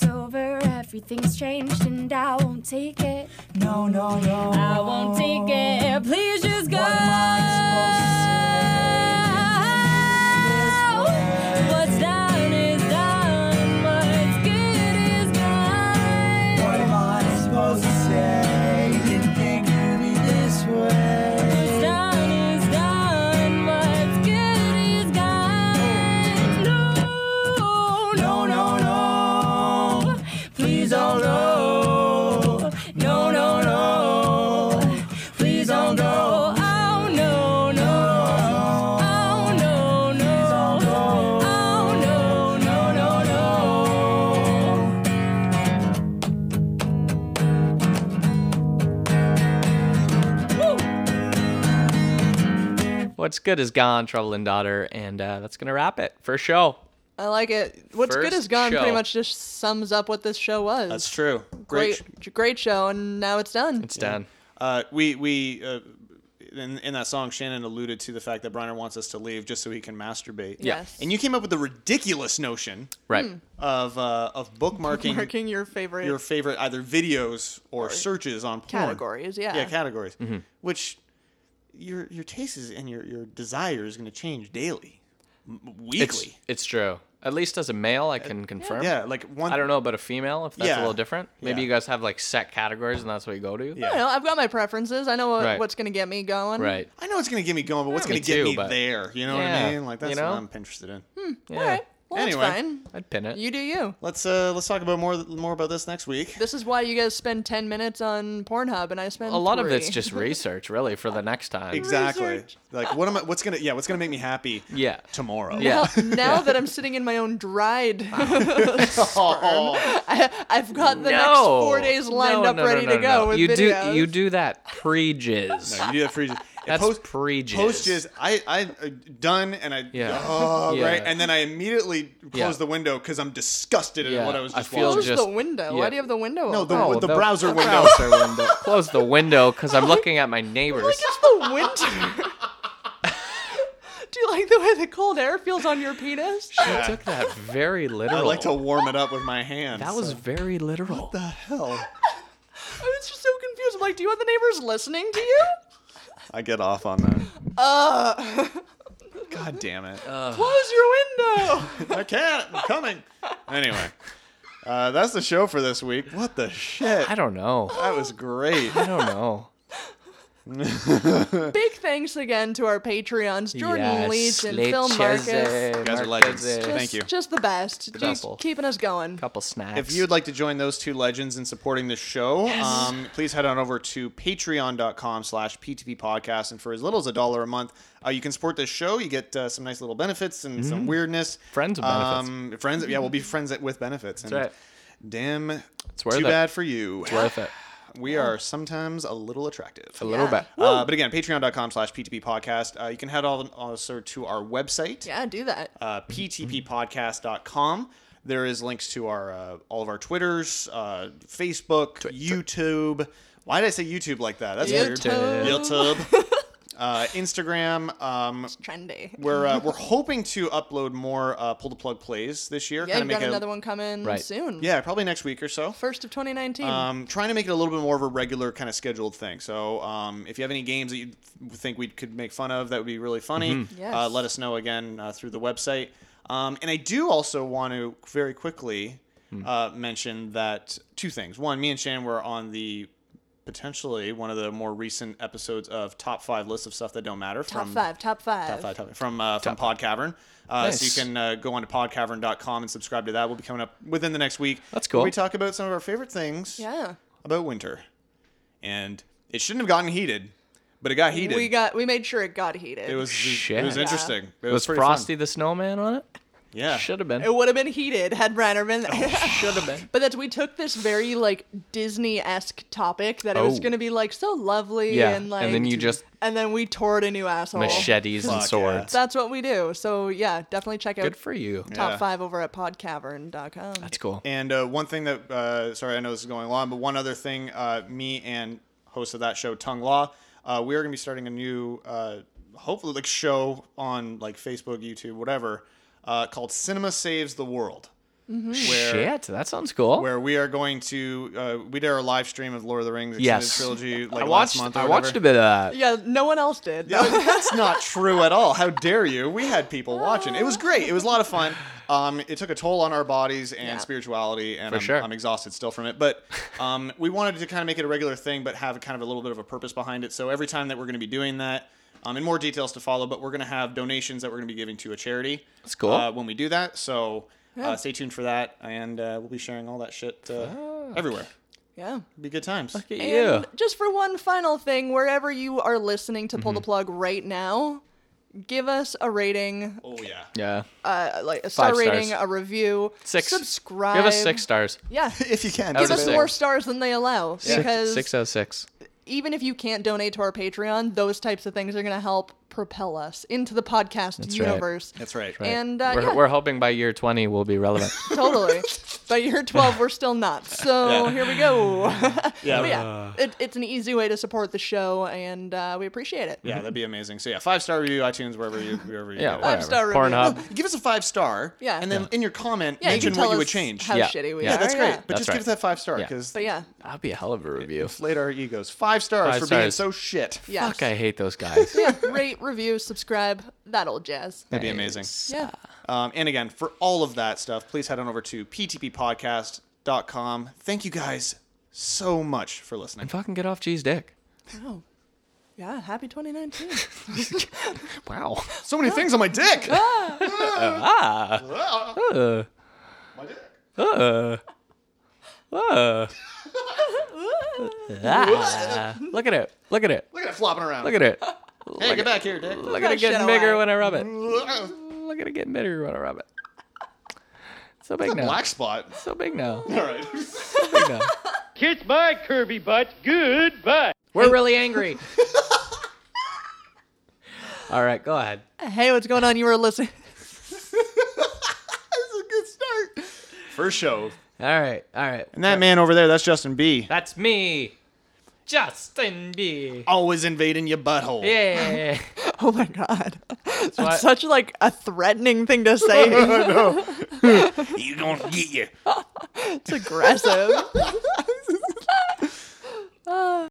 Everything's changed and I won't take it.
No, no, no.
I won't take it. Please just go. What's done is done. What's good is gone.
What am I supposed to say? Didn't think it'd be this way.
What's done is done. What's good is gone. No, no, no, no. Please don't go. No, no, no. Please don't go. Oh, no, no. Oh, no, no. Oh, no, no, no, no.
What's good is gone, trouble and daughter, and uh, that's gonna wrap it for show.
I like it. What's good
First
is gone
show.
pretty much just sums up what this show was.
That's true.
Great, great, show, and now it's done.
It's done.
Uh, we we uh, in, in that song, Shannon alluded to the fact that Bronner wants us to leave just so he can masturbate.
Yeah. Yes.
And you came up with the ridiculous notion,
Right. Hmm.
of uh, of bookmarking,
Marking your favorite
your favorite either videos or, searches on porn.
categories. Yeah.
Yeah, categories.
Mm-hmm.
Which your your tastes and your your desire is going to change daily, m- weekly. Uh,
It's, it's true. At least as a male, I can confirm.
yeah, like one-
I don't know about a female if that's
Yeah.
a little different. Maybe
Yeah.
you guys have like set categories and that's what you go to.
I don't know. I've got my preferences. I know what,
Right.
what's going to get me going.
Right.
I know it's going to get me going, but what's
Yeah, me
going to get
too,
me
but-
there? You know what
Yeah,
I mean? Like
you
that's
know?
what I'm interested in.
Yeah.
Hmm, All right. Well,
Anyway.
that's fine.
I'd pin it.
You do you.
Let's uh let's talk about more more about this next week.
This is why you guys spend 10 minutes on Pornhub and I spend
a lot of
three.
it's just research, really, for the next time.
Exactly. Like what am I what's gonna yeah, what's gonna make me happy
Yeah.
tomorrow.
Yeah.
Now,
(laughs)
now that I'm sitting in my own dried (laughs) sperm,
Oh.
I, I've got the next four days lined
No,
up
no, no,
ready
no,
to go
no.
with
you
videos.
do you do that pre jizz.
No, you do that
(laughs)
pre jizz.
That's
Post-
pre jizz.
Post is I I uh, done and I
Yeah.
(laughs) oh
Yeah.
right and then I immediately close
Yeah.
the window because I'm disgusted at
Yeah,
what I was
I
just
feel
watching.
Close
just-
the
(laughs)
window.
yeah. Oh,
Why do you have the window?
No, the-
open?
the browser window.
browser
(laughs)
window. Close the window because I'm looking at my neighbors.
Just the winter. (laughs) do you like the way the cold air feels on your penis?
I took that very
I
literal.
like to warm it up with my hands.
that was very literal.
what the hell.
(laughs) I was just so confused. I'm like, do you want the neighbors listening to you?
I get off on that.
Uh, (laughs)
God damn it.
close your window.
I can't. I'm coming. Anyway, uh, that's the show for this week. What the shit?
I don't know.
That was great.
I don't know.
Big thanks again to our Patreons, Jordan
Yes,
Leach and
Leach
Phil
is
Marcus.
a-
You guys are
Marquez,
legends.
uh,
Just,
Thank you.
Just the best. Just
Couple.
keeping us going.
Couple snacks.
(laughs) If you'd like to join those two legends in supporting the show, um, please head on over to patreon.com slash PTP podcast. And for as little as a dollar a month, uh, you can support this show. You get uh, some nice little benefits and some weirdness.
Mm-hmm. Friends with benefits.
Um, friends, yeah, we'll be friends at- with benefits. And
right.
Damn,
worth
too
it.
bad for you.
It's worth it.
We are sometimes a little attractive.
A little
Yeah.
bit.
Uh, but again, patreon.com slash PTP podcast. Uh, you can head on also to our website,
Yeah, do that.
uh, ptppodcast.com. There is links to our uh, all of our Twitters, uh, Facebook, YouTube. Why did I say YouTube like that? That's weird.
YouTube.
YouTube.
(laughs)
uh, Instagram. Um,
Trendy.
we're uh, we're hoping to upload more uh, pull the plug plays this year.
Yeah,
Kinda
you've got
make a-
another one coming
Right.
soon.
Yeah, probably next week or so.
First of 2019.
Um, trying to make it a little bit more of a regular kind of scheduled thing. So um, if you have any games that you th- think we could make fun of, that would be really funny.
Mm-hmm.
Yes.
Uh, let us know again uh, through the website. Um, and I do also want to very quickly
Hmm.
uh, mention that two things. One, me and Shan were on the potentially one of the more recent episodes of top five lists of stuff that don't matter
top
from
five. Top five.
Top five, top five. From, uh, from Pod Cavern. Uh, So
Nice.
you can uh, go on to podcavern.com and subscribe to that. We'll be coming up within the next week.
That's cool.
where we talk about some of our favorite things
Yeah.
about winter. And it shouldn't have gotten heated, but it got heated.
We got. We made sure it got heated.
it was
Shit.
it was interesting. It
was
pretty fun.
Frosty the Snowman on it?
Yeah.
Should have been.
It would have been heated had Brenner been there.
Oh, Should have been.
But that's we took this very like Disney esque topic that it was
Oh.
gonna be like so lovely
Yeah,
and like
and then you just-
and then we tore it a new asshole.
Machetes
Fuck
and
yeah.
swords.
That's what we do. So yeah, definitely check out
Good for you.
top
Yeah.
five over at podcavern.com.
That's cool.
And uh, one thing that, uh, sorry, I know this is going long, but one other thing, uh, me and host of that show, Tongue Law, uh, we are going to be starting a new, uh, hopefully, like show on like Facebook, YouTube, whatever, uh, called Cinema Saves the World.
Mhm.
Shit, that sounds cool.
Where we are going to uh, we did our live stream of Lord of the Rings extended
Yes.
trilogy.
I
Like
watched-
Last month or
I watched
whatever.
a bit of that.
Yeah, no one else did. (laughs)
Yeah, that's not true at all. How dare you? We had people watching. It was great. It was a lot of fun. Um, it took a toll on our bodies and spirituality, and
For
I'm,
sure.
I'm exhausted still from it. But um, we wanted to kind of make it a regular thing, but have kind of a little bit of a purpose behind it. So every time that we're going to be doing that, um, and more details to follow, but we're going to have donations that we're going to be giving to a charity.
That's cool.
Uh, when we do that, so
Yeah.
uh, stay tuned for that, and uh, we'll be sharing all that shit uh, everywhere.
Yeah.
It'll be good times. Look
at
And just for one final thing, wherever you are listening to pull
Mm-hmm.
the plug right now, give us a rating,
Oh yeah.
Yeah.
uh, like a star
Five
rating,
stars.
a review,
Six.
subscribe.
Give us six stars.
Yeah,
(laughs) if you can.
Out
give
of
us
six.
more stars than they allow
Six-
because
six out of six.
even if you can't donate to our Patreon, those types of things are going to help propel us into the podcast
That's right.
universe.
That's right.
And, uh,
we're,
yeah.
we're hoping by year 20 we'll
(laughs)
be relevant.
totally. By year 12, we're still not. So
Yeah.
here we go.
Yeah.
(laughs) But
Uh.
yeah it, it's an easy way to support the show, and uh, we appreciate it.
Yeah, that'd be amazing. So yeah, five star review, iTunes, wherever you wherever you
Yeah,
get it.
whatever. Five-star review. Pornhub.
No, give us a five star.
Yeah.
And then in (laughs) your comment,
Yeah, you
mention
can
what
tell
you would
us
change.
how Yeah. shitty we
yeah,
are,
that's
yeah.
great. But
That's
just
right.
give us that five star
Yeah.
because
But yeah.
That'd be a hell of a review.
inflate our egos. Five stars
Five
for being
stars.
so shit.
Yes.
Fuck, I hate those guys.
yeah, rate, review, subscribe, that old jazz.
(laughs) That'd be amazing.
Yeah.
Um, and again, for all of that stuff, please head on over to ptppodcast.com. Thank you guys so much for listening.
And fucking get off G's dick.
Wow. Yeah, happy
(laughs)
2019.
Wow.
So many things on my dick. (laughs)
ah. Uh.
My dick.
Uh.
(laughs)
Uh. Ah. Look at it. Look at it.
Look at it flopping around.
Look at it.
Hey,
Look
get
at-
back here, dick.
(laughs) Look at it getting bigger when I rub it. (laughs) Look at it getting bigger when I rub it. So big
a
now.
black spot.
So big now.
All right.
So big now.
Kiss my Kirby butt. Goodbye.
We're really angry. All right, go ahead.
hey, what's going on? You were
(laughs)
listening.
First show.
All right. All right.
And that man over there, that's Justin B.
That's me, Justin B.
Always invading your butthole.
Yeah.
(laughs) Oh my god. That's
why-
such like a threatening thing to say.
(laughs)
(laughs)
I know.
You gonna get you.
(laughs) It's aggressive. Uh,
Ah.